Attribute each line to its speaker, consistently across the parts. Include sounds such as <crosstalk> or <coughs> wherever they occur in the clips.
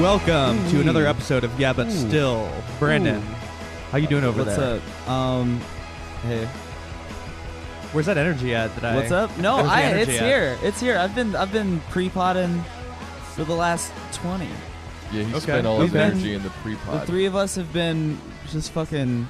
Speaker 1: Welcome to another episode of Yeah, but still, Brandon. How you doing over
Speaker 2: What's
Speaker 1: there?
Speaker 2: up? Um, hey,
Speaker 1: Where's that energy at? That I,
Speaker 2: what's up? No,
Speaker 1: where's the
Speaker 2: I.
Speaker 1: energy
Speaker 2: It's
Speaker 1: at?
Speaker 2: here. It's here. I've been I've been pre-potting for the last twenty.
Speaker 3: Yeah, he
Speaker 1: Okay.
Speaker 3: spent all
Speaker 2: We've
Speaker 3: his
Speaker 2: been-
Speaker 3: energy in the
Speaker 2: The
Speaker 3: pre-pod.
Speaker 2: three of us have been just fucking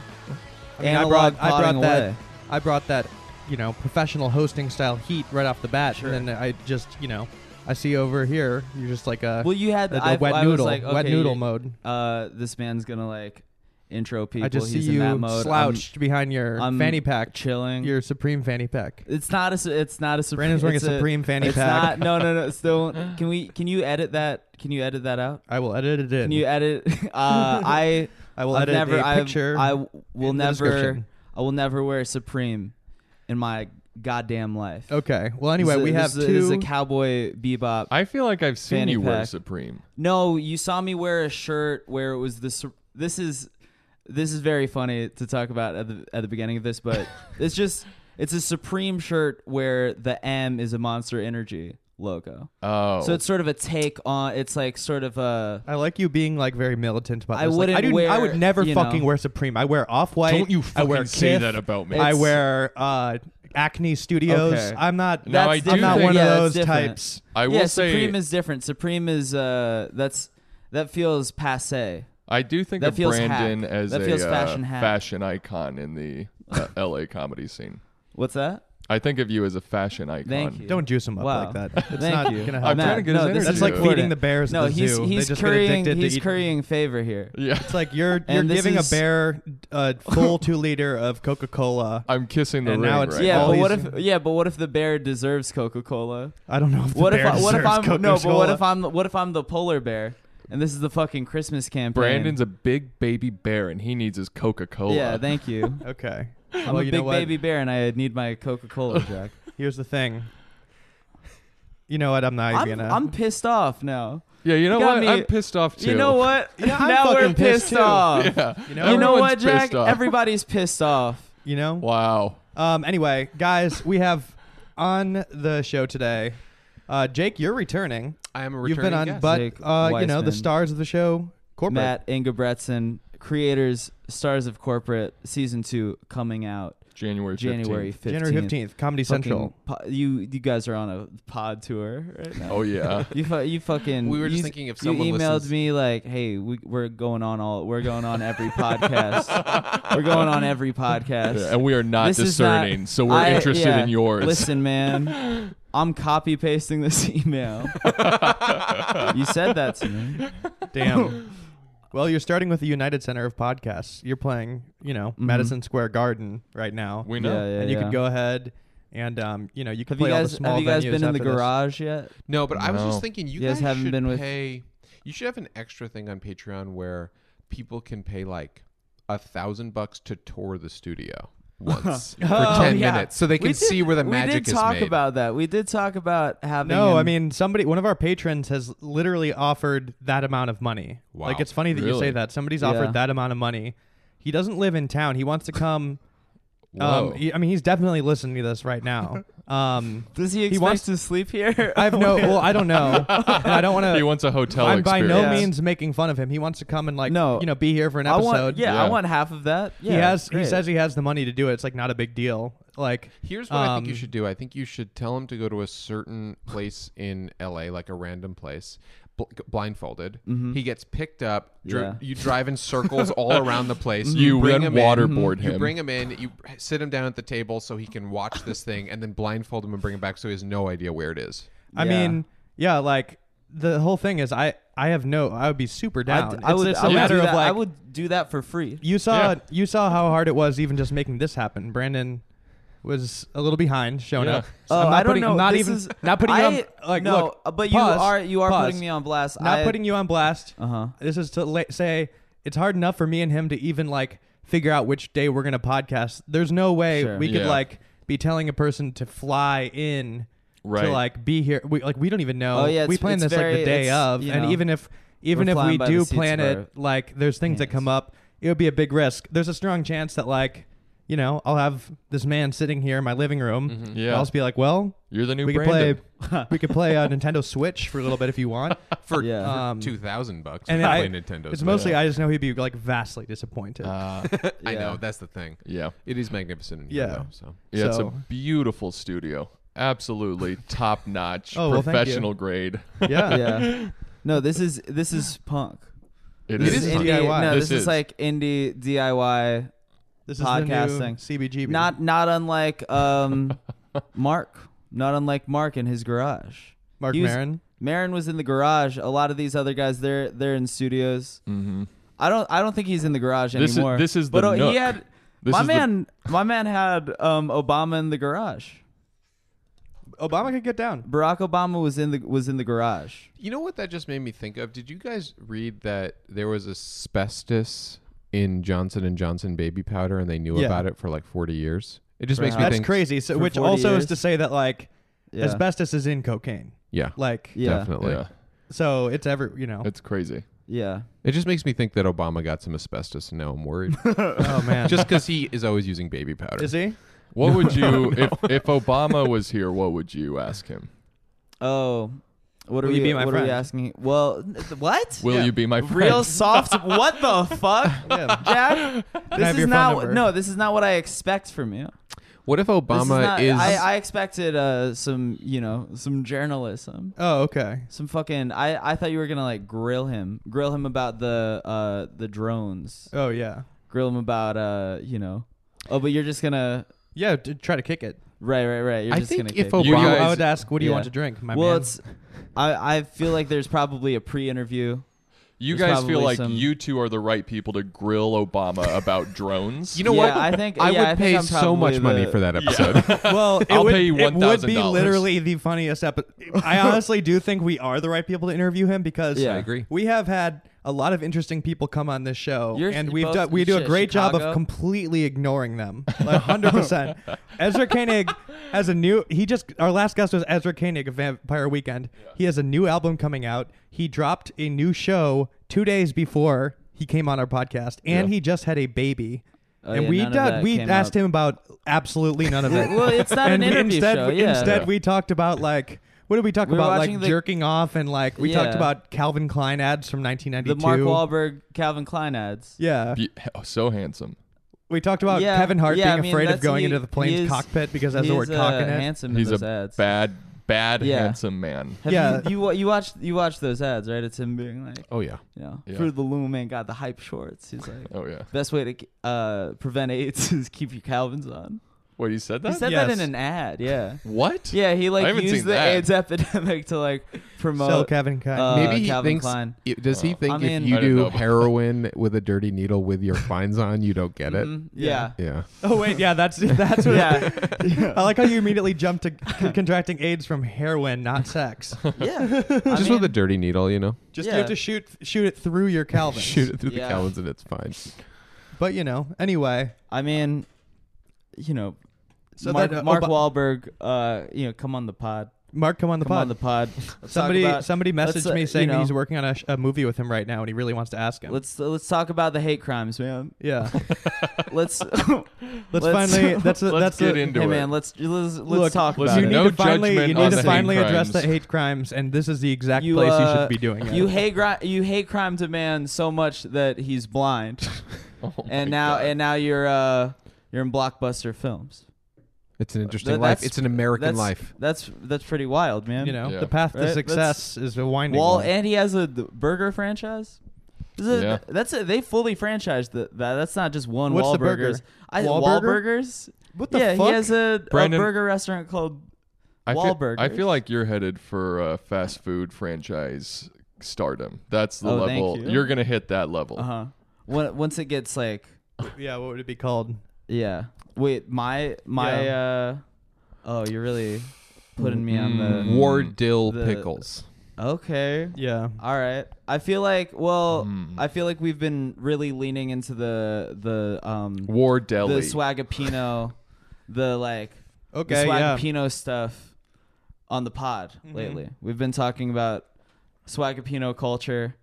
Speaker 4: I mean, I
Speaker 2: analog
Speaker 4: brought, I
Speaker 2: potting
Speaker 4: brought that,
Speaker 2: away.
Speaker 4: I brought that, you know, professional hosting style heat right off the bat, and then I just, you know, I see over here, you're just like a,
Speaker 2: Well, you had
Speaker 4: a- a
Speaker 2: I,
Speaker 4: wet
Speaker 2: I was
Speaker 4: noodle,
Speaker 2: like,
Speaker 4: wet
Speaker 2: okay,
Speaker 4: noodle mode.
Speaker 2: Uh, this man's gonna like intro people.
Speaker 4: I just see
Speaker 2: He's in
Speaker 4: you
Speaker 2: that mode.
Speaker 4: slouched behind your
Speaker 2: I'm
Speaker 4: fanny
Speaker 2: I'm
Speaker 4: pack,
Speaker 2: chilling.
Speaker 4: your supreme fanny pack.
Speaker 2: it's not a. su- It's not a. Supreme,
Speaker 4: Brandon's wearing a
Speaker 2: it's
Speaker 4: supreme fanny
Speaker 2: It's
Speaker 4: pack.
Speaker 2: not. No, no, no. Still, can we? Can you edit that? Can you edit that out?
Speaker 4: I will edit it in.
Speaker 2: Can you edit? <laughs> Uh,
Speaker 4: <laughs>
Speaker 2: I.
Speaker 4: I will
Speaker 2: I've
Speaker 4: edit
Speaker 2: never,
Speaker 4: a
Speaker 2: I've-
Speaker 4: picture.
Speaker 2: I w- will
Speaker 4: in the
Speaker 2: never.
Speaker 4: description.
Speaker 2: I will never wear Supreme in my goddamn life.
Speaker 4: okay. Well,
Speaker 2: This
Speaker 4: anyway,
Speaker 2: is a-
Speaker 4: we
Speaker 2: this
Speaker 4: have
Speaker 2: is a- This is
Speaker 4: two.
Speaker 2: a cowboy bebop.
Speaker 3: I feel like I've seen
Speaker 2: Fanny
Speaker 3: you wear
Speaker 2: pack.
Speaker 3: Supreme.
Speaker 2: no, you saw me wear a shirt where it was this. This is this is very funny to talk about at the at the beginning of this, but it's just it's a Supreme shirt where the M is a Monster Energy logo.
Speaker 3: Oh,
Speaker 2: So it's sort of a take on. It's like sort of a.
Speaker 4: I like you being like very militant about
Speaker 2: I
Speaker 4: this. Like,
Speaker 2: wouldn't
Speaker 4: I, do, I
Speaker 2: wear-
Speaker 4: would never
Speaker 2: you
Speaker 4: fucking
Speaker 2: know.
Speaker 4: wear Supreme. I wear Off White.
Speaker 3: don't you
Speaker 4: I
Speaker 3: fucking
Speaker 4: wear
Speaker 3: say
Speaker 4: Kith.
Speaker 3: that about me.
Speaker 4: I
Speaker 2: It's-
Speaker 4: wear uh, Acne Studios.
Speaker 2: Okay.
Speaker 4: I'm not.
Speaker 3: Now I
Speaker 2: That's
Speaker 3: do
Speaker 4: I'm not
Speaker 3: think-
Speaker 4: one
Speaker 2: Yeah, that's
Speaker 4: of those
Speaker 2: different.
Speaker 4: types.
Speaker 3: I will
Speaker 2: yeah,
Speaker 3: say
Speaker 2: Supreme is different. Supreme is uh that's that feels passe.
Speaker 3: I do think
Speaker 2: that
Speaker 3: of
Speaker 2: feels hack.
Speaker 3: Brandon as
Speaker 2: That
Speaker 3: a
Speaker 2: feels
Speaker 3: uh,
Speaker 2: fashion hack.
Speaker 3: fashion icon in the uh, L.A. comedy scene.
Speaker 2: What's that?
Speaker 3: I think of you as a fashion icon.
Speaker 2: Thank you.
Speaker 4: Don't juice them up
Speaker 2: Wow.
Speaker 4: like that.
Speaker 2: <laughs>
Speaker 4: It's
Speaker 2: Thank
Speaker 4: not
Speaker 2: you.
Speaker 4: gonna
Speaker 3: I'm trying
Speaker 4: help.
Speaker 3: to
Speaker 2: Matt,
Speaker 3: get
Speaker 2: no, this
Speaker 3: his energy.
Speaker 2: is
Speaker 4: That's like
Speaker 2: important.
Speaker 4: feeding the bears.
Speaker 2: No,
Speaker 4: at the
Speaker 2: he's
Speaker 4: zoo.
Speaker 2: he's
Speaker 4: they just
Speaker 2: currying
Speaker 4: Get addicted
Speaker 2: he's
Speaker 4: to eat-
Speaker 2: currying favor here.
Speaker 3: Yeah, <laughs>
Speaker 4: It's like you're you're
Speaker 2: And this
Speaker 4: giving
Speaker 2: is-
Speaker 4: a bear
Speaker 2: <laughs>
Speaker 4: a full two liter of Coca Cola.
Speaker 3: I'm kissing the
Speaker 4: And
Speaker 3: ring
Speaker 4: now it's-
Speaker 3: right
Speaker 2: Yeah,
Speaker 3: now.
Speaker 4: All
Speaker 2: but what
Speaker 4: these-
Speaker 2: if yeah, but what if the bear deserves Coca-Cola?
Speaker 4: I don't know if the
Speaker 2: What if
Speaker 4: bear
Speaker 2: I, what if
Speaker 4: deserves
Speaker 2: I'm no, but what
Speaker 4: Coca-Cola.
Speaker 2: if I'm what if I'm the polar bear and this is the fucking Christmas campaign?
Speaker 3: <laughs> Brandon's a big baby bear and he needs his Coca-Cola.
Speaker 2: Yeah, thank
Speaker 4: <laughs>
Speaker 2: you.
Speaker 4: Okay.
Speaker 2: I'm
Speaker 4: well,
Speaker 2: a
Speaker 4: you know
Speaker 2: big
Speaker 4: what?
Speaker 2: baby bear and I need my
Speaker 4: <laughs>
Speaker 2: Coca-Cola, Jack.
Speaker 4: Here's the thing. You know what? I'm not
Speaker 2: I'm,
Speaker 4: gonna.
Speaker 2: I'm pissed off now.
Speaker 3: yeah, you know
Speaker 2: got
Speaker 3: what?
Speaker 2: me-
Speaker 3: I'm pissed off too.
Speaker 2: You know what?
Speaker 4: <laughs> Yeah, I'm
Speaker 2: now we're
Speaker 4: fucking pissed
Speaker 2: pissed
Speaker 4: too.
Speaker 2: off.
Speaker 3: <laughs> Yeah.
Speaker 4: You
Speaker 2: You know
Speaker 3: Everyone's
Speaker 2: what, Jack?
Speaker 3: pissed off.
Speaker 2: Everybody's pissed off.
Speaker 4: you know.
Speaker 3: Wow.
Speaker 4: Um, anyway, guys, we have on the show today, uh, Jake. You're returning.
Speaker 5: I am a
Speaker 4: You've
Speaker 5: returning
Speaker 4: been on,
Speaker 5: guest.
Speaker 4: but
Speaker 2: Jake
Speaker 4: uh, you know
Speaker 2: Weisman.
Speaker 4: the stars of the show. <laughs> Corporate.
Speaker 2: Matt Ingebretson, creators, stars of corporate, season two coming out
Speaker 3: January 15th.
Speaker 2: January fifteenth.
Speaker 4: January fifteenth, Comedy Central.
Speaker 2: you you guys are on a pod tour right now.
Speaker 3: Oh
Speaker 4: <laughs>
Speaker 3: yeah.
Speaker 2: You fu- you fucking.
Speaker 5: We were just
Speaker 2: you-
Speaker 5: thinking if
Speaker 2: you
Speaker 5: someone
Speaker 2: emailed
Speaker 5: listens-
Speaker 2: me like, "Hey, we, we're going on all. We're going on
Speaker 5: <laughs>
Speaker 2: every podcast. we're going on every podcast.
Speaker 3: Yeah, and we are not
Speaker 2: This is not-
Speaker 3: discerning, so we're
Speaker 2: I-
Speaker 3: interested
Speaker 2: yeah.
Speaker 3: in yours.
Speaker 2: Listen, man, I'm copy pasting this email. you said that to me.
Speaker 4: Damn.
Speaker 2: <laughs>
Speaker 4: well, you're starting with the United Center of Podcasts. You're playing, you know, Madison Square Garden right now,
Speaker 3: we
Speaker 2: Yeah,
Speaker 3: know.
Speaker 2: Mm-hmm. yeah,
Speaker 4: and you
Speaker 2: yeah.
Speaker 4: could go ahead and, um, you know, you could
Speaker 2: Have
Speaker 4: play
Speaker 2: you
Speaker 4: all
Speaker 2: guys
Speaker 4: the small
Speaker 2: have you guys
Speaker 4: venues
Speaker 2: been in the
Speaker 4: after this.
Speaker 2: garage yet?
Speaker 5: no, but I was
Speaker 3: No.
Speaker 5: just thinking
Speaker 2: You
Speaker 5: you,
Speaker 2: guys
Speaker 5: guys,
Speaker 2: haven't
Speaker 5: should
Speaker 2: been with-
Speaker 5: pay. You should have an extra thing on Patreon where people can pay like a thousand bucks to tour
Speaker 2: <laughs>
Speaker 5: the studio once for
Speaker 2: Oh,
Speaker 5: ten
Speaker 2: yeah.
Speaker 5: minutes, so they
Speaker 2: We
Speaker 5: can
Speaker 2: did-
Speaker 5: see where the
Speaker 2: we
Speaker 5: magic
Speaker 2: did
Speaker 5: is
Speaker 2: talk
Speaker 5: made.
Speaker 2: about that. We did talk about having.
Speaker 4: No,
Speaker 2: an-
Speaker 4: I mean somebody. One of our patrons has literally offered that amount of money.
Speaker 5: Wow.
Speaker 4: Like it's funny that you
Speaker 3: Really?
Speaker 4: say that. Somebody's
Speaker 2: Yeah.
Speaker 4: offered that amount of money. He doesn't live in town. He wants
Speaker 3: <laughs>
Speaker 4: to come.
Speaker 3: Whoa.
Speaker 4: Um, he- I mean, he's definitely listening to this
Speaker 3: <laughs>
Speaker 4: right now. Um,
Speaker 2: does he expect
Speaker 4: wants-
Speaker 2: to sleep <laughs> here?
Speaker 4: <laughs> I have no. Well, I
Speaker 3: <laughs>
Speaker 4: don't know. And I don't want to.
Speaker 3: he wants a hotel
Speaker 4: I'm by
Speaker 3: experience.
Speaker 4: no
Speaker 2: Yeah.
Speaker 4: means making fun of him. He wants to come and like
Speaker 2: No.
Speaker 4: you know be here for an
Speaker 2: I
Speaker 4: episode.
Speaker 2: want. Yeah, I
Speaker 3: Yeah.
Speaker 2: want half of that. Yeah,
Speaker 4: he has.
Speaker 2: great.
Speaker 4: He says he has the money to do it. It's like not a big deal. Like
Speaker 5: Here's what I think you
Speaker 4: Um,
Speaker 5: should do. I think you should tell them to go to a certain place in LA, like a random place, bl- blindfolded. He gets picked up. Dri-
Speaker 2: Yeah.
Speaker 5: You drive in circles all around the place.
Speaker 3: You
Speaker 5: bring
Speaker 3: then
Speaker 5: him in.
Speaker 3: waterboard him.
Speaker 5: You bring him in. You sit him down at the table so he can watch this thing, and then blindfold him and bring him back so he has no idea where it is.
Speaker 4: I
Speaker 2: Yeah.
Speaker 4: mean, yeah. Like the whole thing is, I I have no. I would be super
Speaker 2: I,
Speaker 4: down.
Speaker 2: I
Speaker 4: It's
Speaker 2: would.
Speaker 4: just
Speaker 2: I
Speaker 4: a
Speaker 2: would
Speaker 4: matter
Speaker 2: do
Speaker 4: of
Speaker 2: that.
Speaker 4: like
Speaker 2: I would do that for free.
Speaker 4: you saw.
Speaker 3: Yeah.
Speaker 4: You saw how hard it was even just making this happen. Brandon was a little behind showing
Speaker 3: Yeah.
Speaker 4: up.
Speaker 2: Oh,
Speaker 4: I'm not
Speaker 2: I don't
Speaker 4: putting,
Speaker 2: know.
Speaker 4: Not
Speaker 2: This
Speaker 4: even.
Speaker 2: is-
Speaker 4: not putting
Speaker 2: I,
Speaker 4: you on. Like,
Speaker 2: no,
Speaker 4: look,
Speaker 2: uh, but
Speaker 4: pause,
Speaker 2: you are you are
Speaker 4: pause.
Speaker 2: putting me on blast.
Speaker 4: Not
Speaker 2: I,
Speaker 4: putting you on blast.
Speaker 2: Uh huh.
Speaker 4: This is to la- say it's hard enough for me and him to even like figure out which day we're gonna podcast. There's no way
Speaker 2: Sure.
Speaker 4: we could
Speaker 3: Yeah.
Speaker 4: like be telling a person to fly in
Speaker 3: Right.
Speaker 4: to like be here. We like we don't even know.
Speaker 2: Oh, yeah,
Speaker 4: we
Speaker 2: it's-
Speaker 4: plan
Speaker 2: it's
Speaker 4: this like
Speaker 2: very-
Speaker 4: the day
Speaker 2: it's,
Speaker 4: of,
Speaker 2: you
Speaker 4: and
Speaker 2: know,
Speaker 4: even if even
Speaker 2: we're
Speaker 4: if
Speaker 2: flying
Speaker 4: we
Speaker 2: by the
Speaker 4: do
Speaker 2: seats of
Speaker 4: plan
Speaker 2: our
Speaker 4: it, like there's things that
Speaker 2: pants.
Speaker 4: come up. It would be a big risk. There's a strong chance that like you know, I'll have this man sitting here in my living room.
Speaker 3: Yeah.
Speaker 4: I'll just be like, well,
Speaker 3: You're the new
Speaker 4: we could play,
Speaker 3: Mm-hmm. Brandon.
Speaker 4: we could play a Nintendo Switch for a little bit if
Speaker 3: <laughs>
Speaker 4: you want.
Speaker 5: for,
Speaker 2: Yeah.
Speaker 4: Um,
Speaker 5: two thousand bucks.
Speaker 4: and
Speaker 5: we
Speaker 4: I-
Speaker 5: play Nintendo.
Speaker 4: It's
Speaker 5: Switch.
Speaker 4: mostly I just know he'd be like vastly disappointed.
Speaker 3: Uh,
Speaker 5: <laughs>
Speaker 4: <laughs>
Speaker 5: I
Speaker 2: Yeah.
Speaker 5: know that's the thing.
Speaker 3: yeah.
Speaker 5: It is magnificent. In
Speaker 4: Yeah.
Speaker 5: here, though, so
Speaker 3: Yeah, it's a
Speaker 4: So-
Speaker 3: beautiful studio.
Speaker 4: <laughs>
Speaker 3: Absolutely top notch,
Speaker 4: Oh, well, thank you.
Speaker 3: professional
Speaker 4: <laughs>
Speaker 3: grade.
Speaker 2: <laughs>
Speaker 4: yeah.
Speaker 2: yeah. No, this is this is punk.
Speaker 4: It
Speaker 2: This
Speaker 4: is
Speaker 2: indie,
Speaker 4: punk. DIY.
Speaker 2: No, this,
Speaker 3: This
Speaker 2: is.
Speaker 3: is.
Speaker 2: like indie DIY.
Speaker 4: This is the new
Speaker 2: Podcasting.
Speaker 4: CBGB.
Speaker 2: Not not unlike um, Mark. Not unlike Mark in his garage.
Speaker 4: Mark
Speaker 2: he was-
Speaker 4: Maron.
Speaker 2: Marin was in the garage. A lot of these other guys, they're they're in studios.
Speaker 3: Mhm.
Speaker 2: I don't I don't think he's in the garage
Speaker 3: This is-
Speaker 2: anymore.
Speaker 3: this is the
Speaker 2: but uh,
Speaker 3: Nook.
Speaker 2: he had
Speaker 3: This
Speaker 2: my
Speaker 3: is the-
Speaker 2: man. my man had um, Obama in the garage.
Speaker 4: Obama could get down.
Speaker 2: Barack Obama was in the was in the garage.
Speaker 5: you know what that just made me think of. Did you guys read that there was asbestos in Johnson and Johnson baby powder, and they knew
Speaker 4: Yeah.
Speaker 5: about it for like forty years? It just
Speaker 2: Right.
Speaker 5: makes me
Speaker 4: That's
Speaker 5: think.
Speaker 4: crazy. So,
Speaker 2: For
Speaker 4: which
Speaker 2: 40
Speaker 4: also
Speaker 2: years.
Speaker 4: is to say that like
Speaker 2: Yeah.
Speaker 4: asbestos is in cocaine.
Speaker 5: Yeah,
Speaker 4: Like
Speaker 2: Yeah.
Speaker 5: definitely.
Speaker 3: Yeah.
Speaker 4: so it's every you know.
Speaker 3: It's crazy.
Speaker 2: yeah.
Speaker 5: It just makes me think that Obama got some asbestos, and now I'm worried. <laughs>
Speaker 4: oh
Speaker 3: <laughs>
Speaker 4: man.
Speaker 5: just because he is always using baby powder.
Speaker 4: is he?
Speaker 3: What
Speaker 4: <laughs>
Speaker 3: would you if if Obama was here? What would you ask him?
Speaker 2: Oh, what are
Speaker 4: Will
Speaker 2: we?
Speaker 4: you be my
Speaker 2: what are we
Speaker 4: friend?
Speaker 2: asking? Well, n- th- what?
Speaker 3: Will
Speaker 4: Yeah.
Speaker 3: you be my friend?
Speaker 2: Real soft. what the fuck,
Speaker 4: Yeah.
Speaker 2: Jack?
Speaker 4: I
Speaker 2: This
Speaker 4: have
Speaker 2: is
Speaker 4: your phone
Speaker 2: not.
Speaker 4: number?
Speaker 2: No, this is not what I expect from you.
Speaker 5: What if
Speaker 2: This
Speaker 5: Obama
Speaker 2: is,
Speaker 5: is?
Speaker 2: not, I, I expected uh, some, you know, some journalism.
Speaker 4: Oh okay.
Speaker 2: Some fucking. I, I thought you were gonna like grill him, grill him about the uh the drones,
Speaker 4: Oh yeah.
Speaker 2: grill him about uh you know. Oh, but you're just gonna
Speaker 4: Yeah. d- try to kick it.
Speaker 2: right, right, right. You're
Speaker 5: I
Speaker 2: just
Speaker 5: think
Speaker 2: gonna
Speaker 5: if
Speaker 2: kick.
Speaker 5: Obama-
Speaker 3: You
Speaker 4: Well,
Speaker 3: guys-
Speaker 4: I would ask, what do you
Speaker 2: Yeah.
Speaker 4: want to drink, my
Speaker 2: well,
Speaker 4: man?
Speaker 2: it's. I I feel like there's probably a pre-interview.
Speaker 3: you
Speaker 2: There's
Speaker 3: guys feel
Speaker 2: probably
Speaker 3: like
Speaker 2: some-
Speaker 3: you two are the right people to grill Obama about <laughs> drones.
Speaker 5: you know
Speaker 2: yeah,
Speaker 5: what?
Speaker 2: I think
Speaker 5: I
Speaker 2: yeah,
Speaker 5: would
Speaker 2: I
Speaker 5: pay
Speaker 2: think I'm
Speaker 5: so much
Speaker 2: probably
Speaker 5: money
Speaker 2: the- <laughs>
Speaker 5: for that episode.
Speaker 3: <laughs>
Speaker 4: well, it
Speaker 3: I'll
Speaker 4: would,
Speaker 3: pay you
Speaker 4: it would be
Speaker 3: $1,000.
Speaker 4: literally the funniest episode. I honestly do think we are the right people to interview him because
Speaker 2: Yeah. I agree.
Speaker 4: We have had a lot of interesting people come on this show,
Speaker 2: You're-
Speaker 4: and
Speaker 2: you
Speaker 4: we've
Speaker 2: both-
Speaker 4: done, we do a
Speaker 2: shit,
Speaker 4: great job
Speaker 2: Chicago.
Speaker 4: of completely ignoring them, like
Speaker 2: <laughs>
Speaker 4: hundred percent. Ezra Koenig has a new. He just our last guest was Ezra Koenig of Vampire Weekend. He has a new album coming out. He dropped a new show two days before he came on our podcast, and
Speaker 3: Yeah.
Speaker 4: he just had a baby.
Speaker 2: Oh,
Speaker 4: and
Speaker 2: yeah,
Speaker 4: we
Speaker 2: none of
Speaker 4: did,
Speaker 2: that
Speaker 4: we
Speaker 2: came
Speaker 4: asked
Speaker 2: up.
Speaker 4: him about absolutely none of it.
Speaker 2: Well, it's
Speaker 4: <laughs>
Speaker 2: not an
Speaker 4: we-
Speaker 2: interview
Speaker 4: instead,
Speaker 2: show,
Speaker 4: we-
Speaker 2: yeah.
Speaker 4: Instead,
Speaker 3: Yeah.
Speaker 4: we talked about like what did we talk
Speaker 2: We were
Speaker 4: about?
Speaker 2: watching
Speaker 4: Like
Speaker 2: the-
Speaker 4: jerking off and like we talked
Speaker 2: Yeah.
Speaker 4: about Calvin Klein ads from 1992.
Speaker 2: The Mark Wahlberg, Calvin Klein ads.
Speaker 4: Yeah,
Speaker 3: Be- oh, so handsome.
Speaker 4: we talked about
Speaker 2: Yeah,
Speaker 4: Kevin Hart
Speaker 2: yeah,
Speaker 4: being
Speaker 2: I mean,
Speaker 4: afraid of
Speaker 2: that's-
Speaker 4: going
Speaker 2: he-
Speaker 4: into the plane's
Speaker 2: he is-
Speaker 4: cockpit because that's
Speaker 2: He's
Speaker 4: the word
Speaker 2: uh,
Speaker 4: "cock" in it.
Speaker 2: handsome
Speaker 3: He's
Speaker 2: in those
Speaker 3: a
Speaker 2: ads.
Speaker 3: bad, bad,
Speaker 2: Yeah.
Speaker 3: handsome man.
Speaker 2: Have
Speaker 4: Yeah.
Speaker 2: you, you wa- you watched you watched those ads right? It's him being like,
Speaker 5: oh yeah.
Speaker 2: you know,
Speaker 3: Yeah.
Speaker 2: through the loom and got the hype shorts. He's like,
Speaker 3: Oh yeah.
Speaker 2: best way to uh, prevent AIDS <laughs> is keep your Calvins on.
Speaker 3: Wait, you said
Speaker 2: He
Speaker 3: that?
Speaker 2: said that in
Speaker 4: Yes.
Speaker 2: an ad. Yeah, <laughs>
Speaker 3: what?
Speaker 2: yeah. He
Speaker 3: I
Speaker 2: like
Speaker 3: haven't
Speaker 2: used
Speaker 3: seen
Speaker 2: the
Speaker 3: that.
Speaker 2: AIDS epidemic to
Speaker 4: <laughs>
Speaker 2: like
Speaker 4: Sell
Speaker 2: promote.
Speaker 4: Kevin Klein.
Speaker 2: uh,
Speaker 5: Maybe he
Speaker 2: Calvin
Speaker 5: thinks-
Speaker 2: Klein.
Speaker 5: It- Does he
Speaker 3: Oh.
Speaker 5: think
Speaker 2: I mean-
Speaker 5: if you
Speaker 3: I don't know
Speaker 5: do
Speaker 3: about-
Speaker 5: heroin with a dirty needle with your fines on, you don't get it?
Speaker 2: Mhm. Yeah.
Speaker 4: <laughs>
Speaker 5: Yeah.
Speaker 4: <laughs> oh wait, yeah, that's <laughs> that's what.
Speaker 2: Yeah.
Speaker 4: <laughs> I like how you immediately jumped to c- contracting AIDS from heroin,
Speaker 2: <laughs>
Speaker 4: not sex.
Speaker 2: yeah. I
Speaker 5: Just
Speaker 2: mean,
Speaker 5: with a dirty needle, you know?
Speaker 4: Just
Speaker 2: Yeah.
Speaker 4: you have to shoot shoot it through your Calvin.
Speaker 5: <laughs> Shoot it through
Speaker 2: Yeah.
Speaker 5: the Calvins and it's fine.
Speaker 4: but you know, anyway.
Speaker 2: I mean, you know,
Speaker 4: So
Speaker 2: Mark,
Speaker 4: that, uh,
Speaker 2: Mark
Speaker 4: Oba-
Speaker 2: Wahlberg. Uh, you know, come on the pod.
Speaker 4: Mark, come on the
Speaker 2: come
Speaker 4: pod.
Speaker 2: on the
Speaker 4: <laughs>
Speaker 2: pod. Let's talk
Speaker 4: Somebody
Speaker 2: about-
Speaker 4: somebody
Speaker 2: let's,
Speaker 4: messaged
Speaker 2: uh,
Speaker 4: me
Speaker 2: you
Speaker 4: saying that
Speaker 2: know,
Speaker 4: he's working on a, sh- a movie with him right now, and he really wants to ask him.
Speaker 2: Let's let's talk about the hate crimes, man.
Speaker 4: <laughs>
Speaker 2: <laughs>
Speaker 4: yeah,
Speaker 2: Let's <laughs>
Speaker 4: let's,
Speaker 2: Let's-
Speaker 4: finally. That's a,
Speaker 3: Let's
Speaker 4: that's
Speaker 3: get
Speaker 4: a,
Speaker 3: into
Speaker 2: hey
Speaker 3: it.
Speaker 2: man, let's let's, let's
Speaker 4: Look,
Speaker 2: talk
Speaker 3: let's
Speaker 2: about
Speaker 4: you
Speaker 2: it.
Speaker 4: need
Speaker 3: No
Speaker 4: to finally you
Speaker 3: judgment
Speaker 4: need
Speaker 3: on
Speaker 4: to
Speaker 3: the hate
Speaker 4: finally address the
Speaker 3: crimes.
Speaker 4: hate crimes, and this is the exact
Speaker 2: You,
Speaker 4: place you
Speaker 2: uh,
Speaker 4: should be doing it.
Speaker 2: You hate gri- you hate crime to man so much that he's
Speaker 4: <laughs>
Speaker 2: blind,
Speaker 3: Oh,
Speaker 2: and
Speaker 3: my
Speaker 2: now
Speaker 3: God.
Speaker 2: and now you're uh you're in blockbuster films.
Speaker 5: It's an interesting
Speaker 2: Th-
Speaker 5: life.
Speaker 2: that's-
Speaker 5: It's an American
Speaker 2: That's
Speaker 5: life.
Speaker 2: that's that's pretty wild, man.
Speaker 4: you know
Speaker 3: Yeah.
Speaker 4: the path
Speaker 2: Right,
Speaker 4: to success is a winding
Speaker 2: Well,
Speaker 4: one.
Speaker 2: and he has a th- burger franchise. This is a-
Speaker 3: Yeah.
Speaker 2: That's a, they fully franchised the, that. That's not just one
Speaker 4: What's the burger?
Speaker 2: Wahlburgers. I
Speaker 4: Wahlburger?
Speaker 2: Wahlburgers.
Speaker 4: What the
Speaker 2: yeah,
Speaker 4: fuck?
Speaker 2: he has a, a
Speaker 3: Brandon-
Speaker 2: burger restaurant called.
Speaker 3: I feel, I
Speaker 2: Wahlburgers.
Speaker 3: feel like you're headed for uh, fast food franchise stardom. That's the
Speaker 2: Oh, thank
Speaker 3: level
Speaker 2: you.
Speaker 3: are gonna hit that level.
Speaker 2: Uh
Speaker 4: Uh-huh.
Speaker 2: huh. Once it gets like,
Speaker 4: yeah, what would it be called?
Speaker 2: yeah. Wait, my my. uh Oh, you're really putting me on
Speaker 5: Mm.
Speaker 2: the.
Speaker 5: Wardill
Speaker 2: The-
Speaker 5: pickles.
Speaker 2: Okay.
Speaker 4: Yeah,
Speaker 2: All right. I feel like well,
Speaker 5: Mm-hmm.
Speaker 3: Mm.
Speaker 2: I feel like we've been really leaning into the the um
Speaker 3: War
Speaker 2: the
Speaker 3: deli.
Speaker 5: <laughs>
Speaker 2: swagapino, the like the
Speaker 4: okay, yeah.
Speaker 2: swagapino stuff on the pod
Speaker 4: Mhm.
Speaker 2: lately. We've been talking about swagapino culture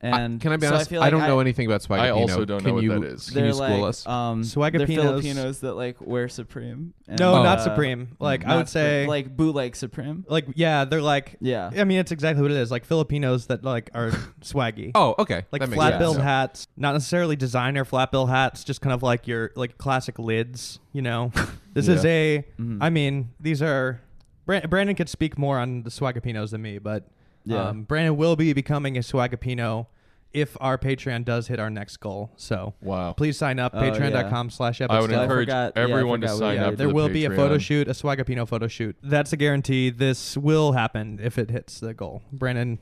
Speaker 2: And
Speaker 5: Can I be
Speaker 2: so
Speaker 5: honest? I,
Speaker 2: feel like
Speaker 5: don't know anything about spaghetti.
Speaker 3: I also don't know
Speaker 5: can
Speaker 3: what
Speaker 5: you,
Speaker 3: that is.
Speaker 5: Can you
Speaker 2: they're
Speaker 5: school
Speaker 2: like,
Speaker 5: us?
Speaker 2: Um, they're
Speaker 4: Swagapinos.
Speaker 2: Filipinos that like wear Supreme. and,
Speaker 4: No,
Speaker 2: uh,
Speaker 4: not Supreme. Like I
Speaker 2: not
Speaker 4: would
Speaker 2: Supreme,
Speaker 4: say, like,
Speaker 2: like bootleg Supreme.
Speaker 4: yeah, they're like,
Speaker 2: Yeah.
Speaker 4: I mean, it's exactly what it is. Like Filipinos that like
Speaker 2: <laughs>
Speaker 4: are swaggy.
Speaker 5: oh, okay.
Speaker 4: Like
Speaker 5: That makes
Speaker 4: flat
Speaker 5: sense.
Speaker 4: billed hats, not necessarily designer flat bill hats, just kind of like your like classic lids. You know, this is
Speaker 3: Yeah.
Speaker 4: a. I
Speaker 2: Mhm.
Speaker 4: mean, these are. Brand- Brandon could speak more on the Swagapinos than me, but
Speaker 2: Yeah.
Speaker 4: um, Brandon will be becoming a Swagapino if our Patreon does hit our next goal. So
Speaker 3: Wow.
Speaker 4: please sign up
Speaker 2: Oh, yeah.
Speaker 4: patreon.com slash
Speaker 3: I would
Speaker 2: So I
Speaker 4: episode.
Speaker 3: encourage
Speaker 2: forgot- yeah, I
Speaker 3: everyone to
Speaker 2: forgot we-
Speaker 3: sign
Speaker 2: yeah,
Speaker 3: up.
Speaker 2: for
Speaker 4: There
Speaker 3: the
Speaker 4: will be a photo
Speaker 3: Patreon.
Speaker 4: shoot, a Swagapino photo shoot. That's a guarantee. This will happen if it hits the goal. Brandon,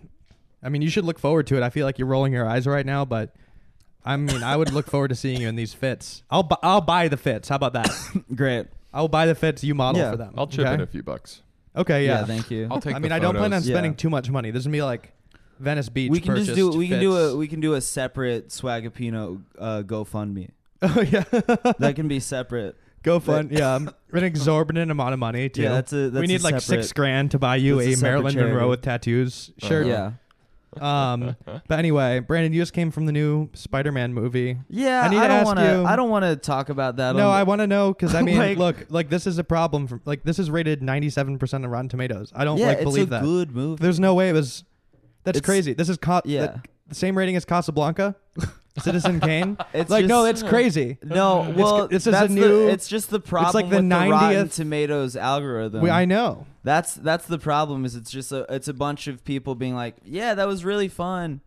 Speaker 4: I mean, you should look forward to it. I feel like you're rolling your eyes right now, but I mean, I
Speaker 2: <laughs>
Speaker 4: would look forward to seeing you in these fits. I'll bu- I'll buy the fits. How about that?
Speaker 2: Great.
Speaker 4: I'll buy the fits. You model
Speaker 2: Yeah.
Speaker 4: for them.
Speaker 3: I'll chip
Speaker 4: okay?
Speaker 3: in a few bucks.
Speaker 4: Okay, yeah.
Speaker 2: Yeah, thank you.
Speaker 5: I'll take
Speaker 4: I
Speaker 5: the
Speaker 4: mean, I don't plan on
Speaker 5: photos.
Speaker 2: Yeah.
Speaker 4: spending too much money. There's gonna be like Venice Beach.
Speaker 2: we can just do
Speaker 4: purchased
Speaker 2: we can do
Speaker 4: fits.
Speaker 2: a we can do a separate Swagapino uh, <laughs> GoFundMe.
Speaker 4: <laughs> oh yeah. <laughs>
Speaker 2: That can be separate.
Speaker 4: Go
Speaker 2: <laughs>
Speaker 4: fund, yeah, um, an exorbitant amount of money too.
Speaker 2: Yeah, that's a- that's
Speaker 4: we
Speaker 2: a
Speaker 4: need like six
Speaker 2: separate-
Speaker 4: grand to buy you
Speaker 2: that's
Speaker 4: a,
Speaker 2: a separate
Speaker 4: Marilyn Monroe
Speaker 2: charity. Uh-huh.
Speaker 4: with tattoos shirt.
Speaker 2: Yeah. <laughs>
Speaker 4: Um, but anyway, Brandon, you just came from the new Spider-Man movie.
Speaker 2: Yeah,
Speaker 4: I
Speaker 2: I,
Speaker 4: need to
Speaker 2: don't
Speaker 4: ask
Speaker 2: want
Speaker 4: you-
Speaker 2: to. I don't want to talk about that.
Speaker 4: No,
Speaker 2: on,
Speaker 4: I want to know
Speaker 2: <laughs>
Speaker 4: because I mean,
Speaker 2: Like-
Speaker 4: look, like this is a problem. From, like this is rated ninety-seven percent of Rotten Tomatoes. I don't
Speaker 2: yeah,
Speaker 4: like believe
Speaker 2: it's a
Speaker 4: that.
Speaker 2: good movie.
Speaker 4: There's no way it was. That's
Speaker 2: It's-
Speaker 4: crazy. This is co-
Speaker 2: yeah.
Speaker 4: that- the same rating
Speaker 2: <laughs>
Speaker 4: as Casablanca, Citizen Kane.
Speaker 2: It's
Speaker 4: like no,
Speaker 2: just-
Speaker 4: it's
Speaker 2: <laughs>
Speaker 4: crazy.
Speaker 2: No, well,
Speaker 4: this is a
Speaker 2: that's
Speaker 4: new-
Speaker 2: The, it's just the problem
Speaker 4: like the
Speaker 2: with the Rotten
Speaker 4: 90th
Speaker 2: Tomatoes algorithm.
Speaker 4: We, I know.
Speaker 2: that's that's the problem. Is it's just a it's a bunch of people being like, yeah, that was really fun,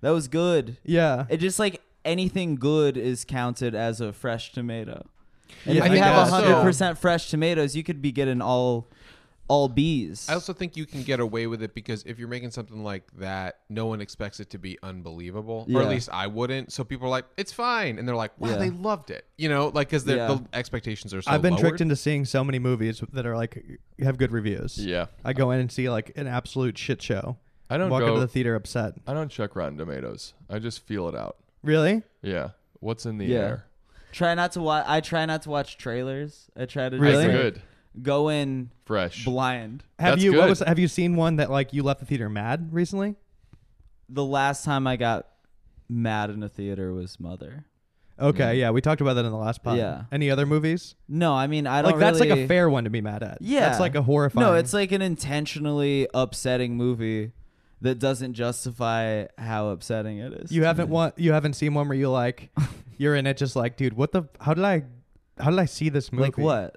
Speaker 2: that was good.
Speaker 4: Yeah.
Speaker 2: It just like anything good is counted as a fresh tomato. And
Speaker 4: Yeah,
Speaker 2: if
Speaker 4: I
Speaker 2: you have
Speaker 4: guess.
Speaker 2: hundred percent fresh tomatoes, you could be getting all all B's.
Speaker 5: I also think you can get away with it because if you're making something like that, no one expects it to be unbelievable, or
Speaker 2: Yeah.
Speaker 5: at least I wouldn't. So people are like, "It's fine," and they're like, "Wow,
Speaker 2: Yeah.
Speaker 5: they loved it," you know, like because
Speaker 2: Yeah.
Speaker 5: the expectations are so.
Speaker 4: I've been tricked
Speaker 5: lowered.
Speaker 4: into seeing so many movies that are like have good reviews.
Speaker 3: Yeah.
Speaker 4: I go in and see like an absolute shit show.
Speaker 3: I don't
Speaker 4: walk
Speaker 3: go-
Speaker 4: into the theater upset.
Speaker 3: I don't check Rotten Tomatoes. I just feel it out.
Speaker 4: Really?
Speaker 3: Yeah. What's in the
Speaker 2: Yeah.
Speaker 3: air?
Speaker 2: try not to watch. I try not to watch trailers. I try to
Speaker 4: Really?
Speaker 2: just,
Speaker 3: That's
Speaker 2: like,
Speaker 3: good.
Speaker 2: go in
Speaker 3: Fresh.
Speaker 2: blind.
Speaker 4: Have
Speaker 3: That's
Speaker 4: you what
Speaker 3: good.
Speaker 4: was have you seen one that like you left the theater mad recently?
Speaker 2: The last time I got mad in a theater was Mother.
Speaker 4: Okay,
Speaker 3: Mm-hmm.
Speaker 4: yeah, we talked about that in the last pod.
Speaker 2: Yeah.
Speaker 4: Any other movies?
Speaker 2: No, I mean I don't
Speaker 4: Like that's like a
Speaker 2: really-
Speaker 4: fair one to be mad at.
Speaker 2: Yeah,
Speaker 4: That's like a horrifying.
Speaker 2: No, it's like an intentionally upsetting movie that doesn't justify how upsetting it is.
Speaker 4: you haven't want you haven't seen one where
Speaker 2: <laughs>
Speaker 4: you like you're in it just like, dude, what the how did I how did I see this movie?
Speaker 2: like what?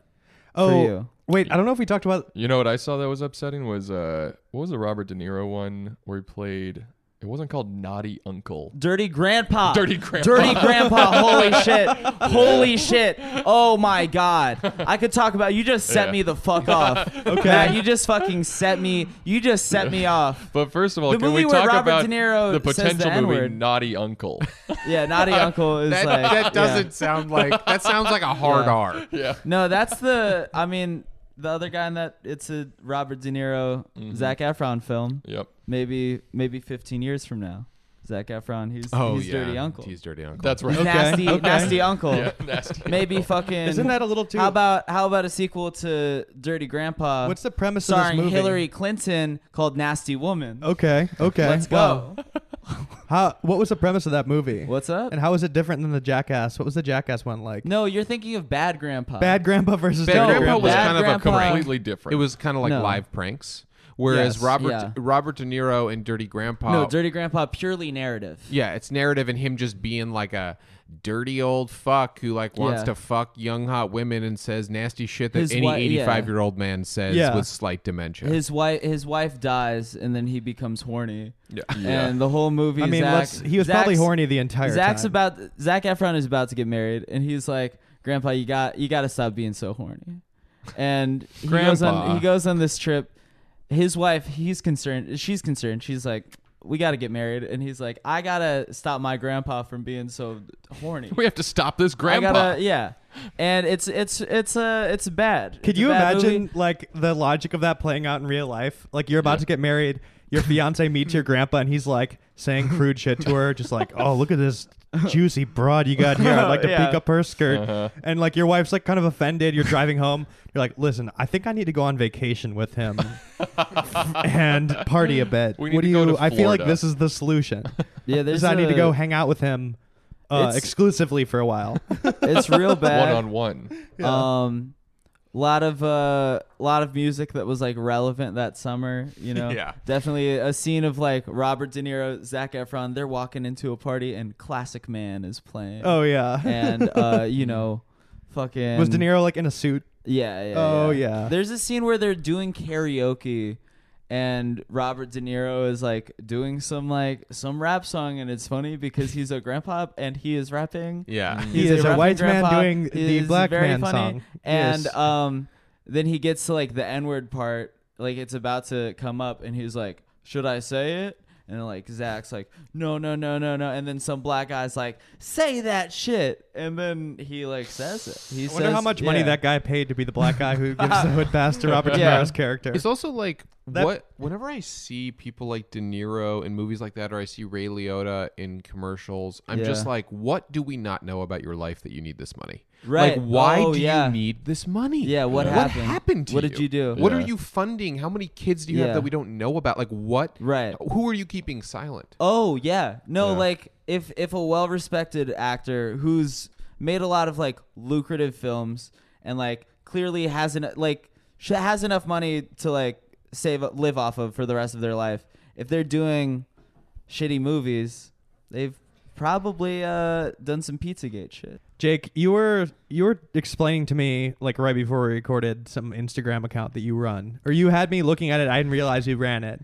Speaker 4: Oh,
Speaker 2: you?
Speaker 4: wait, I don't know if we talked about
Speaker 3: You know what I saw that was upsetting was uh what was the Robert De Niro one where he played it wasn't called Naughty Uncle.
Speaker 2: Dirty Grandpa.
Speaker 3: Dirty Grandpa.
Speaker 2: Dirty Grandpa. Holy shit. Holy shit. Oh my god. I could talk about you just set
Speaker 3: Yeah.
Speaker 2: me the fuck off. okay. you just fucking set me you just set me off.
Speaker 3: But first of all,
Speaker 2: The
Speaker 3: can
Speaker 2: movie
Speaker 3: we
Speaker 2: where
Speaker 3: talk
Speaker 2: Robert
Speaker 3: about
Speaker 2: De Niro
Speaker 3: the
Speaker 2: says the
Speaker 3: potential movie
Speaker 2: N-word.
Speaker 3: Naughty Uncle?
Speaker 2: <laughs> Yeah, Naughty Uncle is
Speaker 5: That,
Speaker 2: like yeah.
Speaker 5: that doesn't sound like that sounds like a hard
Speaker 2: Yeah.
Speaker 5: R.
Speaker 3: yeah.
Speaker 2: No, that's the I mean the other guy in that it's a Robert De Niro Zach Efron film.
Speaker 3: Yep.
Speaker 2: Maybe maybe 15 years from now. Zach Efron, he's, he's Dirty Uncle.
Speaker 5: Oh, He's dirty uncle.
Speaker 3: That's right. <laughs>
Speaker 2: Nasty
Speaker 4: okay.
Speaker 2: nasty uncle.
Speaker 3: Yeah, nasty.
Speaker 2: Maybe fucking
Speaker 4: Isn't that a little too
Speaker 2: How about how about a sequel to Dirty Grandpa?
Speaker 4: What's the premise of this
Speaker 2: starring
Speaker 4: movie?
Speaker 2: Hillary Clinton called Nasty Woman?
Speaker 4: Okay, okay.
Speaker 2: Let's
Speaker 4: Wow.
Speaker 2: go.
Speaker 4: How what was the premise of that movie?
Speaker 2: What's up?
Speaker 4: And how is it different than the Jackass? What was the Jackass one like?
Speaker 2: No, you're thinking of Bad Grandpa.
Speaker 4: Bad Grandpa versus
Speaker 5: Bad
Speaker 4: Dirty
Speaker 5: Grandpa was
Speaker 2: Uh, Bad
Speaker 5: kind of a
Speaker 2: Grandpa-
Speaker 5: prank.
Speaker 3: Completely different.
Speaker 5: It was kind of like
Speaker 2: No.
Speaker 5: live pranks, whereas
Speaker 2: Yes,
Speaker 5: Robert
Speaker 2: yeah.
Speaker 5: Robert De Niro and Dirty Grandpa.
Speaker 2: No, Dirty Grandpa purely narrative.
Speaker 5: Yeah, it's narrative and him just being like a dirty old fuck who like wants
Speaker 2: Yeah.
Speaker 5: to fuck young hot women and says nasty shit that
Speaker 2: His
Speaker 5: any
Speaker 2: wi- yeah.
Speaker 5: 85 year old man says
Speaker 4: Yeah.
Speaker 5: with slight dementia.
Speaker 2: His wife, his wife dies, and then he becomes horny. Yeah.
Speaker 3: Yeah.
Speaker 2: And the whole movie.
Speaker 4: I mean,
Speaker 2: Zac-
Speaker 4: let's, he was probably
Speaker 2: Zac's-
Speaker 4: horny the entire
Speaker 2: Zach's
Speaker 4: time.
Speaker 2: about Zach Efron is about to get married, and he's like, "Grandpa, you got you got to stop being so horny." And he goes on
Speaker 5: Grandpa.
Speaker 2: he goes on this trip. His wife, he's concerned. She's concerned. She's like, "We got to get married," and he's like, "I gotta stop my grandpa from being so horny."
Speaker 3: <laughs> we have to stop this grandpa.
Speaker 2: I gotta, yeah. And it's it's it's uh it's bad.
Speaker 4: Could
Speaker 2: It's a
Speaker 4: you
Speaker 2: bad
Speaker 4: imagine
Speaker 2: movie.
Speaker 4: like the logic of that playing out in real life? Like you're about to
Speaker 2: <laughs> <laughs>
Speaker 4: get married, your fiance meets your grandpa, and he's like saying crude shit to her, just like, "Oh, look at this juicy broad you got here. I'd like to
Speaker 2: Yeah.
Speaker 4: peek up her skirt.
Speaker 3: Uh-huh.
Speaker 4: And like your wife's like kind of offended. You're driving home. You're like, listen, I think I need to go on vacation
Speaker 2: <laughs>
Speaker 4: with him and party a bit.
Speaker 3: We need
Speaker 4: what
Speaker 3: to
Speaker 4: do
Speaker 3: go
Speaker 4: you?
Speaker 3: to
Speaker 4: I feel like
Speaker 3: Florida.
Speaker 4: this is
Speaker 3: <laughs>
Speaker 4: the solution.
Speaker 2: Yeah,
Speaker 4: Is
Speaker 2: there's.
Speaker 4: I need to
Speaker 2: a-
Speaker 4: go hang out with him uh,
Speaker 2: It's-
Speaker 4: exclusively for
Speaker 2: <laughs>
Speaker 4: a while.
Speaker 2: It's
Speaker 4: <laughs>
Speaker 2: real
Speaker 3: One
Speaker 2: bad.
Speaker 3: on one.
Speaker 2: Um, lot of uh, lot of music that was like relevant that summer. You know,
Speaker 5: Yeah.
Speaker 2: definitely a scene of like Robert De Niro, Zach Efron. They're walking into a party and Classic Man is playing.
Speaker 4: oh yeah.
Speaker 2: <laughs> and uh, you know, fucking
Speaker 4: <laughs> was De Niro like in a suit?
Speaker 2: Yeah, yeah.
Speaker 4: Oh, yeah.
Speaker 2: There's a scene where they're doing karaoke and Robert De Niro is like doing some like some rap song and it's funny because he's a grandpa and he is rapping.
Speaker 5: Yeah.
Speaker 4: He
Speaker 2: He's
Speaker 4: is a
Speaker 2: rapping
Speaker 4: white man
Speaker 2: grandpa.
Speaker 4: doing the
Speaker 2: He's
Speaker 4: black
Speaker 2: very
Speaker 4: man
Speaker 2: funny.
Speaker 4: song.
Speaker 2: And
Speaker 4: Yes.
Speaker 2: um then he gets to like the N-word part, like it's about to come up and he's like, "Should I say it?" And like Zach's like, "No, no, no, no, no." And then some black guy's like, "Say that shit." And then he like says it. He
Speaker 4: I wonder how much money that guy paid to be the black
Speaker 2: <laughs>
Speaker 4: guy who gives the hood pass to Robert
Speaker 2: Yeah.
Speaker 4: De Niro's character.
Speaker 5: It's also like
Speaker 4: That-
Speaker 5: what whenever I see people like De Niro in movies like that, or I see Ray Liotta in commercials, I'm just
Speaker 2: Yeah.
Speaker 5: like, what do we not know about your life that you need this money?
Speaker 2: Right.
Speaker 5: Like, why
Speaker 2: Oh,
Speaker 5: do
Speaker 2: yeah.
Speaker 5: you need this money?
Speaker 2: Yeah, what
Speaker 5: What
Speaker 2: happened?
Speaker 5: happened to
Speaker 2: What did you do?
Speaker 5: What are
Speaker 3: Yeah.
Speaker 5: you funding? How many kids do you
Speaker 2: Yeah.
Speaker 5: have that we don't know about? Like, what?
Speaker 2: Right.
Speaker 5: Who are you keeping silent?
Speaker 2: Oh yeah, no,
Speaker 5: Yeah.
Speaker 2: like if if a well-respected actor who's made a lot of like lucrative films and like clearly has an like sh- has enough money to like save live off of for the rest of their life, if they're doing shitty movies, they've probably uh done some PizzaGate shit.
Speaker 4: Jake, you were you were explaining to me like right before we recorded some Instagram account that you run, or you had me looking at it. I didn't realize you ran it.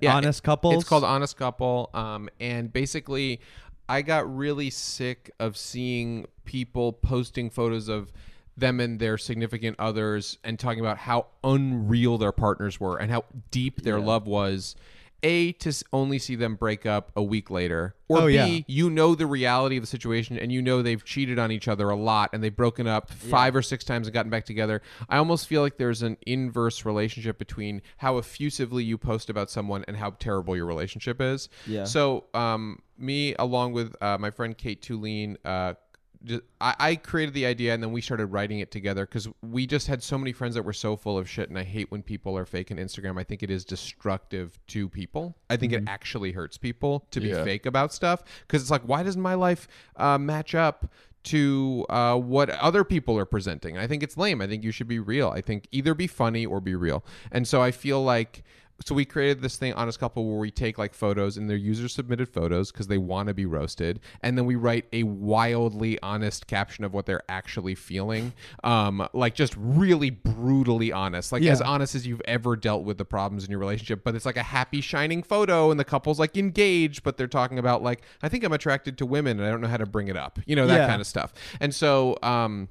Speaker 5: Yeah,
Speaker 4: Honest couples.
Speaker 5: It's called Honest Couple. Um, and basically, I got really sick of seeing people posting photos of them and their significant others and talking about how unreal their partners were and how deep their love was. A, to s- only see them break up a week later. Or
Speaker 4: Oh,
Speaker 5: B,
Speaker 4: yeah.
Speaker 5: you know the reality of the situation and you know they've cheated on each other a lot and they've broken up five or six times and gotten back together. I almost feel like there's an inverse relationship between how effusively you post about someone and how terrible your relationship is.
Speaker 2: Yeah.
Speaker 5: So, um, me along with uh, my friend Kate Tulane, uh, just, I, I created the idea and then we started writing it together because we just had so many friends that were so full of shit. And I hate when people are fake on Instagram. I think it is destructive to people. I think it actually hurts people to be
Speaker 3: Yeah.
Speaker 5: fake about stuff because it's like, why doesn't my life uh, match up? To uh, what other people are presenting. I think it's lame. I think you should be real. I think either be funny or be real. And so I feel like so we created this thing honest couple where we take like photos and their user submitted photos because they want to be roasted and then we write a wildly honest caption of what they're actually feeling um like just really brutally honest like
Speaker 4: Yeah.
Speaker 5: as honest as you've ever dealt with the problems in your relationship but it's like a happy shining photo and the couple's like engaged but they're talking about like i think i'm attracted to women and i don't know how to bring it up you know that
Speaker 4: Yeah.
Speaker 5: kind of stuff and so um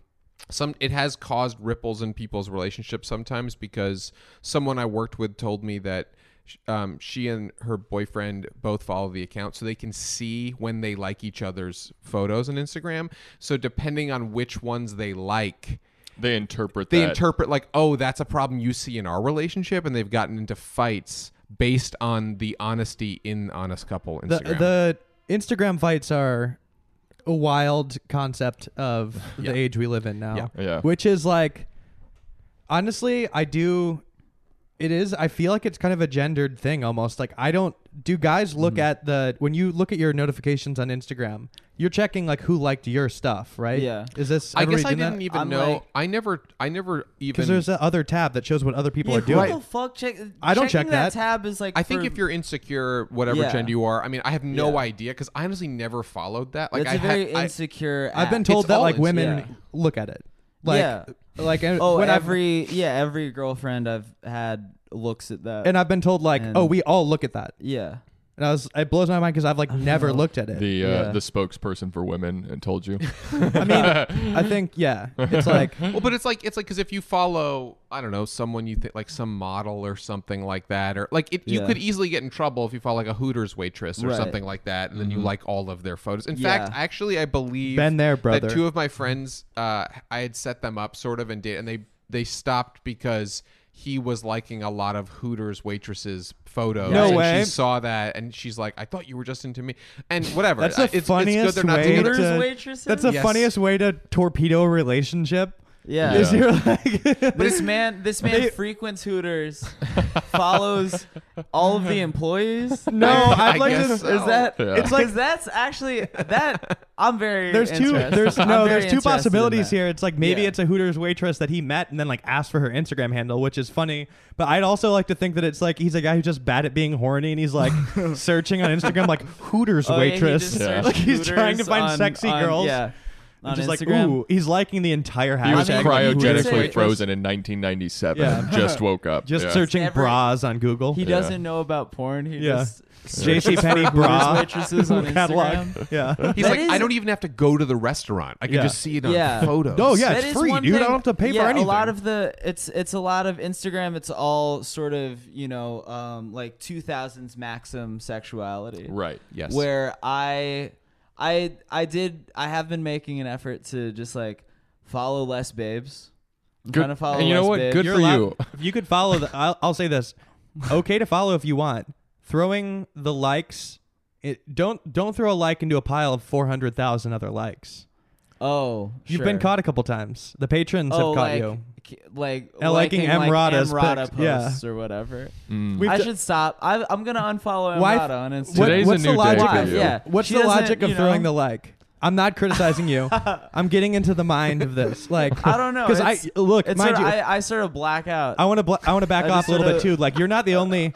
Speaker 5: some it has caused ripples in people's relationships sometimes because someone I worked with told me that sh- um, she and her boyfriend both follow the account so they can see when they like each other's photos on Instagram. So depending on which ones they like,
Speaker 3: They interpret
Speaker 5: they
Speaker 3: that.
Speaker 5: interpret like, oh, that's a problem you see in our relationship, and they've gotten into fights based on the honesty in honest couple
Speaker 4: the
Speaker 5: Instagram.
Speaker 4: the Instagram fights are a wild concept of
Speaker 5: <laughs>
Speaker 4: the age we live in now.
Speaker 5: Yeah.
Speaker 3: Yeah.
Speaker 4: Which is like honestly, I do it is I feel like it's kind of a gendered thing almost. Like I don't do guys
Speaker 5: Mm-hmm.
Speaker 4: look at the when you look at your notifications on Instagram, you're checking like who liked your stuff, right?
Speaker 2: Yeah.
Speaker 4: Is this
Speaker 5: I guess I
Speaker 4: everybody doing
Speaker 5: didn't
Speaker 4: that?
Speaker 5: even
Speaker 2: I'm
Speaker 5: know.
Speaker 2: like-
Speaker 5: I never, I never even.
Speaker 4: Because there's that other tab that shows what other people
Speaker 2: yeah,
Speaker 4: are doing.
Speaker 2: who the fuck check?
Speaker 4: I don't
Speaker 2: checking
Speaker 4: check that.
Speaker 2: tab is like.
Speaker 5: I think
Speaker 2: for-
Speaker 5: if you're insecure, whatever
Speaker 2: Yeah.
Speaker 5: gender you are, I mean, I have no
Speaker 2: Yeah.
Speaker 5: idea because I honestly never followed that. Like,
Speaker 2: that's
Speaker 5: I
Speaker 2: a
Speaker 5: ha-
Speaker 2: very
Speaker 5: I-
Speaker 2: insecure.
Speaker 4: I've been
Speaker 2: app.
Speaker 4: told
Speaker 5: It's
Speaker 4: that
Speaker 5: all
Speaker 4: like
Speaker 5: Insta-
Speaker 4: women
Speaker 2: Yeah.
Speaker 4: look at it. Like
Speaker 2: Yeah.
Speaker 4: like and
Speaker 2: Oh,
Speaker 4: when I've-
Speaker 2: every yeah, every girlfriend I've had looks at that.
Speaker 4: and I've been told like,
Speaker 2: And-
Speaker 4: oh, we all look at that,
Speaker 2: yeah,
Speaker 4: and I was it blows my mind because I've like never looked at it.
Speaker 3: the uh,
Speaker 2: Yeah.
Speaker 3: the spokesperson for women and
Speaker 2: <laughs>
Speaker 3: told you.
Speaker 4: I mean, I think yeah, it's like
Speaker 5: well, but it's like it's like because if you follow, I don't know, someone you think like some model or something like that, or like it, you
Speaker 2: Yeah.
Speaker 5: could easily get in trouble if you follow like a Hooters waitress or
Speaker 2: Right.
Speaker 5: something like that, and then you like all of their photos. In
Speaker 2: Yeah.
Speaker 5: fact, actually, I believe
Speaker 4: Mm-hmm. Been there, brother.
Speaker 5: That two of my friends, uh, I had set them up sort of and did, and they they stopped because he was liking a lot of Hooters waitresses photos.
Speaker 4: No
Speaker 5: and
Speaker 4: way.
Speaker 5: She saw that and she's like, "I thought you were just into me." And whatever.
Speaker 4: That's
Speaker 5: I-
Speaker 4: the
Speaker 5: it's, it's
Speaker 4: funniest
Speaker 5: good they're not
Speaker 4: way
Speaker 5: together.
Speaker 4: to-
Speaker 2: Hooters waitresses.
Speaker 4: That's the
Speaker 5: Yes.
Speaker 4: funniest way to torpedo a relationship. <laughs>
Speaker 2: yeah.
Speaker 4: Is you're like,
Speaker 2: This man, this man frequents Hooters, follows all
Speaker 4: <laughs>
Speaker 2: of the employees.
Speaker 4: no,
Speaker 5: I-
Speaker 4: I'd
Speaker 5: I
Speaker 4: like to.
Speaker 5: guess so.
Speaker 2: Is that?
Speaker 3: Yeah.
Speaker 2: It's like that's actually
Speaker 4: <laughs>
Speaker 2: that. I'm very.
Speaker 4: There's two.
Speaker 2: interested.
Speaker 4: There's
Speaker 2: I'm
Speaker 4: no.
Speaker 2: very
Speaker 4: There's two
Speaker 2: interested in
Speaker 4: possibilities
Speaker 2: that.
Speaker 4: here. It's like maybe
Speaker 2: Yeah.
Speaker 4: it's a Hooters waitress that he met and then like asked for her Instagram handle, which is funny. But I'd also like to think that it's like he's a guy who's just bad at being horny and
Speaker 2: <laughs>
Speaker 4: he's like searching on Instagram like Hooters
Speaker 2: Oh, yeah, he
Speaker 4: waitress.
Speaker 2: just
Speaker 3: Yeah.
Speaker 2: searched
Speaker 4: <laughs> Like he's
Speaker 2: Hooters
Speaker 4: trying to find
Speaker 2: on-
Speaker 4: sexy
Speaker 2: on-
Speaker 4: girls.
Speaker 2: Yeah. On
Speaker 4: Which is like,
Speaker 2: Instagram.
Speaker 4: ooh, he's liking the entire hashtag.
Speaker 3: He was
Speaker 2: I mean,
Speaker 4: Hooters
Speaker 2: you could say-
Speaker 3: cryogenically
Speaker 2: <laughs>
Speaker 4: waitress.
Speaker 3: frozen in 1997.
Speaker 4: Yeah.
Speaker 3: Just woke up.
Speaker 4: Just
Speaker 3: yeah.
Speaker 4: searching
Speaker 2: Every-
Speaker 4: bras on Google. <laughs>
Speaker 2: He
Speaker 3: Yeah.
Speaker 2: doesn't know about porn. He
Speaker 4: Yeah.
Speaker 2: just
Speaker 4: JC Penney bra
Speaker 2: waitresses on
Speaker 4: <laughs> catalog.
Speaker 2: Instagram.
Speaker 4: Yeah.
Speaker 5: He's
Speaker 2: That
Speaker 5: like,
Speaker 2: is-
Speaker 5: "I don't even have to go to the restaurant. I can
Speaker 4: Yeah.
Speaker 5: just see it on
Speaker 2: Yeah.
Speaker 5: photos."
Speaker 4: Oh, yeah. it's
Speaker 2: That is
Speaker 4: free,
Speaker 2: one
Speaker 4: dude. I
Speaker 2: thing-
Speaker 4: don't have to pay for
Speaker 2: yeah,
Speaker 4: anything.
Speaker 2: A lot of the it's it's a lot of Instagram. It's all sort of you know um, like two thousands Maxim sexuality,
Speaker 3: Right. Yes.
Speaker 2: Where I I I did I have been making an effort to just like follow less babes. I'm
Speaker 3: Good-
Speaker 2: trying to follow.
Speaker 3: and you know
Speaker 2: less
Speaker 3: what?
Speaker 2: babes.
Speaker 3: Good
Speaker 4: You're
Speaker 3: for
Speaker 4: allowed-
Speaker 3: you.
Speaker 4: If you could follow, the, I'll, I'll say this: okay to follow if you want. Throwing the likes, it, don't don't throw a like into a pile of four hundred thousand other likes.
Speaker 2: Oh,
Speaker 4: You've
Speaker 2: sure.
Speaker 4: been caught a couple times. The patrons
Speaker 2: Oh,
Speaker 4: have caught
Speaker 2: like,
Speaker 4: you.
Speaker 2: ki- like
Speaker 4: And liking
Speaker 2: liking, like,
Speaker 4: Emrata's
Speaker 2: Emrata
Speaker 4: pics, yeah.
Speaker 2: posts or whatever.
Speaker 3: Mm.
Speaker 4: We've
Speaker 2: I
Speaker 4: d-
Speaker 2: should stop. I, I'm gonna unfollow
Speaker 4: Why-
Speaker 2: Emrata on Instagram.
Speaker 4: what-
Speaker 3: Today's a
Speaker 4: what's the
Speaker 3: new day
Speaker 4: logic?
Speaker 3: for
Speaker 2: Why?
Speaker 3: you.
Speaker 2: Yeah.
Speaker 4: What's
Speaker 2: She
Speaker 4: the
Speaker 2: doesn't,
Speaker 4: logic of
Speaker 2: you
Speaker 4: throwing
Speaker 2: know?
Speaker 4: the like? I'm not
Speaker 2: <laughs>
Speaker 4: criticizing you. I'm getting into the mind of this. Like
Speaker 2: I
Speaker 4: <laughs>
Speaker 2: don't know.
Speaker 4: because I
Speaker 2: It's-
Speaker 4: look
Speaker 2: It's
Speaker 4: mind
Speaker 2: sort
Speaker 4: you.
Speaker 2: of- I, I sort of black out.
Speaker 4: I want to bl- I want to back
Speaker 2: I just
Speaker 4: off a little bit too.
Speaker 2: sorta-
Speaker 4: Like you're not
Speaker 2: <laughs>
Speaker 4: the only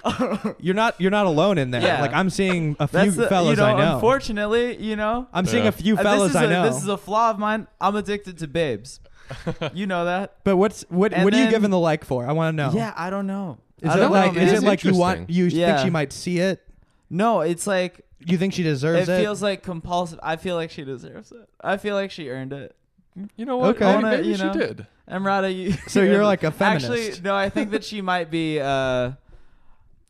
Speaker 4: you're not you're not alone in there.
Speaker 2: Yeah.
Speaker 4: Like I'm seeing a few
Speaker 2: That's the,
Speaker 4: fellas
Speaker 2: you know,
Speaker 4: I know.
Speaker 2: Unfortunately, you know,
Speaker 4: I'm seeing
Speaker 3: Yeah.
Speaker 4: a few
Speaker 2: uh,
Speaker 4: fellas
Speaker 2: this is
Speaker 4: I
Speaker 2: a-
Speaker 4: know.
Speaker 2: This is a flaw of mine. I'm addicted to
Speaker 3: <laughs>
Speaker 2: babes. you know that?
Speaker 4: but what's what
Speaker 2: And
Speaker 4: what are you
Speaker 2: then-
Speaker 4: giving the like for? I want to know.
Speaker 2: Yeah, I don't know.
Speaker 4: Is
Speaker 2: I
Speaker 4: it
Speaker 2: don't
Speaker 4: like
Speaker 2: know,
Speaker 4: is
Speaker 2: man.
Speaker 4: it like you want
Speaker 5: Interesting.
Speaker 4: you think
Speaker 2: Yeah.
Speaker 4: she might see it?
Speaker 2: No, it's like
Speaker 4: You think she
Speaker 2: it
Speaker 4: deserves it?
Speaker 2: feels like compulsive. I feel like she deserves it. I feel like she earned it.
Speaker 3: You know what?
Speaker 4: Okay.
Speaker 3: Hey,
Speaker 2: Wanna-
Speaker 3: maybe
Speaker 2: you
Speaker 3: she
Speaker 2: know.
Speaker 3: did.
Speaker 2: Emrata, you.
Speaker 4: <laughs> So you're like a feminist.
Speaker 2: <laughs> Actually, no. I think that she might be. Uh,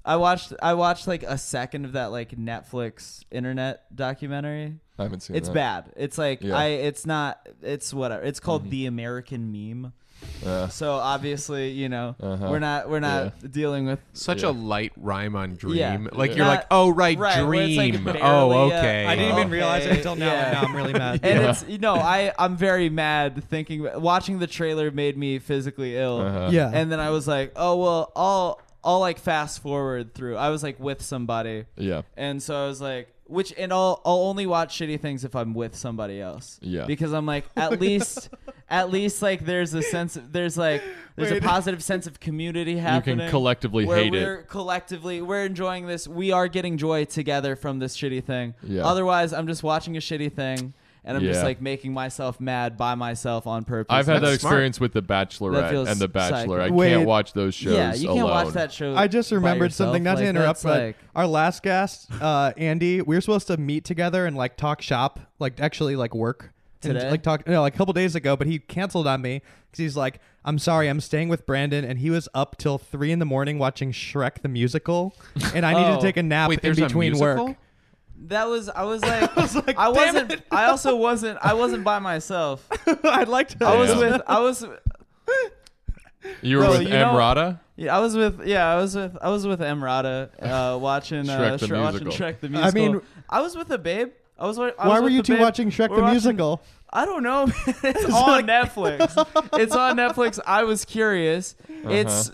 Speaker 2: I watched. I watched like a second of that like Netflix internet documentary.
Speaker 3: I haven't seen
Speaker 2: It's
Speaker 3: that.
Speaker 2: bad. It's like
Speaker 3: Yeah. Mm-hmm.
Speaker 2: I. It's not. It's whatever. It's called the American meme.
Speaker 3: Uh,
Speaker 2: So obviously, you know,
Speaker 3: Uh-huh.
Speaker 2: we're not we're not dealing with
Speaker 5: Such
Speaker 3: Yeah.
Speaker 5: a light rhyme on dream.
Speaker 2: Yeah.
Speaker 5: Like
Speaker 2: Yeah.
Speaker 5: you're like, "Oh, right,
Speaker 2: Right, where it's, like,
Speaker 5: dream."
Speaker 2: barely,
Speaker 5: oh,
Speaker 2: uh,
Speaker 5: okay.
Speaker 4: I didn't even
Speaker 2: Okay,
Speaker 4: realize it until now.
Speaker 2: yeah.
Speaker 4: and Now
Speaker 2: <laughs>
Speaker 4: I'm really mad.
Speaker 2: And
Speaker 3: Yeah.
Speaker 2: it's you know I I'm very mad thinking watching the trailer made me physically ill.
Speaker 3: Uh-huh.
Speaker 4: yeah.
Speaker 2: And then I was like, oh well, I'll I'll like fast forward through. I was like with somebody,
Speaker 3: yeah.
Speaker 2: and so I was like, which and I'll I'll only watch shitty things if I'm with somebody else.
Speaker 3: Yeah.
Speaker 2: Because I'm like
Speaker 3: <laughs>
Speaker 2: at least at least like there's a sense of there's like there's
Speaker 4: Wait.
Speaker 2: a positive sense of community
Speaker 3: You
Speaker 2: happening.
Speaker 3: can collectively
Speaker 2: where
Speaker 3: hate
Speaker 2: we're
Speaker 3: it.
Speaker 2: collectively we're enjoying this. We are getting joy together from this shitty thing.
Speaker 3: Yeah.
Speaker 2: Otherwise, I'm just watching a shitty thing. And I'm just
Speaker 3: Yeah.
Speaker 2: like making myself mad by myself on purpose.
Speaker 3: I've had
Speaker 2: That's
Speaker 3: that
Speaker 5: smart.
Speaker 3: experience with The Bachelorette
Speaker 2: That feels
Speaker 3: and The Bachelor. I
Speaker 2: psycho.
Speaker 4: Wait.
Speaker 3: can't watch those shows
Speaker 2: yeah, you can't watch
Speaker 3: alone.
Speaker 2: that show.
Speaker 4: <laughs> I just
Speaker 2: by
Speaker 4: remembered
Speaker 2: yourself.
Speaker 4: something. Not
Speaker 2: Like,
Speaker 4: to
Speaker 2: that's
Speaker 4: interrupt, but
Speaker 2: like,
Speaker 4: our last guest, uh, Andy, we were supposed to meet together and like talk shop, like actually like work and,
Speaker 2: Today?
Speaker 4: like talk no, like a couple days ago. But he canceled on me because he's like, "I'm sorry, I'm staying with Brandon," and he was up till three in the morning watching Shrek the musical, and I
Speaker 2: <laughs>
Speaker 4: needed
Speaker 2: Oh.
Speaker 4: to take a nap in
Speaker 5: Wait, there's a
Speaker 4: between
Speaker 5: musical?
Speaker 4: work.
Speaker 2: that was I
Speaker 4: <laughs>
Speaker 2: was like I, was
Speaker 4: like,
Speaker 2: I
Speaker 4: "Damn
Speaker 2: wasn't I also wasn't I wasn't by
Speaker 3: <laughs>
Speaker 2: myself.
Speaker 4: <laughs> I'd like to.
Speaker 2: I was
Speaker 3: Yeah.
Speaker 2: with I was
Speaker 3: You were
Speaker 2: Bro,
Speaker 3: with
Speaker 2: you know-
Speaker 3: Emrata?
Speaker 2: yeah, I was with yeah, I was with I was with Emrata
Speaker 3: <laughs>
Speaker 2: uh, watching uh,
Speaker 3: Shrek the
Speaker 2: Shre- watching
Speaker 3: musical.
Speaker 2: Shrek the
Speaker 4: I
Speaker 2: musical.
Speaker 4: mean-
Speaker 2: I was with a babe. I was. wa- I was
Speaker 4: Why were
Speaker 2: with
Speaker 4: you
Speaker 2: a
Speaker 4: two
Speaker 2: babe.
Speaker 4: watching Shrek
Speaker 2: We're
Speaker 4: the
Speaker 2: watching-
Speaker 4: musical?
Speaker 2: I don't know. <laughs> man. it's on Netflix. it's on Netflix. I was curious. It's.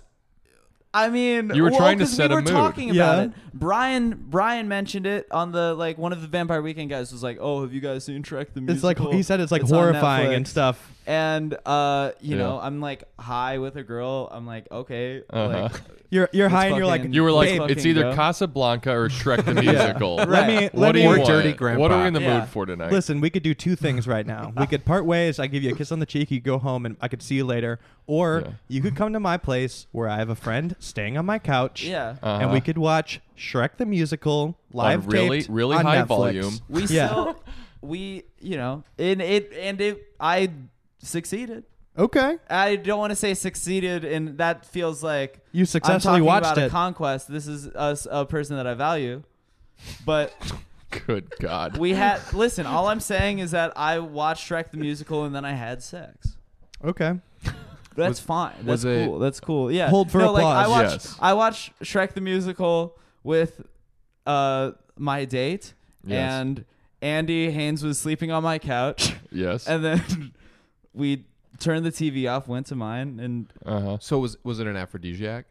Speaker 2: I mean,
Speaker 3: Uh-huh. You were
Speaker 2: well,
Speaker 3: trying to
Speaker 2: 'cause
Speaker 3: set
Speaker 2: we
Speaker 3: a
Speaker 2: were
Speaker 3: mood.
Speaker 2: talking about
Speaker 4: Yeah.
Speaker 2: it. Brian Brian mentioned it on the like one of the Vampire Weekend guys was like, "Oh, have you guys seen Trek the
Speaker 4: It's
Speaker 2: musical?"
Speaker 4: like he said, it's like
Speaker 2: on
Speaker 4: horrifying and
Speaker 2: Netflix."
Speaker 4: stuff.
Speaker 2: And uh, you
Speaker 3: Yeah.
Speaker 2: know, I'm like high with a girl. I'm like, okay,
Speaker 3: Uh-huh.
Speaker 2: like,
Speaker 4: You're you're
Speaker 2: Let's
Speaker 4: high and you're like
Speaker 2: fucking-
Speaker 3: You were like,
Speaker 2: Babe.
Speaker 3: it's
Speaker 2: Fucking
Speaker 3: either
Speaker 2: go.
Speaker 3: Casablanca or Shrek
Speaker 2: <laughs>
Speaker 3: the musical.
Speaker 4: let
Speaker 2: Right.
Speaker 4: me
Speaker 3: What
Speaker 4: let
Speaker 3: do
Speaker 4: me
Speaker 3: you
Speaker 5: Or
Speaker 3: want?
Speaker 5: Dirty
Speaker 3: What are
Speaker 5: Grandpa.
Speaker 3: we in the
Speaker 2: Yeah.
Speaker 3: mood for tonight?
Speaker 4: Listen, we could do two things right now. We
Speaker 3: <laughs>
Speaker 4: could part ways. I give you a kiss on the cheek. You go home, and I could see you later. Or
Speaker 3: Yeah.
Speaker 4: you could come to my place where I have a friend staying on my couch.
Speaker 2: yeah.
Speaker 4: And we could watch Shrek the Musical live
Speaker 3: Uh-huh. On really-
Speaker 4: taped
Speaker 3: really
Speaker 4: on
Speaker 3: high
Speaker 4: Netflix.
Speaker 3: volume.
Speaker 2: We
Speaker 4: <laughs> Yeah.
Speaker 2: still, we you know, in it and it, I succeeded.
Speaker 4: Okay.
Speaker 2: I don't want to say succeeded, and that feels like
Speaker 4: You successfully
Speaker 2: I'm talking
Speaker 4: watched
Speaker 2: about
Speaker 4: it.
Speaker 2: a conquest. This is us a person that I value, but
Speaker 3: Good God.
Speaker 2: we
Speaker 4: <laughs>
Speaker 2: had. listen, all I'm saying is that I watched Shrek the musical, and then I had sex.
Speaker 4: okay.
Speaker 2: That's fine. That's
Speaker 3: was it-
Speaker 2: cool. That's cool. Yeah.
Speaker 4: Hold for
Speaker 2: no, like, I
Speaker 4: applause.
Speaker 2: watched
Speaker 3: Yes.
Speaker 2: I watched Shrek the musical with uh my date
Speaker 3: Yes.
Speaker 2: and Andy Haynes was sleeping on my
Speaker 4: <laughs>
Speaker 2: couch
Speaker 3: Yes.
Speaker 2: and then <laughs> we turned the TV off, went to mine and
Speaker 3: Uh huh.
Speaker 5: So was was it an aphrodisiac?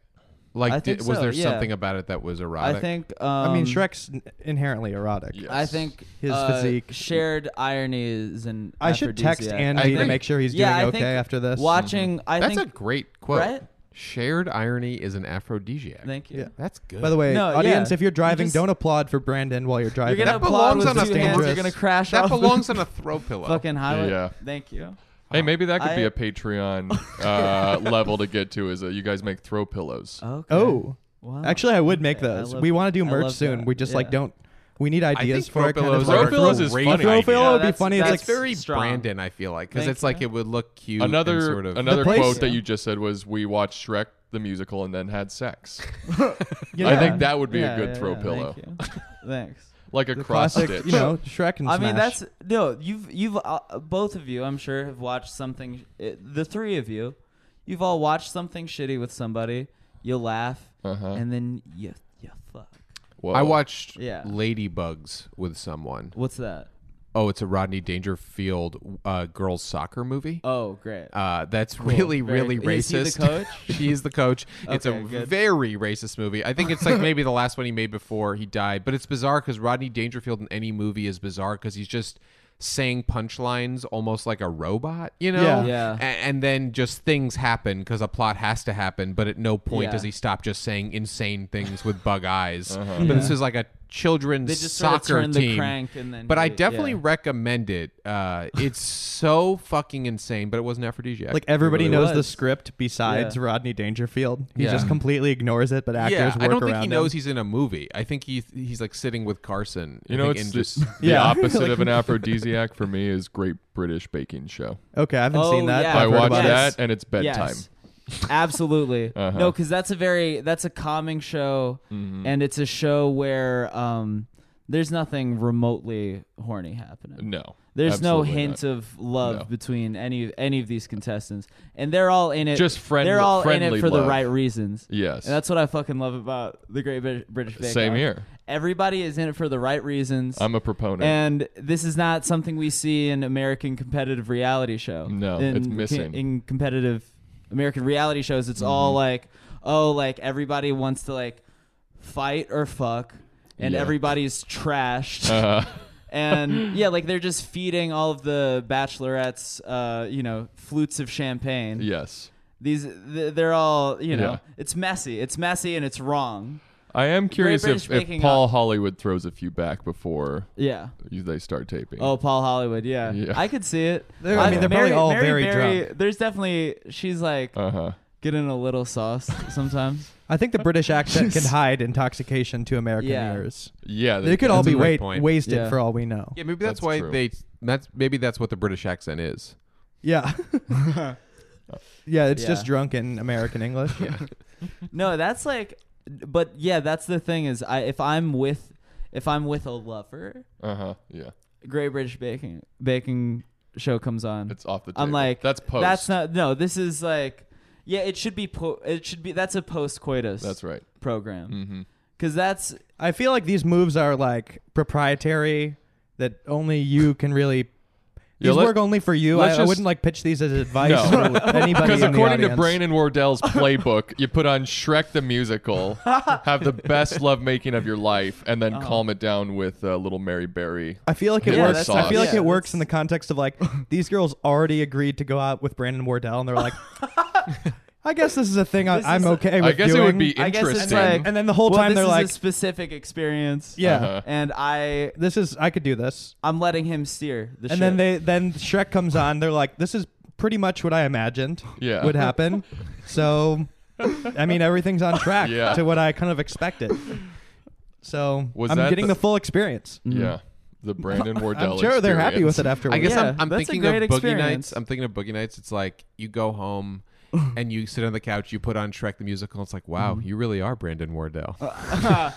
Speaker 5: Like,
Speaker 2: I
Speaker 5: did,
Speaker 2: think
Speaker 5: was
Speaker 2: so,
Speaker 5: there
Speaker 2: yeah.
Speaker 5: something about it that was erotic?
Speaker 2: I think um,
Speaker 4: I mean, Shrek's n- inherently erotic.
Speaker 3: Yeah.
Speaker 2: I think
Speaker 4: His
Speaker 2: uh,
Speaker 4: physique.
Speaker 2: shared ironies and
Speaker 4: I should text
Speaker 5: I
Speaker 4: Andy to
Speaker 5: think-
Speaker 4: make sure he's
Speaker 2: yeah, I
Speaker 4: doing
Speaker 2: think
Speaker 4: okay after this. Mm-hmm.
Speaker 2: Watching, I
Speaker 5: That's
Speaker 2: think.
Speaker 5: a great quote.
Speaker 2: Right?
Speaker 5: Shared irony is an aphrodisiac.
Speaker 2: thank you.
Speaker 4: Yeah.
Speaker 5: That's good.
Speaker 4: By the way,
Speaker 2: No,
Speaker 4: audience,
Speaker 2: yeah.
Speaker 4: if you're
Speaker 2: You
Speaker 4: driving,
Speaker 2: just-
Speaker 4: don't applaud for Brandon while you're
Speaker 2: You're
Speaker 4: driving.
Speaker 2: gonna
Speaker 5: That
Speaker 2: applaud
Speaker 5: belongs
Speaker 2: with
Speaker 5: on a
Speaker 2: two hands. You're
Speaker 4: dangerous-
Speaker 2: gonna crash
Speaker 5: that
Speaker 2: off the
Speaker 5: belongs on a throw
Speaker 2: <laughs>
Speaker 5: pillow.
Speaker 2: fucking highway.
Speaker 3: Yeah.
Speaker 2: Thank you.
Speaker 3: Hey, maybe that could be
Speaker 2: I-
Speaker 3: a Patreon uh, level to get to. Is uh, you guys make throw pillows?
Speaker 2: Okay.
Speaker 4: oh,
Speaker 2: Wow.
Speaker 4: actually, I would make
Speaker 2: Okay, I
Speaker 4: those.
Speaker 2: love-
Speaker 4: we want to do
Speaker 2: I
Speaker 4: merch
Speaker 2: love
Speaker 4: soon.
Speaker 2: that.
Speaker 4: We just like
Speaker 2: Yeah.
Speaker 4: don't. We need ideas for
Speaker 5: throw
Speaker 4: it. Kind
Speaker 5: pillows
Speaker 4: of
Speaker 3: Throw
Speaker 5: are
Speaker 4: like-
Speaker 5: a
Speaker 3: pillows is
Speaker 5: great
Speaker 3: funny.
Speaker 4: throw
Speaker 5: idea.
Speaker 4: pillow would be
Speaker 2: that's-
Speaker 4: funny. It's
Speaker 2: that's
Speaker 4: like
Speaker 5: It's very
Speaker 2: strong.
Speaker 5: Brandon, I feel like, because
Speaker 2: Thank
Speaker 5: it's like
Speaker 2: you.
Speaker 5: it would look cute.
Speaker 3: another
Speaker 5: and sort of
Speaker 3: another
Speaker 4: The place-
Speaker 3: quote that you just said was we watched Shrek the musical and then had sex.
Speaker 4: yeah,
Speaker 3: I think that would be
Speaker 2: Yeah,
Speaker 3: a good
Speaker 2: yeah,
Speaker 3: throw
Speaker 2: yeah.
Speaker 3: pillow, <laughs>
Speaker 2: Thank you. Thanks.
Speaker 3: like a
Speaker 4: the
Speaker 3: cross
Speaker 4: classic,
Speaker 3: stitch.
Speaker 4: you know, Shrek and
Speaker 2: I mean,
Speaker 4: Smash.
Speaker 2: that's no. You've you've uh, both of you, I'm sure, have watched something. It, the three of you, you've all watched something shitty with somebody. You laugh,
Speaker 3: Uh-huh.
Speaker 2: and then you you fuck.
Speaker 3: Whoa.
Speaker 5: I watched
Speaker 2: Yeah.
Speaker 5: Ladybugs with someone.
Speaker 2: What's that?
Speaker 5: Oh, it's a Rodney Dangerfield uh, girls soccer movie.
Speaker 2: Oh, great.
Speaker 5: Uh, that's really,
Speaker 2: Very
Speaker 5: really
Speaker 2: cool. Is
Speaker 5: racist.
Speaker 2: he the
Speaker 5: <laughs>
Speaker 2: coach?
Speaker 5: He's the coach. it's a
Speaker 2: Okay, good.
Speaker 5: very racist movie. I think it's like maybe the last one he made before he died. But it's bizarre because Rodney Dangerfield in any movie is bizarre because he's just saying punchlines almost like a robot, you know?
Speaker 4: Yeah.
Speaker 2: Yeah.
Speaker 5: A- And, then just things happen because a plot has to happen. But at no point
Speaker 2: Yeah. Uh-huh.
Speaker 5: does he stop just saying insane things with bug eyes. But this is like a children's
Speaker 2: They just sort of
Speaker 5: soccer
Speaker 2: turn the
Speaker 5: team.
Speaker 2: crank and then
Speaker 5: but I
Speaker 2: do-
Speaker 5: definitely
Speaker 2: yeah.
Speaker 5: recommend it. Uh,
Speaker 3: <laughs>
Speaker 5: it's so fucking insane, but it wasn't aphrodisiac.
Speaker 4: like everybody knows the
Speaker 2: was.
Speaker 4: script besides
Speaker 2: Yeah.
Speaker 4: Rodney Dangerfield. He
Speaker 5: Yeah.
Speaker 4: just completely ignores it, but actors
Speaker 5: yeah,
Speaker 4: work
Speaker 5: I don't
Speaker 4: around
Speaker 5: think he
Speaker 4: him.
Speaker 5: knows he's in a movie. I think he he's like sitting with Carson.
Speaker 3: You
Speaker 5: I
Speaker 3: know,
Speaker 5: think,
Speaker 3: it's
Speaker 5: and
Speaker 3: the,
Speaker 2: <laughs>
Speaker 5: just
Speaker 3: the
Speaker 4: Yeah.
Speaker 3: opposite of an aphrodisiac for me is Great British Baking Show.
Speaker 4: okay, I haven't
Speaker 2: Oh,
Speaker 4: seen that.
Speaker 2: yeah.
Speaker 4: but
Speaker 3: I
Speaker 4: I've heard
Speaker 3: watch
Speaker 4: about
Speaker 2: Yes.
Speaker 3: that and it's bedtime. <laughs>
Speaker 2: Yes. Absolutely.
Speaker 3: Uh-huh. Mm-hmm.
Speaker 2: No, because that's a very that's a calming show, and it's a show where um, there's nothing remotely horny happening.
Speaker 3: No,
Speaker 2: There's no
Speaker 3: absolutely
Speaker 2: hint
Speaker 3: not.
Speaker 2: of love
Speaker 3: No.
Speaker 2: between any any of these contestants, and they're all in it.
Speaker 3: Just friend-
Speaker 2: They're all in it
Speaker 3: friendly
Speaker 2: for the
Speaker 3: love.
Speaker 2: right reasons.
Speaker 3: Yes,
Speaker 2: And that's what I fucking love about the Great Brit- British Bake
Speaker 3: same
Speaker 2: Off.
Speaker 3: here.
Speaker 2: Everybody is in it for the right reasons.
Speaker 3: I'm a proponent.
Speaker 2: and this is not something we see in American competitive reality show.
Speaker 3: No,
Speaker 2: in,
Speaker 3: it's missing. Mm-hmm.
Speaker 2: in competitive American reality shows. It's all like, oh, like everybody wants to like fight or fuck, and
Speaker 3: Yeah.
Speaker 2: everybody's
Speaker 3: <laughs>
Speaker 2: trashed.
Speaker 3: uh,
Speaker 2: <laughs> and yeah, like they're just feeding all of the bachelorettes, uh, you know, flutes of champagne.
Speaker 3: yes,
Speaker 2: These, th- they're all, you know,
Speaker 3: Yeah.
Speaker 2: it's messy. It's messy and it's wrong.
Speaker 3: I am curious
Speaker 2: British
Speaker 3: if, if
Speaker 2: Baking
Speaker 3: Paul
Speaker 2: Off-
Speaker 3: Hollywood throws a few back before
Speaker 2: Yeah.
Speaker 3: you- they start taping.
Speaker 2: Oh, Paul Hollywood. Yeah,
Speaker 3: Yeah.
Speaker 2: I could see <laughs> it.
Speaker 4: They're- I mean, they're probably all very
Speaker 2: drunk. There's definitely she's like
Speaker 3: uh huh.
Speaker 2: getting a little sauce sometimes.
Speaker 4: I think the British
Speaker 2: <laughs>
Speaker 4: accent can hide intoxication to American
Speaker 2: Yeah.
Speaker 4: ears.
Speaker 3: Yeah,
Speaker 4: They could all
Speaker 5: That's a
Speaker 4: be
Speaker 5: great
Speaker 4: wait,
Speaker 5: point.
Speaker 4: wasted
Speaker 2: Yeah.
Speaker 4: for all we know.
Speaker 5: yeah, maybe that's,
Speaker 3: That's
Speaker 5: why
Speaker 3: true.
Speaker 5: they that's maybe that's what the British accent is.
Speaker 4: Yeah. <laughs> yeah, it's just
Speaker 2: Yeah.
Speaker 4: drunken American English.
Speaker 2: <laughs>
Speaker 5: <laughs>
Speaker 2: No, that's like, but yeah, that's the thing is, I if I'm with if I'm with a lover,
Speaker 3: Uh huh. Yeah,
Speaker 2: Great British Baking Baking Show comes on.
Speaker 3: it's off the. Table.
Speaker 2: I'm like,
Speaker 3: that's post.
Speaker 2: That's not no. This is like, yeah, it should be po- it should be that's a post coitus.
Speaker 3: That's right.
Speaker 2: program
Speaker 3: Mhm.
Speaker 2: because that's
Speaker 4: I feel like these moves are like proprietary that only you can really
Speaker 3: <laughs> Yeah,
Speaker 4: these
Speaker 3: let-
Speaker 4: work only for you. I,
Speaker 3: let's
Speaker 4: I
Speaker 3: just-
Speaker 4: wouldn't like pitch these as advice
Speaker 3: <laughs> No.
Speaker 4: to anybody.
Speaker 3: Because
Speaker 4: in the
Speaker 3: according to
Speaker 4: audience.
Speaker 3: Brain and Wardell's playbook, you put on Shrek
Speaker 2: <laughs>
Speaker 3: the musical, have the best lovemaking of your life, and
Speaker 2: Uh-huh.
Speaker 3: then calm it down with uh, Little Mary Berry.
Speaker 4: I feel like it
Speaker 2: Yeah,
Speaker 4: works.
Speaker 2: that's
Speaker 4: I feel
Speaker 2: not-
Speaker 4: like
Speaker 2: yeah,
Speaker 4: it works
Speaker 2: that's-
Speaker 4: in the context
Speaker 3: <laughs>
Speaker 4: of like these girls already agreed to go out with Brandon Wardell, and
Speaker 3: <laughs>
Speaker 4: they're like, "I guess this is a thing I,
Speaker 2: This
Speaker 4: I'm
Speaker 2: is a-
Speaker 4: okay with
Speaker 3: I guess
Speaker 4: doing."
Speaker 3: it would be
Speaker 2: I guess
Speaker 3: interesting.
Speaker 2: it's like-
Speaker 4: and then the whole
Speaker 2: well,
Speaker 4: time
Speaker 2: this
Speaker 4: they're
Speaker 2: is
Speaker 4: like,
Speaker 2: a specific experience.
Speaker 4: "Yeah,
Speaker 3: Uh-huh.
Speaker 2: and I
Speaker 4: this is I could do this."
Speaker 2: I'm letting him steer the
Speaker 4: And then they then Shrek comes on. They're like, "This is pretty much what I imagined
Speaker 3: Yeah.
Speaker 4: would happen." so, I mean, everything's on track
Speaker 3: Yeah.
Speaker 4: to what I kind of expected. So
Speaker 3: Was
Speaker 4: I'm
Speaker 3: that
Speaker 4: getting
Speaker 3: the-
Speaker 4: the, full experience.
Speaker 2: Mm.
Speaker 3: yeah,
Speaker 2: <laughs>
Speaker 3: the Brandon Wardell.
Speaker 4: I'm sure they're happy with it
Speaker 3: experience.
Speaker 4: afterwards.
Speaker 5: I guess
Speaker 2: Yeah,
Speaker 5: I'm, I'm
Speaker 2: that's a
Speaker 5: thinking
Speaker 2: great
Speaker 5: of boogie
Speaker 2: experience.
Speaker 5: nights. I'm thinking of boogie nights. It's like you go home and you sit on the couch, you put on Shrek the musical. It's like wow,
Speaker 3: Mm-hmm.
Speaker 5: you really are Brandon Wardell.
Speaker 2: <laughs> I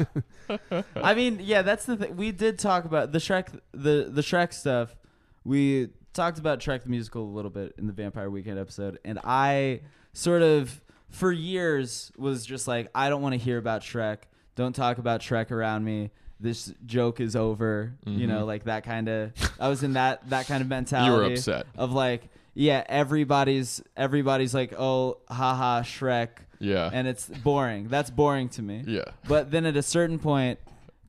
Speaker 2: mean, yeah, that's the thing. We did talk about the Shrek, the the Shrek stuff. We talked about Trek the Musical a little bit in the Vampire Weekend episode, and I sort of, for years, was just like, I don't want to hear about Shrek. Don't talk about Shrek around me. This joke is over. You know, like that kind of. I was in that that kind of mentality.
Speaker 3: upset.
Speaker 2: of like, yeah, everybody's everybody's like, oh, haha, Shrek,
Speaker 3: Yeah.
Speaker 2: and it's boring. That's boring to me.
Speaker 3: Yeah.
Speaker 2: But then at a certain point,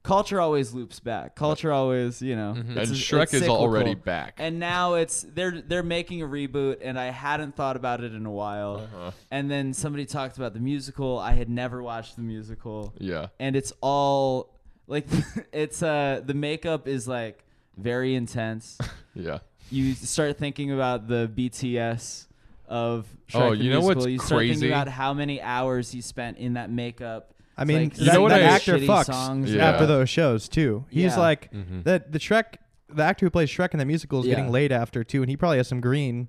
Speaker 2: culture always loops back. Culture always, you know, it's-
Speaker 3: Mm-hmm. and
Speaker 2: it's
Speaker 3: Shrek is already
Speaker 2: cyclical.
Speaker 3: back.
Speaker 2: And now it's they're they're making a reboot, and I hadn't thought about it in a while.
Speaker 3: Uh-huh.
Speaker 2: And then somebody talked about the musical. I had never watched the musical
Speaker 3: yeah.
Speaker 2: and it's all like <laughs> it's uh the makeup is like very intense.
Speaker 3: Yeah.
Speaker 2: you start thinking about the BTS of Shrek
Speaker 3: Oh,
Speaker 2: the
Speaker 3: you know what's
Speaker 2: Musical. You start
Speaker 3: crazy?
Speaker 2: thinking about how many hours he spent in that makeup.
Speaker 4: I
Speaker 2: It's
Speaker 4: mean,
Speaker 2: like,
Speaker 4: that,
Speaker 2: he
Speaker 3: You know what
Speaker 4: that
Speaker 2: did
Speaker 3: I-
Speaker 4: actor
Speaker 2: shitty
Speaker 4: fucks
Speaker 2: songs.
Speaker 3: Yeah. Mm-hmm.
Speaker 4: after those shows too. He's
Speaker 2: Yeah.
Speaker 4: like that. The Shrek, the actor who plays Shrek in the musical, is
Speaker 2: Yeah.
Speaker 4: getting laid after too, and he probably has some green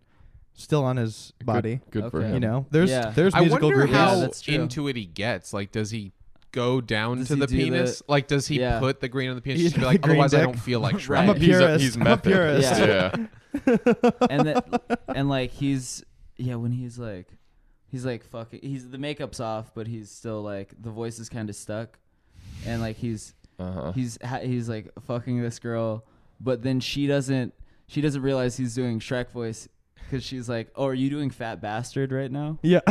Speaker 4: still on his body.
Speaker 3: Good for
Speaker 2: Okay.
Speaker 3: him.
Speaker 4: You know, there's
Speaker 2: Yeah.
Speaker 4: there's
Speaker 5: I
Speaker 4: musical
Speaker 5: wonder
Speaker 4: groupies.
Speaker 5: how
Speaker 2: that's true.
Speaker 5: into it he gets. Like, does he go down
Speaker 2: Does
Speaker 5: to
Speaker 2: he
Speaker 5: the
Speaker 2: do the-
Speaker 5: penis? Like, does he
Speaker 2: Yeah.
Speaker 5: put the green on the penis?
Speaker 4: You
Speaker 5: Just
Speaker 4: <laughs>
Speaker 5: be
Speaker 4: know,
Speaker 5: like,
Speaker 4: the green
Speaker 5: otherwise, I
Speaker 4: dick. <laughs>
Speaker 5: don't feel like Shrek.
Speaker 4: I'm a
Speaker 2: Right.
Speaker 3: He's a-
Speaker 2: <laughs>
Speaker 4: purist.
Speaker 3: he's
Speaker 4: I'm a
Speaker 3: method.
Speaker 4: purist.
Speaker 2: Yeah.
Speaker 3: Yeah.
Speaker 2: and
Speaker 4: <laughs>
Speaker 2: that and like he's yeah when he's like he's like fucking he's the makeup's off but he's still like the voice is kind of stuck and like he's
Speaker 3: Uh-huh.
Speaker 2: he's ha- he's like fucking this girl but then she doesn't she doesn't realize he's doing Shrek voice because she's like oh are you doing fat bastard right now
Speaker 4: Yeah.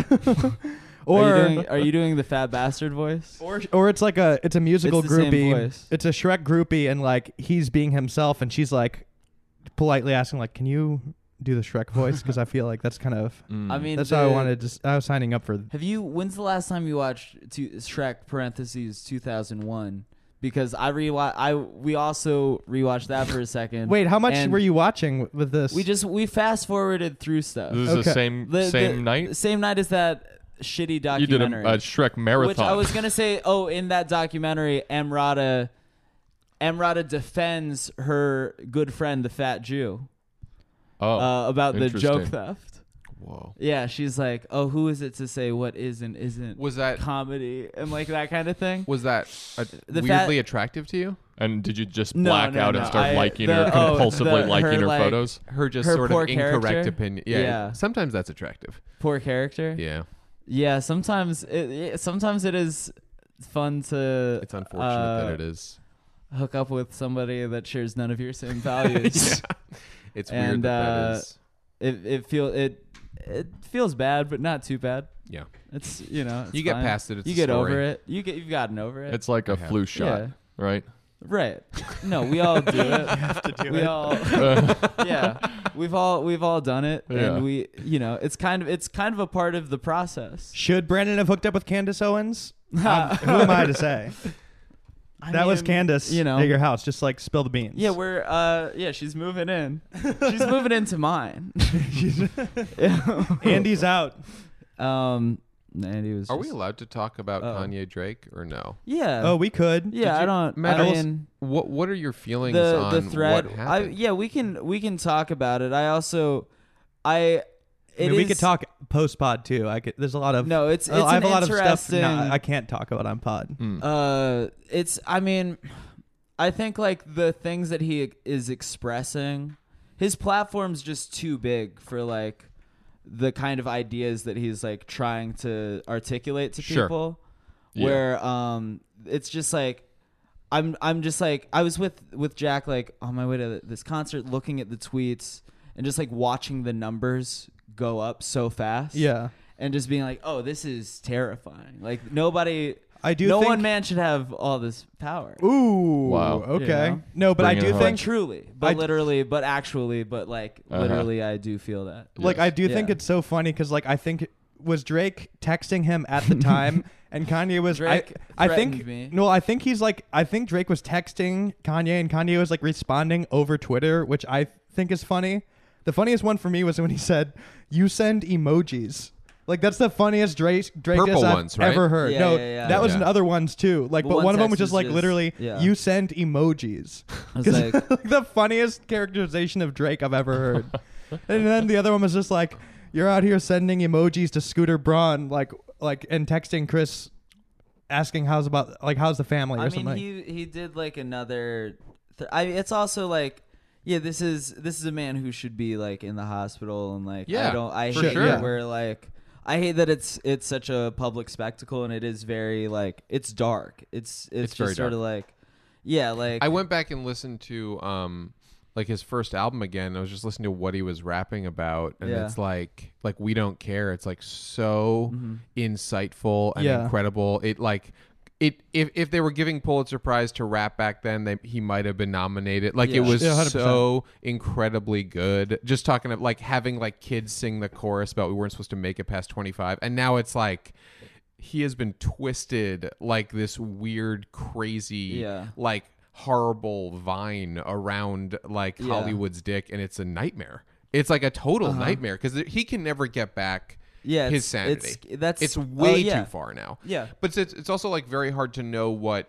Speaker 2: are you
Speaker 4: or
Speaker 2: doing, are you doing the fat bastard voice
Speaker 4: or or it's like a it's a musical
Speaker 2: It's the same
Speaker 4: groupie.
Speaker 2: voice.
Speaker 4: It's a Shrek groupie, and like he's being himself, and she's like politely asking, like, "Can you do the Shrek voice? Because I feel like that's kind of
Speaker 3: Hmm.
Speaker 2: I mean
Speaker 4: that's how I
Speaker 2: the-
Speaker 4: wanted. To, s- I was signing up for.
Speaker 2: Have you? When's the last time you watched two, Shrek parentheses two thousand one? Because I rewatch. I we also rewatched that for a second.
Speaker 4: Wait, how much
Speaker 2: and
Speaker 4: were you watching w- with this?
Speaker 2: We just we fast forwarded through stuff.
Speaker 3: This is
Speaker 4: Okay.
Speaker 3: the same
Speaker 2: The- the-
Speaker 3: same night.
Speaker 2: Same night as that shitty
Speaker 3: You did a,
Speaker 2: documentary.
Speaker 3: a Shrek marathon.
Speaker 2: Which I was gonna say, oh, in that documentary, Emrata, Emrata defends her good friend, the fat Jew,
Speaker 3: oh,
Speaker 2: uh, about the joke
Speaker 3: interesting.
Speaker 2: theft.
Speaker 5: Whoa.
Speaker 2: Yeah, she's like, oh, who is it to say what is and isn't
Speaker 5: Was that
Speaker 2: comedy and like that kind of thing.
Speaker 5: was that a,
Speaker 2: The fat-
Speaker 5: weirdly attractive to you?
Speaker 3: and did you just
Speaker 2: No,
Speaker 3: black
Speaker 2: no,
Speaker 3: out
Speaker 2: no,
Speaker 3: and start
Speaker 2: I-
Speaker 3: liking
Speaker 2: the-
Speaker 3: her,
Speaker 2: oh,
Speaker 3: compulsively
Speaker 2: the-
Speaker 3: liking
Speaker 2: her,
Speaker 3: her,
Speaker 2: like-
Speaker 3: photos?
Speaker 5: Her just
Speaker 2: Her
Speaker 5: sort
Speaker 2: poor
Speaker 5: of incorrect
Speaker 2: character?
Speaker 5: opinion. Yeah,
Speaker 2: Yeah.
Speaker 5: Sometimes that's attractive.
Speaker 2: Poor character.
Speaker 5: Yeah.
Speaker 2: Yeah, sometimes it, it sometimes it is fun to
Speaker 5: It's unfortunate
Speaker 2: uh,
Speaker 5: that
Speaker 2: <laughs>
Speaker 5: it is.
Speaker 2: hook up with somebody that shares none of your
Speaker 5: <laughs>
Speaker 2: same values.
Speaker 5: It's
Speaker 2: and,
Speaker 5: weird that
Speaker 2: uh,
Speaker 5: that is.
Speaker 2: It it feel it it feels bad, but not too bad.
Speaker 5: Yeah.
Speaker 2: It's you know it's
Speaker 5: You get
Speaker 2: fine.
Speaker 5: past it. It's
Speaker 2: you
Speaker 5: a
Speaker 2: get
Speaker 5: story.
Speaker 2: over it. You get you've gotten over it.
Speaker 3: It's like a
Speaker 5: Yeah.
Speaker 3: flu shot,
Speaker 2: Yeah.
Speaker 3: right?
Speaker 5: <laughs>
Speaker 2: right. No, we all do it. we all <laughs> yeah. We've all we've all done it,
Speaker 3: Yeah.
Speaker 2: and we you know it's kind of it's kind of a part of the process.
Speaker 4: <laughs> <laughs> Should Brandon have hooked up with Candace
Speaker 2: <laughs>
Speaker 4: Owens? Um, who am I to say?
Speaker 2: I
Speaker 4: that was
Speaker 2: mean,
Speaker 4: Candace
Speaker 2: you know.
Speaker 4: at your house. Just like spill the beans.
Speaker 2: Yeah, we're uh yeah, she's moving
Speaker 4: <laughs>
Speaker 2: in. She's moving into mine. <laughs>
Speaker 4: Andy's out.
Speaker 2: Um Andy was
Speaker 5: Are we
Speaker 2: just-
Speaker 5: allowed to talk about
Speaker 2: Oh.
Speaker 5: Kanye Drake or no?
Speaker 2: Yeah.
Speaker 4: Oh, we could.
Speaker 2: yeah, I don't
Speaker 5: Matt,
Speaker 2: I
Speaker 5: I was-
Speaker 2: mean
Speaker 5: What What are your feelings
Speaker 2: the
Speaker 5: on
Speaker 2: the thread
Speaker 5: what
Speaker 2: I
Speaker 5: happened?
Speaker 2: yeah, we can we can talk about it. I also I
Speaker 4: I
Speaker 2: it
Speaker 4: mean, we could
Speaker 2: is-
Speaker 4: talk post pod too. I could. There's a lot of
Speaker 2: No, it's
Speaker 4: Oh,
Speaker 2: it's
Speaker 4: I have
Speaker 2: an
Speaker 4: a lot of stuff.
Speaker 2: interesting
Speaker 4: No, I can't talk about on pod.
Speaker 3: Mm. Hmm.
Speaker 2: uh it's I mean I think like the things that he e, is expressing his platform's just too big for like the kind of ideas that he's like trying to articulate to
Speaker 3: Sure.
Speaker 2: people
Speaker 3: Yeah.
Speaker 2: where um it's just like I'm I'm just like I was with with Jack like on my way to this concert looking at the tweets and just like watching the numbers go up so fast
Speaker 4: Yeah.
Speaker 2: and just being like, "Oh, this is terrifying." Like nobody,
Speaker 4: I do
Speaker 2: No
Speaker 4: think-
Speaker 2: one man should have all this power.
Speaker 4: Ooh.
Speaker 3: Wow.
Speaker 4: Okay.
Speaker 2: Yeah.
Speaker 4: No, but
Speaker 3: Bring
Speaker 4: I
Speaker 3: it
Speaker 4: do
Speaker 5: Uh-huh.
Speaker 3: home.
Speaker 2: But
Speaker 4: think
Speaker 2: truly, but
Speaker 4: I-
Speaker 2: literally, but actually, but like
Speaker 3: Uh-huh.
Speaker 2: literally, I do feel that.
Speaker 4: like I do
Speaker 2: Yes.
Speaker 4: think
Speaker 2: Yeah.
Speaker 4: it's so funny because like I think was Drake texting him
Speaker 2: <laughs>
Speaker 4: at the time and Kanye was
Speaker 2: Drake
Speaker 4: I, I think
Speaker 2: threatened me.
Speaker 4: no I think he's like I think Drake was texting Kanye and Kanye was like responding over Twitter which I think is funny. The funniest one for me was when he said you send emojis. Like that's the funniest Drake Drake diss
Speaker 5: Purple
Speaker 4: I've
Speaker 5: ones, right?
Speaker 4: ever heard.
Speaker 2: Yeah,
Speaker 4: no,
Speaker 2: yeah, yeah.
Speaker 4: that was
Speaker 5: Yeah.
Speaker 4: in other ones too. Like,
Speaker 2: But
Speaker 4: but,
Speaker 2: one
Speaker 4: one, of them was
Speaker 2: text
Speaker 4: just
Speaker 2: is
Speaker 4: like
Speaker 2: just-
Speaker 4: literally,
Speaker 2: yeah.
Speaker 4: you send emojis.
Speaker 2: I was
Speaker 4: 'Cause <laughs>
Speaker 2: like,
Speaker 4: the funniest characterization of Drake I've ever heard. and then the other one was just like, "You're out here sending emojis to Scooter Braun, like, like, and texting Chris, asking how's about, like, how's the family or
Speaker 2: I mean,
Speaker 4: something."
Speaker 2: he he did like another. Th- I it's also like yeah, this is this is a man who should be like in the hospital and like I
Speaker 3: Yeah,
Speaker 2: don't I
Speaker 3: for
Speaker 2: hate
Speaker 3: sure.
Speaker 2: that we're like I hate that it's it's such a public spectacle and it is very like it's dark. It's it's,
Speaker 3: It's very
Speaker 2: just sort of like yeah, like
Speaker 5: I went back and listened to um like his first album again. I was just listening to what he was rapping about, and
Speaker 2: Yeah.
Speaker 5: it's like like we don't care. It's like so
Speaker 2: Mm-hmm.
Speaker 5: insightful and
Speaker 4: Yeah.
Speaker 5: incredible. It like it if if they were giving Pulitzer Prize to rap back then, they, he might have been nominated. Like
Speaker 2: Yeah.
Speaker 5: it was
Speaker 4: Yeah, 100%.
Speaker 5: so incredibly good. Just talking of like having like kids sing the chorus about we weren't supposed to make it past twenty five, and now it's like. He has been twisted like this weird, crazy
Speaker 2: Yeah.
Speaker 5: like horrible vine around like
Speaker 2: Yeah. Uh-huh.
Speaker 5: Hollywood's dick, and it's a nightmare. It's like a total nightmare 'cause nightmare because he can never get back
Speaker 2: yeah,
Speaker 5: his
Speaker 2: it's-
Speaker 5: sanity.
Speaker 2: It's, that's
Speaker 5: It's
Speaker 2: oh,
Speaker 5: way
Speaker 2: yeah.
Speaker 5: too far now.
Speaker 2: Yeah.
Speaker 5: but it's it's also like very hard to know what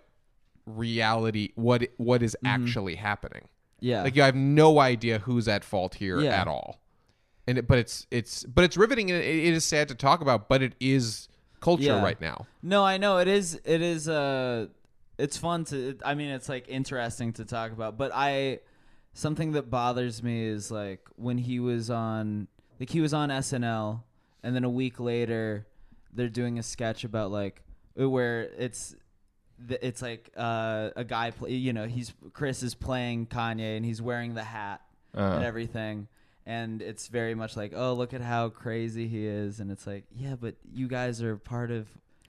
Speaker 5: reality what what is actually happening.
Speaker 2: Mm-hmm. Yeah.
Speaker 5: Like you have no idea who's at fault here
Speaker 2: Yeah.
Speaker 5: at all. And it, but it's it's but it's riveting and it, it is sad to talk about, but it is culture
Speaker 2: Yeah.
Speaker 5: right now.
Speaker 2: No, I know it is. It is. Uh, it's fun to. it- I mean, it's like interesting to talk about. But I, something that bothers me is like when he was on, like he was on SNL, and then a week later, they're doing a sketch about like where it's. th- It's like uh, a guy, play, you know, he's Chris is playing Kanye and he's wearing the hat and everything, and it's very much like, oh, look at how crazy he is, and it's like, yeah, but you guys are part of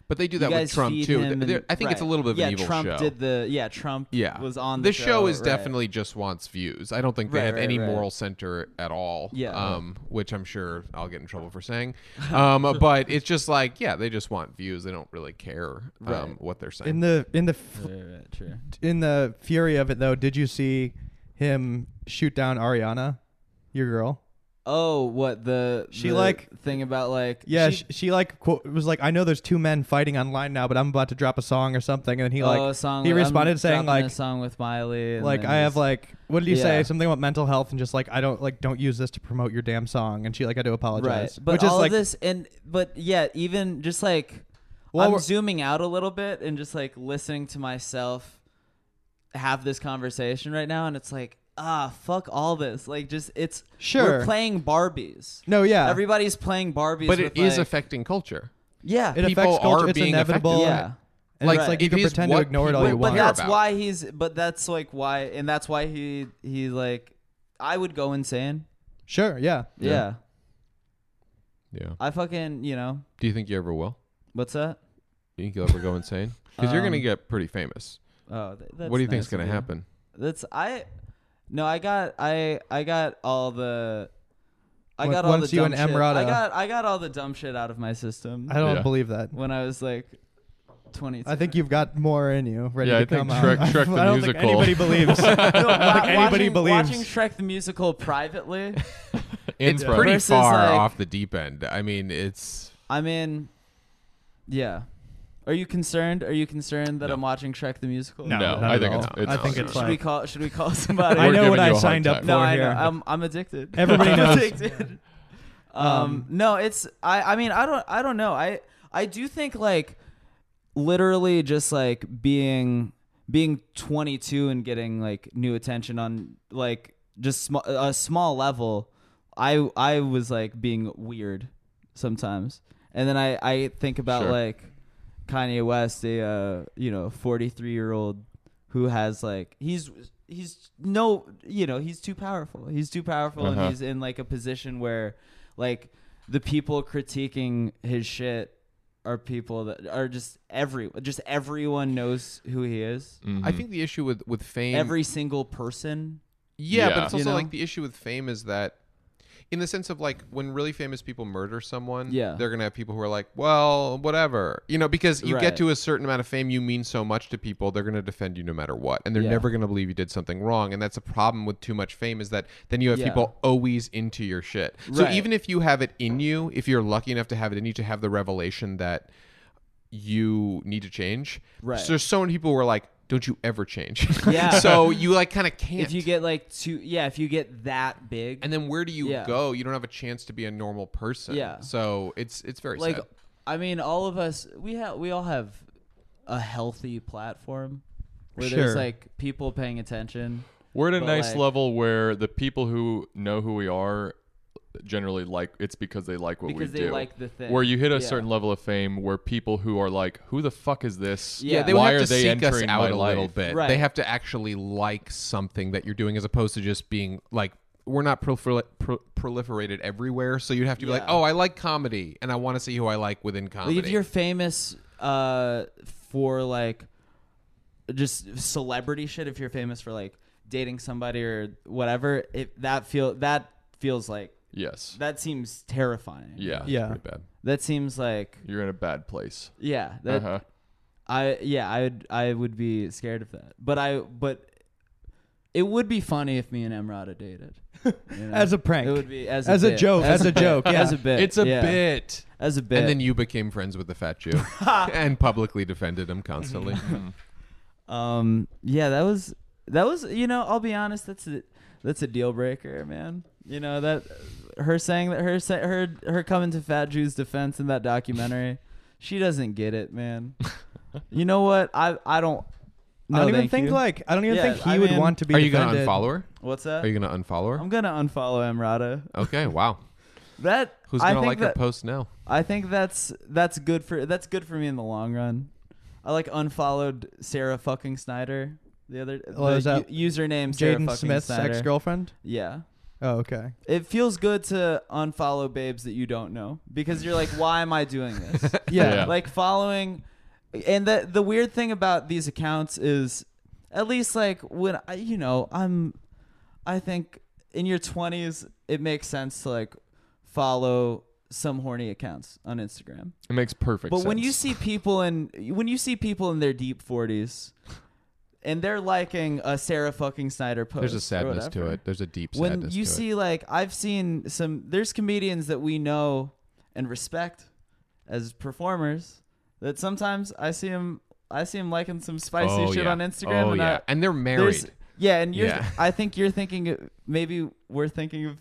Speaker 5: But they do
Speaker 2: you
Speaker 5: that with
Speaker 2: guys
Speaker 5: Trump
Speaker 2: feed
Speaker 5: too.
Speaker 2: him
Speaker 5: There-
Speaker 2: and-
Speaker 5: I think it's a
Speaker 2: right.
Speaker 5: little bit of
Speaker 2: yeah,
Speaker 5: an evil
Speaker 2: Trump
Speaker 5: show.
Speaker 2: did the yeah Trump
Speaker 5: yeah
Speaker 2: was on the
Speaker 5: this show, is
Speaker 2: right.
Speaker 5: definitely just wants views i don't think they
Speaker 2: Right,
Speaker 5: have
Speaker 2: right,
Speaker 5: any
Speaker 2: right.
Speaker 5: moral center at all
Speaker 2: Yeah.
Speaker 5: um which i'm sure i'll get in trouble for saying
Speaker 2: <laughs>
Speaker 5: um but it's just like yeah they just want views they don't really care um
Speaker 2: Right.
Speaker 5: what they're saying
Speaker 4: In the in the f-
Speaker 2: Right, right, true.
Speaker 4: in the fury of it though, did you see him shoot down Ariana, your girl?
Speaker 2: oh what the
Speaker 4: She
Speaker 2: the
Speaker 4: like-
Speaker 2: thing about like
Speaker 4: Yeah, she, she, like quote, was like, I know there's two men fighting online now, but I'm about to drop a song or something, and he like
Speaker 2: oh, a song
Speaker 4: he
Speaker 2: with- I'm
Speaker 4: responded saying
Speaker 2: dropping
Speaker 4: like
Speaker 2: a song with Miley and
Speaker 4: like
Speaker 2: then
Speaker 4: I have
Speaker 2: he's-
Speaker 4: like what did you
Speaker 2: Yeah.
Speaker 4: say something about mental health and just like I don't like don't use this to promote your damn song, and she like I do
Speaker 2: right
Speaker 4: apologize,
Speaker 2: but
Speaker 4: which
Speaker 2: all
Speaker 4: is like
Speaker 2: of this and but yeah even just like
Speaker 4: While
Speaker 2: I'm
Speaker 4: we're-
Speaker 2: zooming out a little bit and just like listening to myself have this conversation right now and it's like ah fuck all this like just it's
Speaker 4: Sure.
Speaker 2: we're playing Barbies
Speaker 4: no yeah
Speaker 2: Everybody's playing Barbies,
Speaker 5: but
Speaker 2: with,
Speaker 5: it is
Speaker 2: like-
Speaker 5: affecting culture
Speaker 2: Yeah,
Speaker 4: it
Speaker 5: people
Speaker 4: affects culture
Speaker 5: are
Speaker 4: it's
Speaker 5: being
Speaker 4: inevitable
Speaker 5: affected.
Speaker 2: yeah.
Speaker 4: and
Speaker 5: Like,
Speaker 4: it's like
Speaker 5: it
Speaker 4: you can
Speaker 5: is
Speaker 4: pretend to
Speaker 5: what
Speaker 4: ignore it all
Speaker 5: people-
Speaker 4: you
Speaker 5: But
Speaker 4: want
Speaker 2: But
Speaker 5: care
Speaker 2: that's
Speaker 5: Oh, about.
Speaker 2: why he's. But that's like why, and that's why he he like. I would go insane.
Speaker 4: sure yeah
Speaker 2: Yeah.
Speaker 5: yeah
Speaker 2: I fucking you know
Speaker 5: do you think you ever will
Speaker 2: what's that?
Speaker 5: do you think you'll ever go insane because you're gonna
Speaker 2: Um,
Speaker 5: get pretty famous
Speaker 2: Oh, th- that's
Speaker 5: what do you
Speaker 2: nice
Speaker 5: think's
Speaker 2: of
Speaker 5: gonna happen
Speaker 2: That's I. No, I got I I got all the. I
Speaker 4: Once-
Speaker 2: got all
Speaker 4: once
Speaker 2: the
Speaker 4: you
Speaker 2: dumb
Speaker 4: and
Speaker 2: shit.
Speaker 4: Emirata-
Speaker 2: I got I got all the dumb shit out of my system
Speaker 4: I don't
Speaker 3: Yeah.
Speaker 4: believe that
Speaker 2: when I was like twenty.
Speaker 4: I think you've got more in you ready
Speaker 3: Yeah,
Speaker 4: to
Speaker 3: I think
Speaker 4: come out.
Speaker 3: Shrek- Shrek the
Speaker 4: <laughs> I don't
Speaker 3: Musical.
Speaker 4: think
Speaker 3: <laughs>
Speaker 4: anybody believes
Speaker 5: <laughs>
Speaker 4: I don't think anybody
Speaker 2: watching,
Speaker 4: believes
Speaker 2: watching Shrek the musical privately.
Speaker 3: In
Speaker 5: it's
Speaker 3: front.
Speaker 5: pretty
Speaker 2: Versus,
Speaker 5: far
Speaker 2: like-
Speaker 5: off the deep end i mean it's
Speaker 2: I mean, yeah. Are you concerned? Are you concerned that I'm watching Shrek the musical?
Speaker 3: No,
Speaker 4: not
Speaker 3: I
Speaker 4: at
Speaker 3: think
Speaker 4: all.
Speaker 3: it's- it's
Speaker 4: I think
Speaker 3: fine.
Speaker 4: it's
Speaker 2: Should we
Speaker 4: fine
Speaker 2: call? Should we call
Speaker 4: I
Speaker 3: We're
Speaker 2: somebody?
Speaker 4: know
Speaker 3: giving
Speaker 4: what
Speaker 3: you
Speaker 4: I
Speaker 3: a hard
Speaker 4: signed up
Speaker 3: time.
Speaker 4: for
Speaker 2: no, I know.
Speaker 4: here
Speaker 2: I'm I'm addicted.
Speaker 4: <laughs> Everybody
Speaker 2: I'm
Speaker 4: knows.
Speaker 2: Addicted. Um, no, it's I. I mean, I don't. I don't know. I I do think like literally just like being being 22 and getting like new attention on like just sm- a small level i i was like being weird sometimes and then i i think about
Speaker 3: Sure.
Speaker 2: like kanye west a uh, you know 43 year old who has like he's he's no you know he's too powerful he's too powerful
Speaker 3: Uh-huh.
Speaker 2: and he's in like a position where like the people critiquing his shit are people that are just every just everyone knows who he is.
Speaker 5: i think the issue with with fame
Speaker 2: Every single person.
Speaker 5: Yeah, but
Speaker 3: Yeah.
Speaker 5: it's
Speaker 2: You
Speaker 5: also
Speaker 2: know?
Speaker 5: like the issue with fame is that in the sense of like when really famous people murder someone,
Speaker 2: Yeah.
Speaker 5: they're gonna have people who are like, Well, whatever. You know, because you
Speaker 2: Right.
Speaker 5: get to a certain amount of fame, you mean so much to people, they're gonna defend you no matter what. And they're
Speaker 2: Yeah.
Speaker 5: never gonna believe you did something wrong. And that's a problem with too much fame is that then you have
Speaker 2: Yeah.
Speaker 5: people always into your shit. So
Speaker 2: Right.
Speaker 5: even if you have it in you, if you're lucky enough to have it in you to have the revelation that you need to change.
Speaker 2: Right.
Speaker 5: So there's so many people who are like, Don't you ever change.
Speaker 2: Yeah.
Speaker 5: <laughs> so you like kinda can't
Speaker 2: If you get like two, yeah, if you get that big,
Speaker 5: and then where do you
Speaker 2: Yeah.
Speaker 5: go? You don't have a chance to be a normal person.
Speaker 2: Yeah.
Speaker 5: So it's it's very
Speaker 2: like,
Speaker 5: sad.
Speaker 2: I mean, all of us, we have, we all have a healthy platform where
Speaker 4: Sure.
Speaker 2: there's like people paying attention.
Speaker 3: We're at a
Speaker 2: But,
Speaker 3: nice
Speaker 2: like-
Speaker 3: level where the people who know who we are generally like it's because they like what
Speaker 2: Because
Speaker 3: we
Speaker 2: they
Speaker 3: do.
Speaker 2: like the thing.
Speaker 3: Where you hit a
Speaker 2: Yeah.
Speaker 3: certain level of fame where people who are like, who the fuck is this?
Speaker 2: Yeah,
Speaker 5: they would
Speaker 3: Why
Speaker 5: have
Speaker 3: are
Speaker 5: to
Speaker 3: they
Speaker 5: seek us
Speaker 3: entering my
Speaker 5: out a
Speaker 3: life?
Speaker 5: little bit.
Speaker 2: Right.
Speaker 5: They have to actually like something that you're doing, as opposed to just being like, we're not prolifer- pro- proliferated everywhere. So you'd have to be like,
Speaker 2: Yeah.
Speaker 5: oh, I like comedy, and I want to see who I like within
Speaker 2: Like,
Speaker 5: comedy.
Speaker 2: if you're famous uh, for like just celebrity shit, if you're famous for like dating somebody or whatever, it that feel that feels like
Speaker 3: Yes.
Speaker 2: that seems terrifying.
Speaker 3: Yeah.
Speaker 4: Yeah.
Speaker 3: Pretty bad.
Speaker 2: that seems like
Speaker 3: You're in a bad place.
Speaker 2: yeah. That,
Speaker 3: Uh-huh.
Speaker 2: I yeah, I would I would be scared of that. But I but it would be funny if me and Emrata dated. you know?
Speaker 4: As a prank.
Speaker 2: It would be as a,
Speaker 4: As a
Speaker 2: bit. <laughs>
Speaker 4: joke, as a
Speaker 2: bit.
Speaker 4: joke, yeah.
Speaker 2: As a bit.
Speaker 3: It's a
Speaker 2: yeah.
Speaker 3: bit.
Speaker 2: As a bit.
Speaker 5: and then you became friends with the fat
Speaker 2: <laughs>
Speaker 5: Jew and publicly defended him constantly.
Speaker 2: um yeah, that was that was you know, I'll be honest, that's a that's a deal breaker, man. You know, that her saying that her sa- her her coming to Fat Jew's defense in that documentary, she doesn't get it, man. you know what? I I don't no,
Speaker 4: I don't even
Speaker 2: thank
Speaker 4: think
Speaker 2: you.
Speaker 4: like I don't even
Speaker 2: Yeah,
Speaker 4: think he
Speaker 2: I
Speaker 4: would
Speaker 2: mean-
Speaker 4: want to be.
Speaker 5: Are you gonna
Speaker 4: defended.
Speaker 5: unfollow her?
Speaker 2: What's that?
Speaker 5: Are you gonna unfollow her?
Speaker 2: I'm gonna unfollow Emrata.
Speaker 5: Okay, wow.
Speaker 2: That
Speaker 5: Who's
Speaker 2: I
Speaker 5: gonna
Speaker 2: think
Speaker 5: like her
Speaker 2: that,
Speaker 5: post now?
Speaker 2: I think that's that's good for that's good for me in the long run. I like unfollowed Sarah fucking Snyder. The other
Speaker 4: Oh,
Speaker 2: the
Speaker 4: is that
Speaker 2: u- username Sarah
Speaker 4: Jaden
Speaker 2: fucking
Speaker 4: Smith's
Speaker 2: Snyder.
Speaker 4: ex girlfriend.
Speaker 2: Yeah.
Speaker 4: Oh, okay.
Speaker 2: It feels good to unfollow babes that you don't know because you're like, why am I doing
Speaker 5: <laughs>
Speaker 2: this?
Speaker 4: Yeah.
Speaker 3: Yeah.
Speaker 2: Like following, and the the weird thing about these accounts is, at least like when I, you know, I'm, I think in your twenties it makes sense to like follow some horny accounts on Instagram.
Speaker 3: It makes perfect
Speaker 2: But
Speaker 3: sense.
Speaker 2: when you see people in when you see people in their deep forties, and they're liking a Sarah fucking Snyder post,
Speaker 5: There's a
Speaker 2: or
Speaker 5: sadness to
Speaker 2: whatever,
Speaker 5: it. There's a deep sadness.
Speaker 2: when you
Speaker 5: to it.
Speaker 2: see like I've seen some there's comedians that we know and respect as performers that sometimes I see him I see him liking some spicy
Speaker 5: Oh,
Speaker 2: shit
Speaker 5: yeah.
Speaker 2: on Instagram
Speaker 5: Oh,
Speaker 2: and
Speaker 5: yeah.
Speaker 2: I,
Speaker 5: and they're
Speaker 2: there's-
Speaker 5: married.
Speaker 2: yeah and you're
Speaker 5: Yeah.
Speaker 2: I think you're thinking of- maybe we're thinking of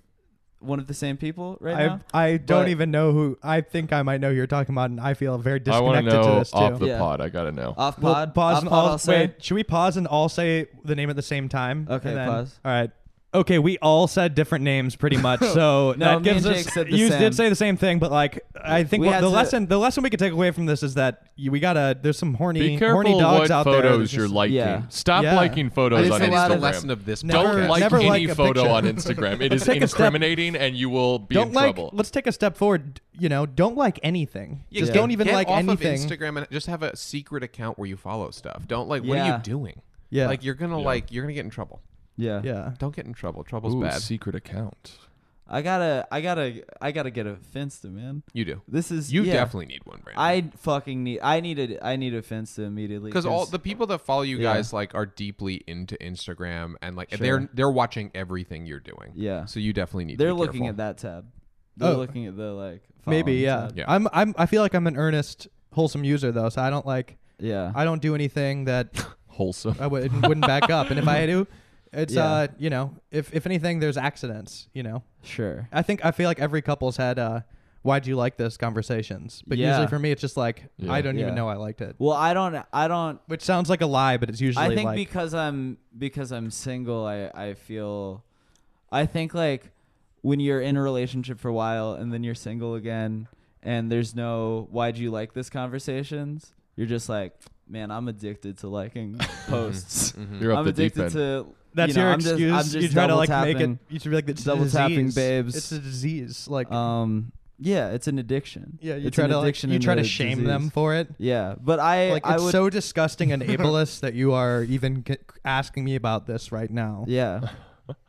Speaker 2: one of the same people right now
Speaker 4: I I don't
Speaker 2: But-
Speaker 4: even know who. I think I might know who you're talking about, and I feel very
Speaker 3: I want
Speaker 4: disconnected
Speaker 3: to know
Speaker 4: to this too.
Speaker 3: off the
Speaker 2: Yeah.
Speaker 3: pod. I gotta know.
Speaker 2: off pod
Speaker 4: Well, pause
Speaker 2: off
Speaker 4: and
Speaker 2: pod,
Speaker 4: all.
Speaker 2: I'll say.
Speaker 4: Wait, should we pause and all say the name at the same time?
Speaker 2: Okay,
Speaker 4: And then-
Speaker 2: pause.
Speaker 4: All right. Okay, we all said different
Speaker 2: <laughs>
Speaker 4: names pretty much, so
Speaker 2: No,
Speaker 4: that
Speaker 2: me
Speaker 4: gives
Speaker 2: and
Speaker 4: us.
Speaker 2: Jake said the
Speaker 4: you
Speaker 2: same.
Speaker 4: did say the same thing, but like I think
Speaker 2: We
Speaker 4: what-
Speaker 2: had
Speaker 4: the
Speaker 2: to-
Speaker 4: lesson the lesson we could take away from this is that you, we gotta there's some horny
Speaker 3: Be careful
Speaker 4: horny dogs
Speaker 3: what
Speaker 4: out there.
Speaker 3: photos
Speaker 4: that's
Speaker 3: you're
Speaker 4: just-
Speaker 3: liking.
Speaker 2: Yeah.
Speaker 3: Stop
Speaker 4: Yeah.
Speaker 3: liking
Speaker 5: I
Speaker 3: photos
Speaker 5: think
Speaker 3: on
Speaker 5: that is
Speaker 3: Instagram.
Speaker 5: the lesson of this
Speaker 4: Never-
Speaker 3: Don't
Speaker 5: podcast.
Speaker 3: like
Speaker 4: never
Speaker 3: any
Speaker 4: like a
Speaker 3: photo
Speaker 4: picture.
Speaker 3: on Instagram. It is
Speaker 4: Take a step-
Speaker 3: incriminating, and you will be
Speaker 4: Don't
Speaker 3: in
Speaker 4: like.
Speaker 3: trouble.
Speaker 4: Let's take a step forward. You know, don't like anything.
Speaker 5: Yeah,
Speaker 4: just
Speaker 5: get-
Speaker 4: don't even
Speaker 5: get
Speaker 4: like
Speaker 5: off
Speaker 4: anything.
Speaker 5: Of Instagram and just have a secret account where you follow stuff. Don't like. What are
Speaker 2: Yeah.
Speaker 5: you doing?
Speaker 4: Yeah.
Speaker 5: like you're gonna
Speaker 3: Yeah.
Speaker 5: like you're gonna get in trouble.
Speaker 2: yeah
Speaker 4: yeah.
Speaker 5: Don't get in trouble. Trouble's bad.
Speaker 3: secret account.
Speaker 2: I gotta I gotta I gotta get a finsta man
Speaker 5: you do.
Speaker 2: this is
Speaker 5: You
Speaker 2: yeah.
Speaker 5: definitely need one, Brandon.
Speaker 2: I fucking need I needed I need a finsta immediately
Speaker 5: because all the people that follow you
Speaker 2: Yeah.
Speaker 5: guys like are deeply into Instagram and like
Speaker 2: Sure.
Speaker 5: they're they're watching everything you're doing.
Speaker 2: yeah
Speaker 5: So you definitely need.
Speaker 2: They're
Speaker 5: to be
Speaker 2: looking
Speaker 5: careful.
Speaker 2: at that tab. They're
Speaker 4: Oh.
Speaker 2: looking at the like.
Speaker 4: Maybe.
Speaker 2: following
Speaker 4: Yeah.
Speaker 2: tab.
Speaker 5: Yeah.
Speaker 4: I'm. I'm. I feel like I'm an earnest, wholesome user though, so I don't like.
Speaker 2: Yeah.
Speaker 4: I don't do anything that
Speaker 3: Wholesome.
Speaker 4: I would, <laughs> wouldn't back up. And if I do, it's
Speaker 2: Yeah.
Speaker 4: uh, you know, if if anything, there's accidents. You know,
Speaker 2: sure.
Speaker 4: I think I feel like every couple's had uh, why do you like this conversations? But
Speaker 2: Yeah.
Speaker 4: usually for me, it's just like
Speaker 3: Yeah.
Speaker 4: I don't
Speaker 2: Yeah.
Speaker 4: even know I liked it,
Speaker 2: Well, I don't. I don't.
Speaker 4: which sounds like a lie, but it's usually
Speaker 2: I think
Speaker 4: like
Speaker 2: because I'm because I'm single, I I feel. I think like when you're in a relationship for a while and then you're single again and there's no why do you like this conversations you're just like man I'm addicted to
Speaker 5: <laughs>
Speaker 2: liking posts
Speaker 5: Mm-hmm.
Speaker 3: You're up
Speaker 2: I'm
Speaker 3: the deep
Speaker 2: addicted
Speaker 3: end.
Speaker 2: to
Speaker 4: that's
Speaker 2: you know,
Speaker 4: your
Speaker 2: I'm just-
Speaker 4: excuse.
Speaker 2: I'm just
Speaker 4: you try to
Speaker 2: double
Speaker 4: like make it.
Speaker 2: tapping.
Speaker 4: You should be like it's a
Speaker 2: double tapping
Speaker 4: disease.
Speaker 2: babes.
Speaker 4: It's a disease. Like
Speaker 2: um yeah it's an addiction
Speaker 4: yeah, you
Speaker 2: it's
Speaker 4: try
Speaker 2: an
Speaker 4: to like,
Speaker 2: addiction
Speaker 4: you
Speaker 2: and
Speaker 4: try
Speaker 2: a
Speaker 4: to shame
Speaker 2: disease.
Speaker 4: them for it.
Speaker 2: Yeah, but I
Speaker 4: Like
Speaker 2: I
Speaker 4: it's
Speaker 2: would
Speaker 4: so disgusting and ableist that you are even c- asking me about this right now.
Speaker 2: yeah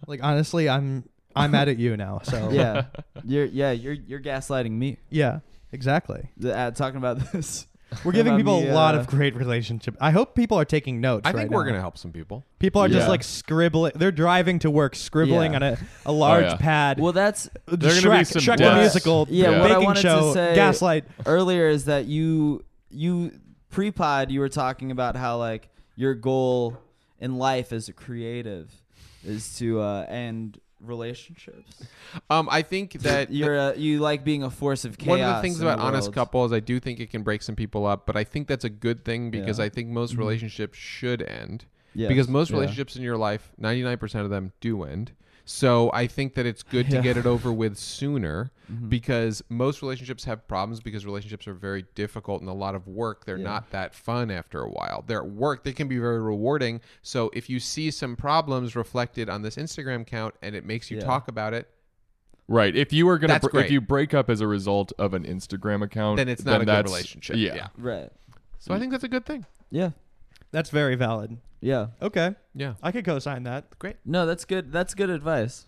Speaker 4: Like honestly, I'm I'm mad at you now.
Speaker 2: <laughs>
Speaker 4: So <laughs>
Speaker 2: yeah you're yeah you're you're gaslighting me
Speaker 4: yeah, exactly.
Speaker 2: the, uh, talking about <laughs> this.
Speaker 4: We're giving
Speaker 2: About
Speaker 4: people
Speaker 2: me,
Speaker 4: a lot
Speaker 2: uh,
Speaker 4: of great relationship. I hope people are taking notes.
Speaker 5: I think
Speaker 4: right
Speaker 5: we're
Speaker 4: now.
Speaker 5: gonna help some people.
Speaker 4: People are just
Speaker 3: Yeah.
Speaker 4: like scribbling. They're driving to work, scribbling
Speaker 2: Yeah.
Speaker 4: on a,
Speaker 5: Oh,
Speaker 4: a large
Speaker 3: yeah.
Speaker 4: pad.
Speaker 2: Well, that's
Speaker 3: There are
Speaker 4: Shrek,
Speaker 3: gonna be some
Speaker 4: Shrek the
Speaker 3: deaths.
Speaker 4: musical,
Speaker 2: Yeah,
Speaker 3: Yeah.
Speaker 2: what I
Speaker 4: baking
Speaker 2: wanted
Speaker 4: show,
Speaker 2: to say
Speaker 4: gaslight.
Speaker 2: earlier is that you you pre-pod you were talking about how like your goal in life as a creative is to uh, end
Speaker 5: <laughs>
Speaker 2: relationships.
Speaker 5: Um, I think
Speaker 2: <laughs>
Speaker 5: that
Speaker 2: You're a, you like being a force of chaos.
Speaker 5: one of the things
Speaker 2: in
Speaker 5: about honest
Speaker 2: world.
Speaker 5: couple is I do think it can break some people up, but I think that's a good thing because
Speaker 2: Yeah. Mm-hmm.
Speaker 5: I think most relationships should end.
Speaker 2: Yes,
Speaker 5: because most
Speaker 2: yeah.
Speaker 5: relationships in your life, 99% of them do end. So I think that it's good to
Speaker 2: Yeah.
Speaker 5: get it
Speaker 2: <laughs>
Speaker 5: over with sooner
Speaker 2: Mm-hmm.
Speaker 5: because most relationships have problems because relationships are very difficult and a lot of work. They're not that fun after a while. They're work, they can be very rewarding. So if you see some problems reflected on this Instagram account and it makes you
Speaker 2: Yeah.
Speaker 5: talk about it,
Speaker 3: Right. If you were gonna,
Speaker 5: That's
Speaker 3: br- if
Speaker 5: great.
Speaker 3: you break up as a result of an Instagram account,
Speaker 5: then it's not a good
Speaker 3: that's-
Speaker 5: relationship.
Speaker 3: Yeah.
Speaker 2: Right.
Speaker 5: So I think that's a good thing.
Speaker 2: Yeah.
Speaker 4: That's very valid.
Speaker 2: Yeah.
Speaker 4: Okay,
Speaker 5: Yeah.
Speaker 4: I could co-sign that.
Speaker 5: Great.
Speaker 2: No, that's good. That's good advice.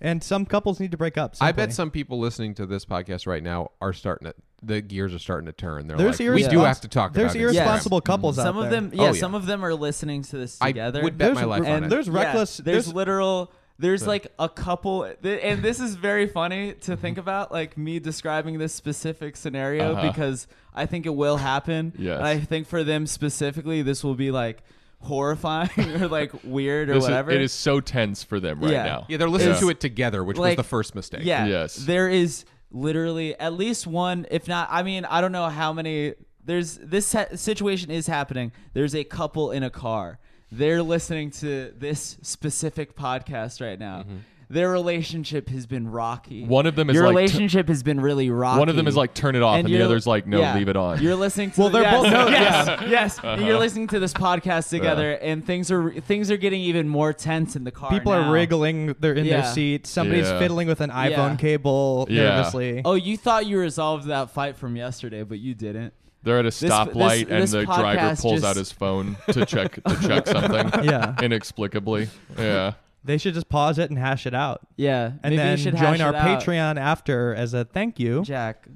Speaker 4: And some couples need to break up.
Speaker 5: I
Speaker 4: simply.
Speaker 5: bet some people listening to this podcast right now are starting to the gears are starting to turn. They're
Speaker 4: There's
Speaker 5: like, we do
Speaker 4: irrespons-
Speaker 5: have to talk
Speaker 4: There's
Speaker 5: about it.
Speaker 2: irrespons-
Speaker 4: irresponsible couples
Speaker 2: Mm-hmm.
Speaker 4: out
Speaker 2: some of
Speaker 4: there. Oh,
Speaker 2: them, yeah,
Speaker 5: yeah.
Speaker 2: some of them are listening to this
Speaker 5: I
Speaker 2: together.
Speaker 5: would bet
Speaker 4: There's
Speaker 5: my life on
Speaker 4: and
Speaker 5: it.
Speaker 4: there's
Speaker 2: Yeah,
Speaker 4: reckless.
Speaker 2: there's, literal. There's like a couple, th- and this is very funny to
Speaker 4: Mm-hmm.
Speaker 2: think about, like me describing this specific scenario
Speaker 3: Uh-huh.
Speaker 2: because I think it will happen.
Speaker 3: Yes.
Speaker 2: I think for them specifically, this will be like horrifying <laughs> or like weird or
Speaker 3: This is-
Speaker 2: whatever.
Speaker 3: it is so tense for them right
Speaker 2: Yeah.
Speaker 3: now.
Speaker 5: Yeah, they're listening
Speaker 3: Yeah.
Speaker 5: to it together, which was
Speaker 2: Like,
Speaker 5: the first mistake.
Speaker 2: Yeah.
Speaker 3: Yes.
Speaker 2: There is literally at least one, if not, I mean, I don't know how many. There's this ha- situation is happening. There's a couple in a car. They're listening to this specific podcast right now. Their relationship has been rocky.
Speaker 3: Mm-hmm. One of them is
Speaker 2: your
Speaker 3: like-
Speaker 2: relationship has been really rocky.
Speaker 3: One of them is like, turn it off, and, the
Speaker 2: you're-
Speaker 3: other's like, no,
Speaker 2: yeah.
Speaker 3: leave it on.
Speaker 2: You're listening to
Speaker 4: Well, they're
Speaker 2: yes,
Speaker 4: both- no,
Speaker 2: yes, <laughs> yes.
Speaker 3: Uh-huh.
Speaker 2: And You're listening to this podcast together, and things are things are getting even more tense in the car.
Speaker 4: People
Speaker 2: now.
Speaker 4: are wriggling. They're in
Speaker 2: Yeah.
Speaker 4: their seat. Somebody's
Speaker 3: Yeah.
Speaker 4: fiddling with an iPhone
Speaker 2: Yeah.
Speaker 4: cable
Speaker 3: Yeah.
Speaker 4: nervously.
Speaker 2: Oh, you thought you resolved that fight from yesterday, but you didn't.
Speaker 3: They're at a
Speaker 2: this-
Speaker 3: stoplight, and
Speaker 2: this
Speaker 3: the driver
Speaker 2: podcast
Speaker 3: pulls
Speaker 2: just-
Speaker 3: out his phone to check to check something
Speaker 4: Yeah,
Speaker 3: inexplicably. Yeah.
Speaker 4: they should just pause it and hash it out,
Speaker 2: Yeah,
Speaker 4: and
Speaker 2: maybe you
Speaker 4: then
Speaker 2: should hash
Speaker 4: join our
Speaker 2: it out,
Speaker 4: Patreon after as a thank you.
Speaker 2: Jack.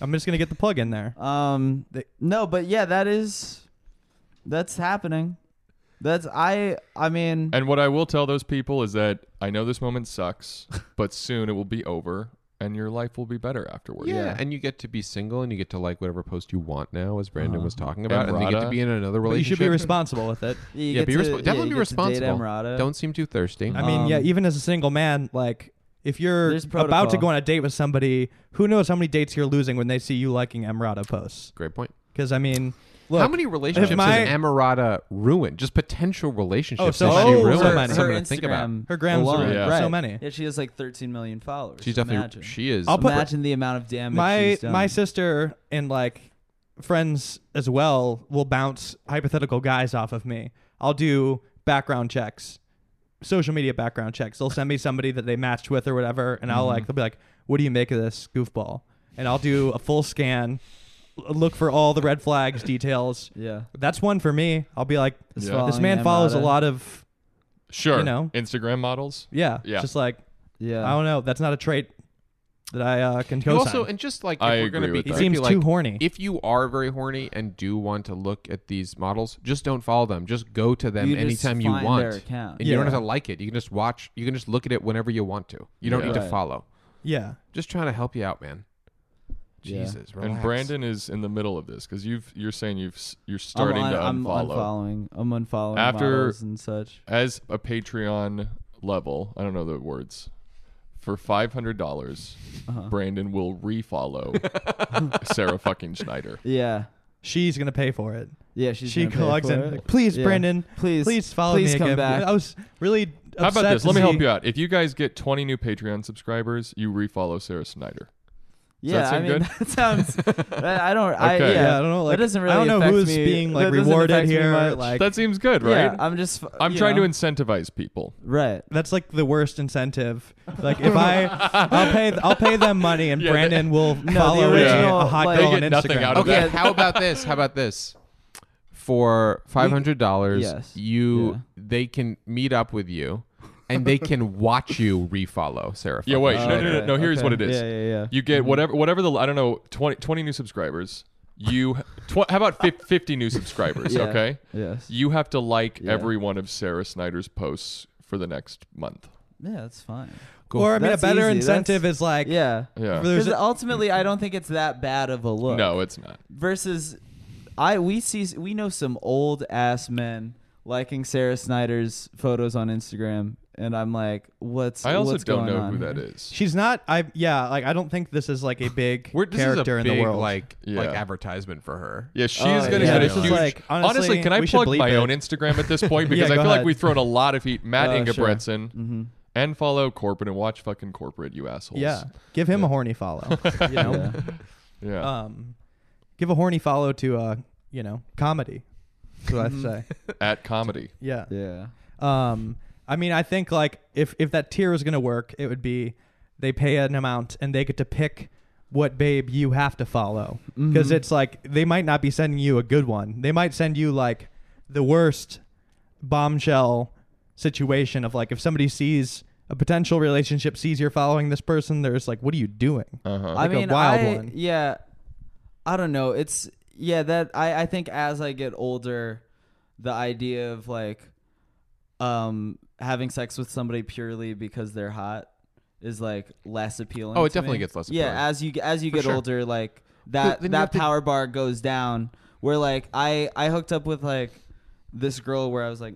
Speaker 4: I'm just gonna get the plug in there.
Speaker 2: Um, no, but yeah, that is that's happening. That's I. I mean,
Speaker 3: And what I will tell those people is that I know this moment sucks, but soon it will be over, and your life will be better afterwards.
Speaker 5: Yeah, and you get to be single and you get to like whatever post you want now, as Brandon was talking about, and, you get to
Speaker 3: Emrata.
Speaker 5: be in another
Speaker 4: Uh-huh. But you
Speaker 5: relationship.
Speaker 4: should be responsible with it.
Speaker 2: you
Speaker 5: Yeah,
Speaker 2: get
Speaker 5: be
Speaker 2: to-
Speaker 5: responsible.
Speaker 2: yeah,
Speaker 5: Definitely
Speaker 2: you
Speaker 5: be
Speaker 2: get to date
Speaker 5: responsible.
Speaker 2: Emrata.
Speaker 5: Don't seem too thirsty.
Speaker 4: I mean, yeah,
Speaker 2: Um,
Speaker 4: even as a single man, like if you're
Speaker 2: There's
Speaker 4: about to
Speaker 2: protocol.
Speaker 4: go on a date with somebody, who knows how many dates you're losing when they see you liking Emirata posts?
Speaker 5: Great point.
Speaker 4: Because I mean, look,
Speaker 5: How many relationships
Speaker 4: my-
Speaker 5: has Amarada ruined? Just potential relationships
Speaker 4: Oh, so
Speaker 5: has
Speaker 4: many.
Speaker 5: she
Speaker 4: Oh,
Speaker 5: ruined?
Speaker 4: so many.
Speaker 5: Something
Speaker 2: Her
Speaker 5: to think about.
Speaker 2: Instagram
Speaker 4: Her grams
Speaker 2: alone,
Speaker 4: are
Speaker 3: Yeah.
Speaker 2: right.
Speaker 4: so many.
Speaker 2: Yeah, she has like 13 million followers.
Speaker 5: She's definitely
Speaker 2: Imagine.
Speaker 5: she is.
Speaker 4: I'll put-
Speaker 2: Imagine the amount of damage.
Speaker 4: my
Speaker 2: she's done.
Speaker 4: my sister and like friends as well will bounce hypothetical guys off of me. I'll do background checks, social media background checks. They'll send me somebody that they matched with or whatever, and I'll
Speaker 2: Mm-hmm.
Speaker 4: like they'll be like, "What do you make of this goofball?" And I'll do a full scan, l- look for all the red flags, details.
Speaker 2: yeah.
Speaker 4: That's one for me. I'll be like,
Speaker 2: It's
Speaker 3: Yeah.
Speaker 4: this
Speaker 2: following
Speaker 4: man follows a
Speaker 2: Emrata.
Speaker 4: lot of
Speaker 3: Sure.
Speaker 4: You know.
Speaker 3: Instagram models.
Speaker 4: yeah,
Speaker 3: Yeah.
Speaker 4: just like
Speaker 2: Yeah.
Speaker 4: I don't know. That's not a trait that I uh, can
Speaker 5: You
Speaker 4: co-sign.
Speaker 5: also, and just like if
Speaker 3: I
Speaker 5: we're going to
Speaker 3: agree
Speaker 5: be
Speaker 3: with
Speaker 4: he
Speaker 3: that.
Speaker 5: creepy,
Speaker 4: seems
Speaker 5: like,
Speaker 4: too horny.
Speaker 5: If you are very horny and do want to look at these models, just don't follow them. Just go to them
Speaker 2: You just
Speaker 5: anytime you
Speaker 2: find
Speaker 5: want.
Speaker 2: their account.
Speaker 5: And you don't
Speaker 4: Yeah.
Speaker 5: have to like it. You can just watch. You can just look at it whenever you want to. You don't
Speaker 3: Yeah.
Speaker 5: need to
Speaker 2: Right.
Speaker 5: follow.
Speaker 4: yeah.
Speaker 5: Just trying to help you out, man.
Speaker 2: Yeah.
Speaker 5: Jesus, relax.
Speaker 3: And Brandon is in the middle of this because you've you're saying you've s- you're starting
Speaker 2: I'm, un-
Speaker 3: to
Speaker 2: I'm
Speaker 3: unfollow
Speaker 2: unfollowing. I'm unfollowing
Speaker 3: After-
Speaker 2: models and such.
Speaker 3: as a Patreon level. I don't know the words. For five hundred dollars, Brandon will refollow Sarah fucking Schneider.
Speaker 2: Yeah.
Speaker 4: She's gonna pay for it.
Speaker 2: Yeah, she's
Speaker 4: she
Speaker 2: gonna pay
Speaker 4: logs
Speaker 2: for
Speaker 4: in.
Speaker 2: it.
Speaker 4: like, Please,
Speaker 2: Yeah.
Speaker 4: Brandon.
Speaker 2: Please,
Speaker 4: please follow
Speaker 2: please
Speaker 4: me
Speaker 2: come
Speaker 4: again.
Speaker 2: back.
Speaker 4: I was really.
Speaker 3: How about
Speaker 4: upset
Speaker 3: this?
Speaker 4: to
Speaker 3: Let me
Speaker 4: see-
Speaker 3: help you out. If you guys get 20 new Patreon subscribers, you refollow Sarah Snyder.
Speaker 2: Yeah,
Speaker 3: that
Speaker 2: I
Speaker 3: seem
Speaker 2: mean
Speaker 3: good?
Speaker 2: <laughs> that sounds. I I don't. I,
Speaker 3: Okay.
Speaker 2: yeah,
Speaker 4: Yeah, I don't know. Like,
Speaker 2: that doesn't really.
Speaker 4: I don't know
Speaker 2: affect
Speaker 4: who's
Speaker 2: me-
Speaker 4: being like
Speaker 2: that doesn't
Speaker 4: rewarded
Speaker 2: affect me
Speaker 4: here.
Speaker 2: much.
Speaker 4: Like
Speaker 3: that seems good, right?
Speaker 2: yeah, I'm just.
Speaker 3: I'm trying to incentivize people.
Speaker 2: Right.
Speaker 4: that's like the worst incentive. <laughs> Like if
Speaker 3: <laughs>
Speaker 4: I, I'll pay, I'll pay them money, and
Speaker 3: Yeah, they-
Speaker 4: Brandon will
Speaker 2: the
Speaker 4: follow me,
Speaker 2: original,
Speaker 4: a hot
Speaker 2: like-
Speaker 4: girl
Speaker 3: They
Speaker 4: on
Speaker 3: get nothing
Speaker 4: Instagram.
Speaker 3: out of
Speaker 5: Okay,
Speaker 2: Yeah.
Speaker 5: how about this? How about this?
Speaker 2: <laughs>
Speaker 5: For five hundred dollars,
Speaker 2: Yes.
Speaker 5: you
Speaker 2: Yeah.
Speaker 5: they can meet up with you, and
Speaker 2: <laughs>
Speaker 5: they can watch you refollow Sarah.
Speaker 3: Yeah, wait.
Speaker 5: fucking
Speaker 3: no, no,
Speaker 5: Schneider.
Speaker 3: no, no. Here's
Speaker 2: okay.
Speaker 3: what it is.
Speaker 2: Yeah, yeah, yeah.
Speaker 3: You
Speaker 4: Mm-hmm.
Speaker 3: get whatever, whatever the I don't know, 20, 20 new subscribers. You, tw- how about
Speaker 4: <laughs>
Speaker 3: fif- 50 new subscribers?
Speaker 2: Yeah.
Speaker 3: Okay.
Speaker 2: Yes.
Speaker 3: You have to like
Speaker 2: Yeah.
Speaker 3: every one of Sarah Snyder's posts for the next month.
Speaker 2: Yeah, that's fine.
Speaker 5: Cool.
Speaker 4: Or I mean,
Speaker 2: That's
Speaker 4: a better
Speaker 2: easy.
Speaker 4: incentive is like,
Speaker 2: Yeah.
Speaker 3: Yeah.
Speaker 4: There's
Speaker 2: Because
Speaker 4: a-
Speaker 2: ultimately, I don't think it's that bad of a look.
Speaker 3: No, it's not.
Speaker 2: versus I we see we know some old ass men liking Sarah Snyder's photos on Instagram and I'm like, what's
Speaker 3: I also
Speaker 2: what's
Speaker 3: don't
Speaker 2: going
Speaker 3: know
Speaker 2: on
Speaker 3: who
Speaker 2: here?
Speaker 3: that is.
Speaker 4: She's not. I yeah. Like I don't think this is <sighs> like a big
Speaker 5: We're, this
Speaker 4: character
Speaker 5: is a
Speaker 4: in
Speaker 5: big,
Speaker 4: the world.
Speaker 5: like like
Speaker 3: Yeah.
Speaker 5: advertisement for her.
Speaker 3: Yeah, she
Speaker 2: Oh,
Speaker 3: is going to
Speaker 2: yeah.
Speaker 3: get a
Speaker 2: This is
Speaker 3: huge.
Speaker 4: like,
Speaker 3: honestly,
Speaker 4: honestly,
Speaker 3: can I
Speaker 4: we should
Speaker 3: plug
Speaker 4: bleep
Speaker 3: my
Speaker 4: it.
Speaker 3: own Instagram at this point because
Speaker 4: <laughs> Yeah,
Speaker 3: I
Speaker 4: go
Speaker 3: feel like
Speaker 4: ahead. Oh, Mm-hmm.
Speaker 3: we've thrown a lot of heat. Matt
Speaker 2: Uh, sure.
Speaker 3: Ingebretson and follow corporate and watch fucking corporate, you assholes.
Speaker 4: yeah. Give him a horny follow. <laughs> You know.
Speaker 2: Yeah.
Speaker 3: yeah.
Speaker 4: Um, give a horny follow to uh, you know, comedy. That's what I
Speaker 2: <laughs>
Speaker 4: say.
Speaker 3: at comedy.
Speaker 4: Yeah.
Speaker 2: yeah.
Speaker 4: Um, I mean, I think like if if that tier is gonna work, it would be they pay an amount and they get to pick what babe you have to follow because it's like they might not be sending you a good one. They might send you like the worst bombshell situation of like if somebody sees a potential relationship sees you're following this person, there's like, what are you doing?
Speaker 3: Uh-huh.
Speaker 4: Like
Speaker 2: I
Speaker 4: a
Speaker 2: mean,
Speaker 4: wild
Speaker 2: I,
Speaker 4: one.
Speaker 2: Yeah, I don't know. It's yeah that I I think as I get older, the idea of like, um, having sex with somebody purely because they're hot is like less appealing.
Speaker 5: Oh, it
Speaker 2: to
Speaker 5: definitely
Speaker 2: me.
Speaker 5: gets less appealing.
Speaker 2: Yeah, as you as you get
Speaker 5: sure.
Speaker 2: older, like that
Speaker 5: then you have
Speaker 2: that
Speaker 5: to-
Speaker 2: power bar goes down. Where like I I hooked up with like this girl where I was like,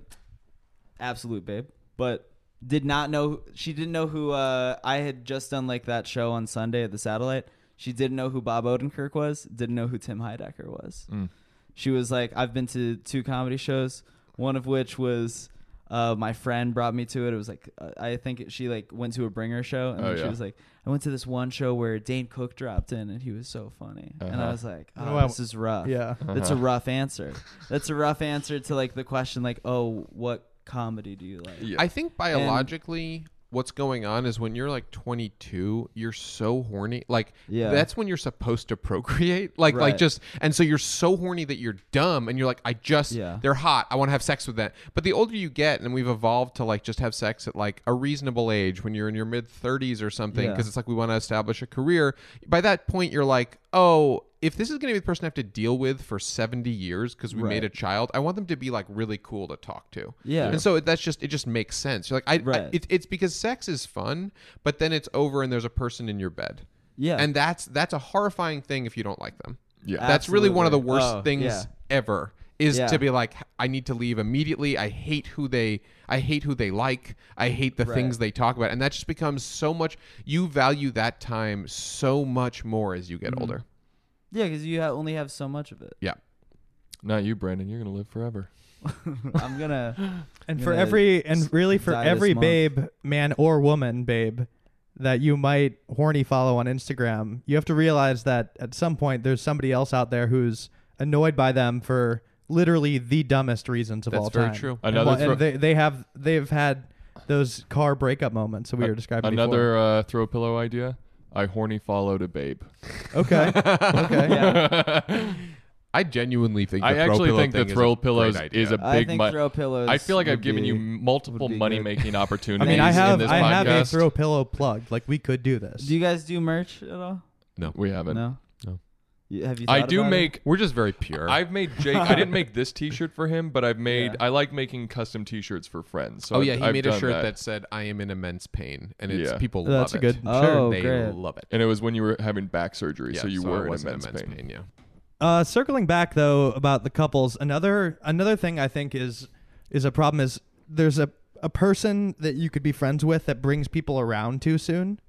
Speaker 2: absolute babe, but did not know she didn't know who uh, I had just done like that show on Sunday at the Satellite. She didn't know who Bob Odenkirk was. Didn't know who Tim Heidecker was.
Speaker 5: Mm.
Speaker 2: She was like, I've been to two comedy shows, one of which was. Uh, my friend brought me to it. It was like uh, I think it, she like went to a bringer show, and
Speaker 3: Oh,
Speaker 2: then she
Speaker 3: yeah.
Speaker 2: was like, "I went to this one show where Dane Cook dropped in, and he was so funny." And I
Speaker 3: Uh-huh.
Speaker 2: was like,
Speaker 4: know
Speaker 2: "Oh,
Speaker 4: what I-
Speaker 2: this is rough."
Speaker 4: Yeah.
Speaker 2: That's a rough answer. That's a rough answer to like the question like, "Oh, what comedy do you like?"
Speaker 3: Yeah.
Speaker 5: I think biologically, what's going on is when you're like 22, you're so horny. Like,
Speaker 2: Yeah.
Speaker 5: that's when you're supposed to <laughs> procreate. Like, like
Speaker 2: Right.
Speaker 5: just, and so you're so horny that you're dumb and you're like, I just,
Speaker 2: Yeah.
Speaker 5: they're hot. I want to have sex with that. But the older you get, and we've evolved to like just have sex at like a reasonable age when you're in your mid 30s or something,
Speaker 2: Yeah.
Speaker 5: because it's like we want to establish a career. By that point, you're like, oh, if this is going to be the person I have to deal with for 70 years because we made
Speaker 2: Right.
Speaker 5: a child, I want them to be like really cool to talk to.
Speaker 2: Yeah.
Speaker 5: And so that's just it. Just makes sense. You're like, I. I-
Speaker 2: Right.
Speaker 5: it- it's because sex is fun, but then it's over and there's a person in your bed.
Speaker 2: Yeah.
Speaker 5: And that's that's a horrifying thing if you don't like them.
Speaker 3: Yeah.
Speaker 5: That's really one of the
Speaker 2: Absolutely.
Speaker 5: worst
Speaker 2: Oh,
Speaker 5: things
Speaker 2: yeah.
Speaker 5: ever is
Speaker 2: Yeah.
Speaker 5: to be like, I need to leave immediately. I hate who they. I hate who they like. I hate the
Speaker 2: Right.
Speaker 5: things they talk about, and that just becomes so much. You value that time so much more as you get
Speaker 2: Mm-hmm.
Speaker 5: older.
Speaker 2: Yeah, cuz you ha- only have so much of it.
Speaker 5: Yeah.
Speaker 3: Not you, Brandon. You're gonna live forever.
Speaker 2: I'm going
Speaker 3: <laughs>
Speaker 2: to I'm
Speaker 4: And for
Speaker 2: gonna
Speaker 4: every and really for
Speaker 2: die this
Speaker 4: every
Speaker 2: month.
Speaker 4: babe, man or woman, babe, that you might horny follow on Instagram, you have to realize that at some point there's somebody else out there who's annoyed by them for literally the dumbest reasons of
Speaker 5: That's
Speaker 4: all
Speaker 5: very
Speaker 4: time.
Speaker 5: true.
Speaker 4: And,
Speaker 3: Another
Speaker 4: wha- and
Speaker 3: thro-
Speaker 4: they they have they've had those car breakup moments that we were describing.
Speaker 3: Another uh, throw pillow idea. I horny followed a babe. <laughs>
Speaker 4: before. okay,
Speaker 5: <laughs>
Speaker 4: okay,
Speaker 5: I genuinely think. The
Speaker 3: I
Speaker 5: throw
Speaker 3: actually
Speaker 5: pillow
Speaker 3: think the
Speaker 5: thing is a
Speaker 3: throw
Speaker 5: great
Speaker 3: pillows
Speaker 5: idea.
Speaker 3: is a big.
Speaker 2: I think
Speaker 3: mo-
Speaker 2: throw pillows
Speaker 3: I feel like I've
Speaker 2: would
Speaker 3: given you
Speaker 2: be-
Speaker 3: multiple
Speaker 2: be good.
Speaker 3: money making
Speaker 4: I
Speaker 3: opportunities
Speaker 4: mean, I
Speaker 3: in
Speaker 4: have
Speaker 3: this
Speaker 4: I have a
Speaker 3: podcast.
Speaker 4: throw pillow plug. Like we could do this.
Speaker 2: Do you guys do merch at all?
Speaker 3: we haven't.
Speaker 2: No.
Speaker 5: No.
Speaker 2: You, have you
Speaker 3: I
Speaker 2: thought
Speaker 3: do
Speaker 2: about it?
Speaker 3: make
Speaker 5: We're just very pure.
Speaker 3: I've made Jake. I didn't make this T-shirt for him, but I've made.
Speaker 2: Yeah.
Speaker 3: I like making custom T-shirts for friends. So
Speaker 5: oh
Speaker 3: I've-
Speaker 5: yeah, he
Speaker 3: I've
Speaker 5: made a
Speaker 3: done
Speaker 5: shirt
Speaker 3: that.
Speaker 5: that. said, "I am in immense pain," and it's
Speaker 3: Yeah.
Speaker 5: people love
Speaker 4: That's a
Speaker 5: it.
Speaker 4: good
Speaker 2: Oh,
Speaker 4: shirt.
Speaker 5: they
Speaker 2: great.
Speaker 5: love it.
Speaker 3: and it was when you were having back surgery,
Speaker 5: Yeah,
Speaker 3: so you
Speaker 5: I
Speaker 3: were in
Speaker 5: was
Speaker 3: immense, pain.
Speaker 5: Yeah,
Speaker 4: Uh, circling back though about the couples, another another thing I think is is a problem is there's a a person that you could be friends with that brings people around too soon.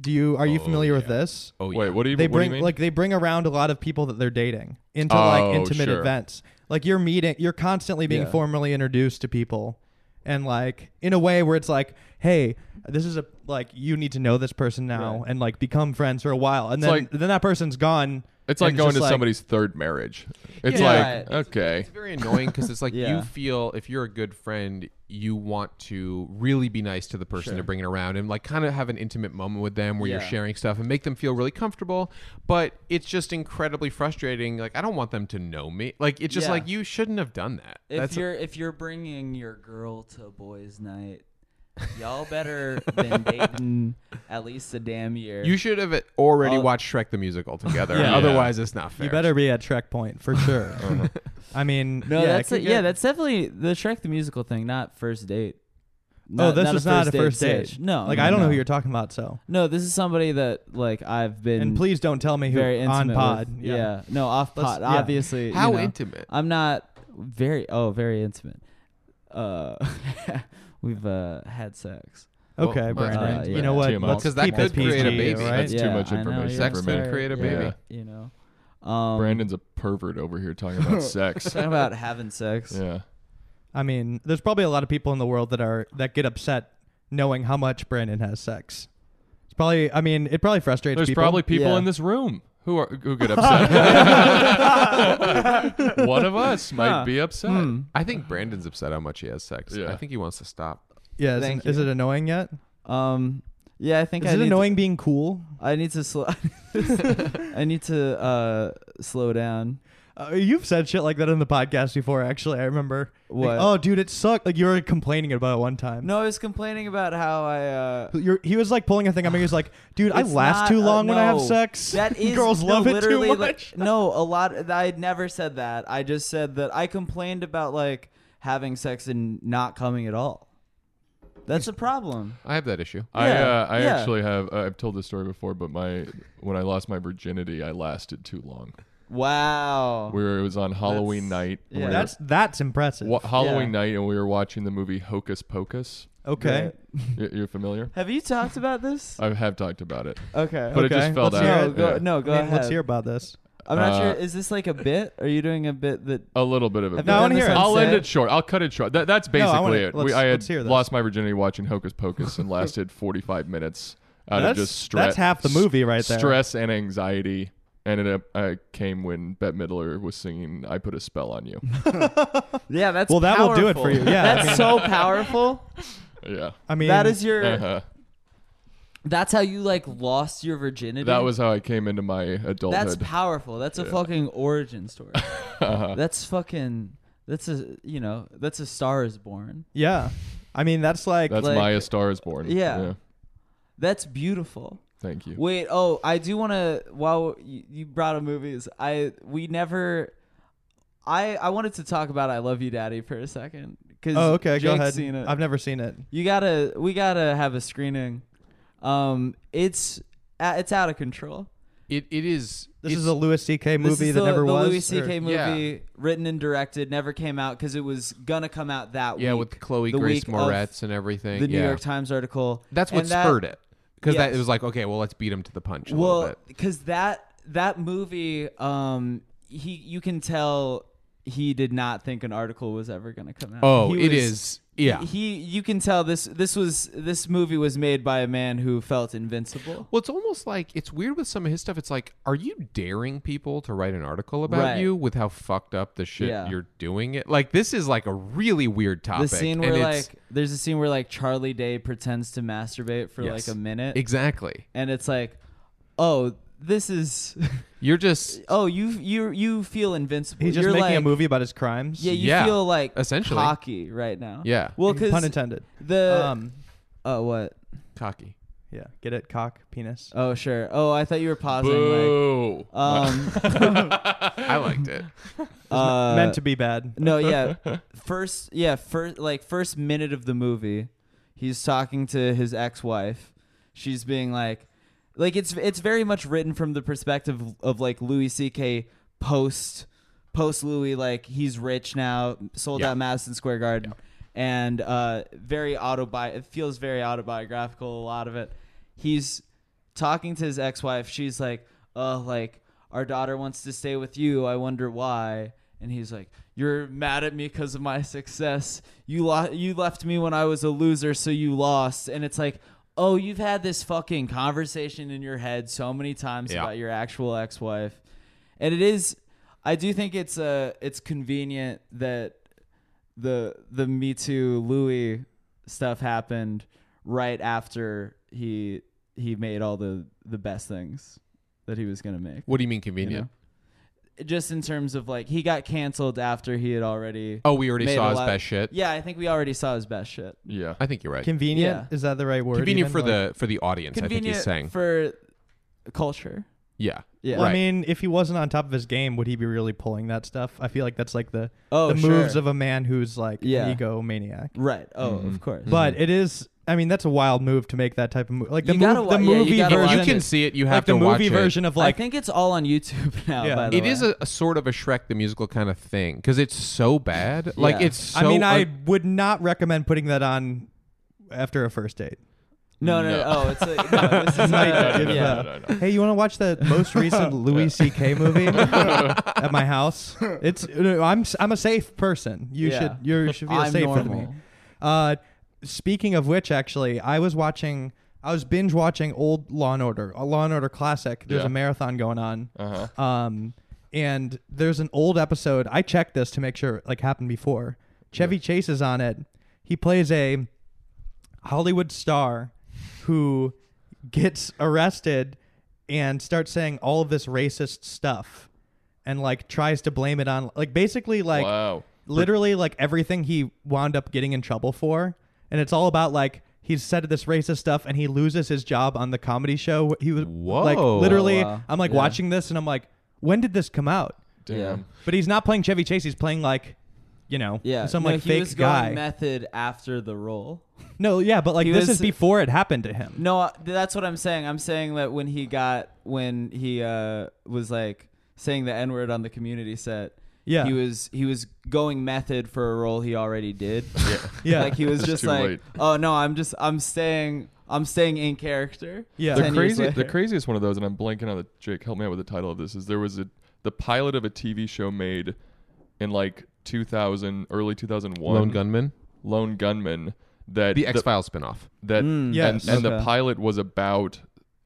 Speaker 4: Do you are you
Speaker 5: Oh,
Speaker 4: familiar with
Speaker 5: yeah.
Speaker 4: this?
Speaker 5: oh yeah.
Speaker 3: Wait, what do you?
Speaker 4: They
Speaker 3: what
Speaker 4: bring
Speaker 3: do you mean?
Speaker 4: like they bring around a lot of people that they're dating into
Speaker 3: Oh,
Speaker 4: like intimate
Speaker 3: sure.
Speaker 4: events. Like you're meeting, you're constantly being
Speaker 2: Yeah.
Speaker 4: formally introduced to people, and like in a way where it's like, hey, this is a like you need to know this person now
Speaker 2: Right.
Speaker 4: and like become friends for a while, and
Speaker 3: It's
Speaker 4: then
Speaker 3: like-
Speaker 4: then that person's gone.
Speaker 3: it's like
Speaker 4: and
Speaker 3: going
Speaker 4: just
Speaker 3: to somebody's third marriage. It's
Speaker 2: Yeah.
Speaker 3: like okay,
Speaker 5: It's very annoying
Speaker 2: <laughs>
Speaker 5: because it's like you
Speaker 2: Yeah.
Speaker 5: feel if you're a good friend, you want to really be nice to the person you're bringing around and like kind of have an intimate moment with them where you're
Speaker 2: Yeah.
Speaker 5: sharing stuff and make them feel really comfortable. But it's just incredibly frustrating. Like I don't want them to know me. Like it's just
Speaker 2: Yeah.
Speaker 5: like you shouldn't have done that.
Speaker 2: If
Speaker 5: That's
Speaker 2: you're if you're bringing your girl to boys' night, y'all better
Speaker 4: <laughs>
Speaker 2: been dating at least a damn year.
Speaker 5: you should have already
Speaker 2: All-
Speaker 5: watched Shrek the
Speaker 2: <laughs>
Speaker 5: Musical together.
Speaker 4: Yeah.
Speaker 5: Otherwise, it's not fair. Uh-huh.
Speaker 4: You better be at Trek Point for
Speaker 5: <laughs>
Speaker 4: sure. I mean,
Speaker 2: No,
Speaker 4: yeah,
Speaker 2: that's
Speaker 4: it
Speaker 2: a,
Speaker 4: could
Speaker 2: yeah,
Speaker 4: get-
Speaker 2: that's definitely the Shrek the musical thing, not first date.
Speaker 4: Oh, this is not a first
Speaker 2: sketch.
Speaker 4: date.
Speaker 2: No,
Speaker 4: like
Speaker 2: no,
Speaker 4: I don't
Speaker 2: no.
Speaker 4: know who you're talking about. So,
Speaker 2: No, this is somebody that like I've been
Speaker 4: and please don't tell me who
Speaker 2: very intimate
Speaker 4: on
Speaker 2: with.
Speaker 4: pod.
Speaker 2: Yeah. no, off
Speaker 4: Let's-
Speaker 2: pod.
Speaker 4: yeah.
Speaker 2: Obviously, you
Speaker 5: How
Speaker 2: know.
Speaker 5: intimate?
Speaker 2: I'm not very. Oh, very intimate. Uh, <laughs> we've uh, had sex.
Speaker 5: Well,
Speaker 4: Okay,
Speaker 5: that's
Speaker 4: Brandon.
Speaker 2: right.
Speaker 4: You know what?
Speaker 3: TMI.
Speaker 4: Let's
Speaker 5: 'Cause that
Speaker 4: keep it
Speaker 5: could create a
Speaker 4: PG,
Speaker 5: baby.
Speaker 4: right?
Speaker 3: That's too
Speaker 2: Yeah,
Speaker 3: much
Speaker 2: I know,
Speaker 3: information
Speaker 2: you're
Speaker 3: for
Speaker 5: Sex could
Speaker 2: right.
Speaker 5: create a
Speaker 3: Yeah.
Speaker 5: baby.
Speaker 2: You know, um,
Speaker 3: Brandon's a pervert over here talking
Speaker 2: <laughs>
Speaker 3: about sex.
Speaker 2: talking about having sex.
Speaker 3: Yeah.
Speaker 4: I mean, there's probably a lot of people in the world that are that get upset knowing how much Brandon has sex. It's probably. I mean, it probably frustrates
Speaker 3: There's
Speaker 4: people.
Speaker 3: probably people
Speaker 2: Yeah.
Speaker 3: in this room who are
Speaker 2: <laughs>
Speaker 3: who get upset. One of us might be upset.
Speaker 2: Hmm.
Speaker 5: I think Brandon's upset how much he has sex.
Speaker 3: Yeah.
Speaker 5: I think he wants to stop.
Speaker 4: Yeah. Is,
Speaker 2: Thank
Speaker 4: is
Speaker 2: you.
Speaker 4: it annoying yet?
Speaker 2: Um, yeah, I think
Speaker 4: Is
Speaker 2: I
Speaker 4: it
Speaker 2: need
Speaker 4: annoying being cool?
Speaker 2: To, I need to slow. <laughs> I need to uh, slow down.
Speaker 4: Uh, you've said shit like that in the podcast before. Actually, I remember. Like,
Speaker 2: What?
Speaker 4: oh, dude, it sucked. Like you were complaining about it one time.
Speaker 2: No, I was complaining about how I. Uh,
Speaker 4: You're, he was like pulling a thing. I mean, he was like, "Dude, I
Speaker 2: It's
Speaker 4: last
Speaker 2: not-
Speaker 4: too
Speaker 2: uh,
Speaker 4: long when I have
Speaker 2: no.
Speaker 4: sex. <laughs>
Speaker 2: That is
Speaker 4: Girls
Speaker 2: no,
Speaker 4: love it too
Speaker 2: literally,
Speaker 4: much."
Speaker 2: <laughs> like- no, a lot. I had never said that. I just said that I complained about like having sex and not coming at all. That's a problem.
Speaker 5: I have that issue.
Speaker 3: I
Speaker 2: Yeah,
Speaker 3: uh, I
Speaker 2: yeah.
Speaker 3: actually have I've told this story before, but my when I lost my virginity, I lasted too long.
Speaker 2: Wow.
Speaker 3: We were it was on Halloween night.
Speaker 2: Oh.
Speaker 3: and we
Speaker 2: yeah.
Speaker 3: were-
Speaker 4: that's that's impressive.
Speaker 3: wa- Halloween night, and we were watching the movie Hocus Pocus.
Speaker 4: okay,
Speaker 3: You-
Speaker 2: <laughs>
Speaker 3: You're familiar?
Speaker 2: Have you talked about
Speaker 3: <laughs>
Speaker 2: this?
Speaker 3: I have talked about it,
Speaker 2: Okay.
Speaker 3: but it
Speaker 4: Okay,
Speaker 3: just fell
Speaker 4: let's
Speaker 3: down.
Speaker 2: no,
Speaker 4: hear Yeah.
Speaker 2: go,
Speaker 3: Yeah.
Speaker 2: no, go
Speaker 4: I mean,
Speaker 2: ahead.
Speaker 4: let's hear about this.
Speaker 2: I'm not
Speaker 3: Uh,
Speaker 2: sure. Is this like a bit? Are you doing a bit that?
Speaker 3: A little bit of a.
Speaker 2: Have
Speaker 4: No,
Speaker 2: you
Speaker 4: I
Speaker 2: done
Speaker 4: wanna
Speaker 2: this
Speaker 4: hear it.
Speaker 2: on
Speaker 3: I'll end
Speaker 2: set?
Speaker 3: it short. I'll cut it short. That, that's
Speaker 4: No, I
Speaker 3: basically
Speaker 4: wanna-
Speaker 3: it.
Speaker 4: let's-
Speaker 3: We, I had
Speaker 4: let's hear this.
Speaker 3: lost my virginity watching Hocus Pocus and
Speaker 4: <laughs>
Speaker 3: lasted 45 minutes out
Speaker 4: That's-
Speaker 3: of just stress.
Speaker 4: that's half the movie right there.
Speaker 3: Stress and anxiety. And it uh, uh, came when Bette Midler was singing "I Put a Spell on
Speaker 4: <laughs>
Speaker 3: You."
Speaker 2: Yeah, that's
Speaker 4: Well, that will do it
Speaker 2: powerful.
Speaker 4: for you. Yeah, I
Speaker 2: that's
Speaker 4: mean-
Speaker 2: so powerful.
Speaker 4: <laughs>
Speaker 3: yeah,
Speaker 4: I mean,
Speaker 2: that is your.
Speaker 3: uh-huh.
Speaker 2: That's how you like lost your virginity.
Speaker 3: that was how I came into my adulthood. Uh-huh.
Speaker 2: That's
Speaker 3: <laughs>
Speaker 2: powerful. That's a
Speaker 3: Yeah.
Speaker 2: fucking origin story. That's fucking. That's a you know. That's a Star is Born.
Speaker 4: yeah. I mean, that's like
Speaker 3: That's
Speaker 2: like-
Speaker 3: my A Star Is Born.
Speaker 2: Yeah. That's beautiful.
Speaker 3: Thank you.
Speaker 2: Wait. Oh, I do want to. While you, you brought up movies, I we never. I I wanted to talk about I Love You Daddy for a second. Cause
Speaker 4: oh, okay. go
Speaker 2: Jake's
Speaker 4: ahead.
Speaker 2: Seen it.
Speaker 4: I've never seen it.
Speaker 2: You gotta, we gotta have a screening. Um, it's uh, it's out of control.
Speaker 5: It it is.
Speaker 4: This
Speaker 5: it's-
Speaker 4: is a Louis C.K.
Speaker 2: This
Speaker 4: movie
Speaker 2: is
Speaker 4: that
Speaker 2: the,
Speaker 4: never
Speaker 2: the
Speaker 4: was.
Speaker 2: Louis C.K.
Speaker 4: or-
Speaker 2: movie
Speaker 5: Yeah.
Speaker 2: written and directed never came out because it was gonna come out that
Speaker 5: yeah,
Speaker 2: week.
Speaker 5: with Chloe
Speaker 2: the
Speaker 5: Grace
Speaker 2: week of
Speaker 5: Moretz and everything.
Speaker 2: the New
Speaker 5: yeah.
Speaker 2: York Times article.
Speaker 5: That's what
Speaker 2: And that-
Speaker 5: spurred it. Because that
Speaker 2: Yes.
Speaker 5: it was like, okay, well, let's beat him to the punch a little
Speaker 2: Well,
Speaker 5: bit.
Speaker 2: because that that movie, um, he you can tell he did not think an article was ever gonna come out.
Speaker 5: Oh,
Speaker 2: He
Speaker 5: it
Speaker 2: was-
Speaker 5: is. Yeah.
Speaker 2: He, you can tell this. This was this movie was made by a man who felt invincible.
Speaker 5: Well, it's almost like it's weird with some of his stuff. It's like, are you daring people to write an article about
Speaker 2: Right.
Speaker 5: you with how fucked up the shit
Speaker 2: Yeah.
Speaker 5: you're doing? It like this is like a really weird topic.
Speaker 2: the scene
Speaker 5: and
Speaker 2: where
Speaker 5: it's-
Speaker 2: like there's a scene where like Charlie Day pretends to masturbate for
Speaker 5: Yes.
Speaker 2: like a minute,
Speaker 5: exactly,
Speaker 2: and it's like, oh, this is, <laughs>
Speaker 5: you're just
Speaker 2: oh, you you you feel invincible.
Speaker 4: He's just
Speaker 2: You're
Speaker 4: making a
Speaker 2: like-
Speaker 4: movie about his crimes.
Speaker 2: Yeah, you
Speaker 5: Yeah,
Speaker 2: feel like
Speaker 5: essentially.
Speaker 2: cocky right now.
Speaker 5: Yeah.
Speaker 2: Well, uh,
Speaker 4: Pun
Speaker 2: because
Speaker 4: intended.
Speaker 2: the
Speaker 4: um.
Speaker 2: oh what
Speaker 5: cocky.
Speaker 4: Yeah. Get it? Cock. Penis.
Speaker 2: oh sure oh I thought you were pausing. Like,
Speaker 3: Boo.
Speaker 2: um,
Speaker 5: I
Speaker 2: <laughs>
Speaker 5: liked it.
Speaker 4: <laughs>
Speaker 2: uh,
Speaker 4: Meant to be bad.
Speaker 2: No, yeah. First, yeah, first like first minute of the movie, he's talking to his ex-wife. She's being like like it's it's very much written from the perspective of like Louis CK post post Louis like he's rich now, sold
Speaker 5: Yeah.
Speaker 2: out Madison Square Garden and uh very autobi it feels very autobiographical a lot of it. He's talking to his ex-wife. She's like, "Oh, like our daughter wants to stay with you. I wonder why." And he's like, "You're mad at me because of my success. You lo- you left me when I was a loser, so you lost." And it's like, "Oh, you've had this fucking conversation in your head so many times
Speaker 5: Yeah.
Speaker 2: about your actual ex-wife." And it is I do think it's uh it's convenient that the the Me Too Louis stuff happened right after he he made all the the best things that he was gonna make.
Speaker 5: What do you mean
Speaker 2: you
Speaker 5: convenient?
Speaker 2: know? Just in terms of like he got canceled after he had already.
Speaker 5: Oh, we already
Speaker 2: made
Speaker 5: saw
Speaker 2: a
Speaker 5: his
Speaker 2: lot-
Speaker 5: best shit.
Speaker 2: Yeah, I think we already saw his best shit.
Speaker 3: yeah.
Speaker 5: I think you're right.
Speaker 4: Convenient.
Speaker 2: Yeah.
Speaker 4: Is that the right word?
Speaker 5: Convenient
Speaker 4: even?
Speaker 5: for
Speaker 4: Like-
Speaker 5: the for the audience. I think
Speaker 2: Convenient
Speaker 5: he's saying.
Speaker 2: for culture.
Speaker 5: yeah.
Speaker 2: Yeah.
Speaker 4: Well,
Speaker 5: Right.
Speaker 4: I mean, if he wasn't on top of his game, would he be really pulling that stuff? I feel like that's like the
Speaker 2: Oh,
Speaker 4: the moves
Speaker 2: sure.
Speaker 4: of a man who's like
Speaker 2: Yeah.
Speaker 4: an egomaniac.
Speaker 2: Right. Oh, of course.
Speaker 4: But it is. I mean, that's a wild move to make that type of move. Like the,
Speaker 2: You gotta
Speaker 4: mov-
Speaker 2: wa-
Speaker 4: the
Speaker 2: yeah, you
Speaker 4: movie
Speaker 2: gotta watch
Speaker 4: version.
Speaker 5: You can see it. You have
Speaker 4: like the
Speaker 5: to watch
Speaker 4: movie
Speaker 5: it.
Speaker 4: version of
Speaker 2: I
Speaker 4: like
Speaker 2: think it's all on YouTube <laughs> now.
Speaker 4: Yeah.
Speaker 2: By the
Speaker 5: It
Speaker 2: way.
Speaker 5: is a, a sort of a Shrek the musical kind of thing because it's so bad. Like
Speaker 2: Yeah.
Speaker 5: it's. So uh,
Speaker 4: I mean, I
Speaker 5: un-
Speaker 4: would not recommend putting that on after a first date.
Speaker 2: No, no, no.
Speaker 3: No.
Speaker 2: Oh, it's like no,
Speaker 4: <laughs>
Speaker 2: this is,
Speaker 4: Might
Speaker 2: uh,
Speaker 3: <laughs>
Speaker 4: give
Speaker 2: yeah.
Speaker 4: that. Hey, you want to watch the
Speaker 2: <laughs>
Speaker 4: most recent Louis C.K. movie at my house? It's no, I'm s- I'm a safe person. You
Speaker 2: Yeah.
Speaker 4: should you should feel
Speaker 2: I'm
Speaker 4: safe with me.
Speaker 2: normal.
Speaker 4: Uh, speaking of which, actually, I was watching. I was binge watching old Law and Order, a Law and Order classic. There's
Speaker 3: Yeah.
Speaker 4: a marathon going on.
Speaker 3: Uh-huh.
Speaker 4: Um, and there's an old episode. I checked this to make sure it like happened before. Chevy Chase is on it. He plays a Hollywood star who gets arrested and starts saying all of this racist stuff and like tries to blame it on like basically like
Speaker 3: wow.
Speaker 4: literally like everything he wound up getting in trouble for and it's all about like he's said this racist stuff and he loses his job on the comedy show he was like
Speaker 5: Whoa.
Speaker 4: literally
Speaker 2: Oh, wow.
Speaker 4: i'm like
Speaker 2: Yeah.
Speaker 4: watching this and i'm like when did this come out
Speaker 3: Damn.
Speaker 2: Yeah.
Speaker 4: but he's not playing chevy chase he's playing like you know
Speaker 2: Yeah,
Speaker 4: some
Speaker 2: no,
Speaker 4: like
Speaker 2: he
Speaker 4: fake
Speaker 2: was going
Speaker 4: guy
Speaker 2: method after the role.
Speaker 4: no yeah but like
Speaker 2: He
Speaker 4: this
Speaker 2: was- uh,
Speaker 4: is before it happened to him
Speaker 2: No, uh, that's what I'm saying. I'm saying that when he got when he uh, was like saying the n word on the community set.
Speaker 4: Yeah.
Speaker 2: he was <laughs> he was going method for a role he already did. Yeah,
Speaker 4: Yeah.
Speaker 2: Like he was
Speaker 3: It's
Speaker 2: just
Speaker 3: too
Speaker 2: like,
Speaker 3: late.
Speaker 2: oh no, I'm just I'm staying I'm staying in character.
Speaker 4: Yeah.
Speaker 3: The
Speaker 2: 10 years
Speaker 3: crazy, the
Speaker 2: later.
Speaker 3: craziest one of those, and I'm blanking on the Jake. Help me out with the title of this. Is there was a the pilot of a TV show made in like 2000, early 2001.
Speaker 5: Lone Gunman,
Speaker 3: Lone Gunman. That
Speaker 5: the X Files spinoff.
Speaker 3: That
Speaker 2: Mm,
Speaker 4: Yes.
Speaker 3: and, and
Speaker 2: okay.
Speaker 3: the pilot was about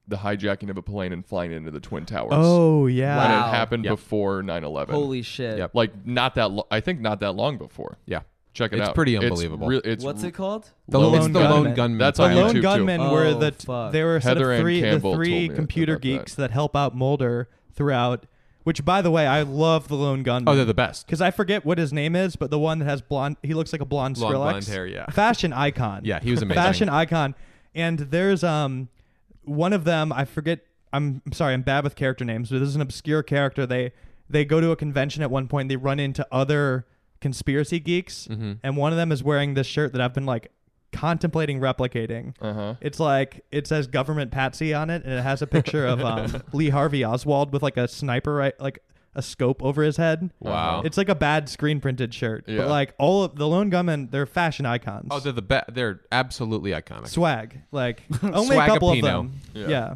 Speaker 3: the hijacking of a plane and flying into the twin towers.
Speaker 4: oh yeah
Speaker 3: and
Speaker 2: Wow.
Speaker 3: it happened
Speaker 5: Yep.
Speaker 3: before 9/11.
Speaker 2: Holy shit!
Speaker 5: Yep.
Speaker 3: Like not that. Lo- I think not that long before.
Speaker 5: Yeah,
Speaker 3: Check it
Speaker 5: It's
Speaker 3: out.
Speaker 5: pretty unbelievable.
Speaker 3: real- it's
Speaker 2: What's it called?
Speaker 5: the,
Speaker 3: Lone
Speaker 5: it's the
Speaker 4: Gunman.
Speaker 5: Lone Gunman.
Speaker 3: That's
Speaker 4: The
Speaker 3: on
Speaker 5: pilot.
Speaker 3: YouTube.
Speaker 4: lone
Speaker 3: too.
Speaker 4: gunmen were
Speaker 2: Oh,
Speaker 4: the
Speaker 2: fuck.
Speaker 4: they were a set
Speaker 3: Heather
Speaker 4: of
Speaker 3: Ann
Speaker 4: three the
Speaker 3: Campbell told
Speaker 4: three
Speaker 3: me
Speaker 4: computer
Speaker 3: about that.
Speaker 4: geeks that. help out Mulder throughout. Which, by the way, I love the lone gunman.
Speaker 5: Oh, they're the best.
Speaker 4: because I forget what his name is, but the one that has blonde, he looks like a blonde
Speaker 5: Blonde,
Speaker 4: Skrillex.
Speaker 5: blonde hair, yeah.
Speaker 4: Fashion icon.
Speaker 5: Yeah, he was amazing.
Speaker 4: Fashion icon. And there's um one of them, I forget I'm, I'm sorry, I'm bad with character names, but this is an obscure character. They they go to a convention at one point, they run into other conspiracy geeks,
Speaker 5: Mm-hmm.
Speaker 4: and one of them is wearing this shirt that I've been like contemplating replicating.
Speaker 3: Uh-huh.
Speaker 4: It's like it says government patsy on it and it has a picture of
Speaker 5: <laughs>
Speaker 4: um, Lee Harvey Oswald with like a sniper right like a scope over his head.
Speaker 5: Wow.
Speaker 4: It's like a bad screen printed shirt.
Speaker 3: Yeah.
Speaker 4: But like all of the Lone Gunmen, they're fashion icons.
Speaker 5: Oh, they're the best. They're absolutely
Speaker 4: <laughs>
Speaker 5: iconic.
Speaker 4: swag. Like only a
Speaker 5: Swagapino.
Speaker 4: couple of them.
Speaker 3: Yeah.
Speaker 4: Yeah.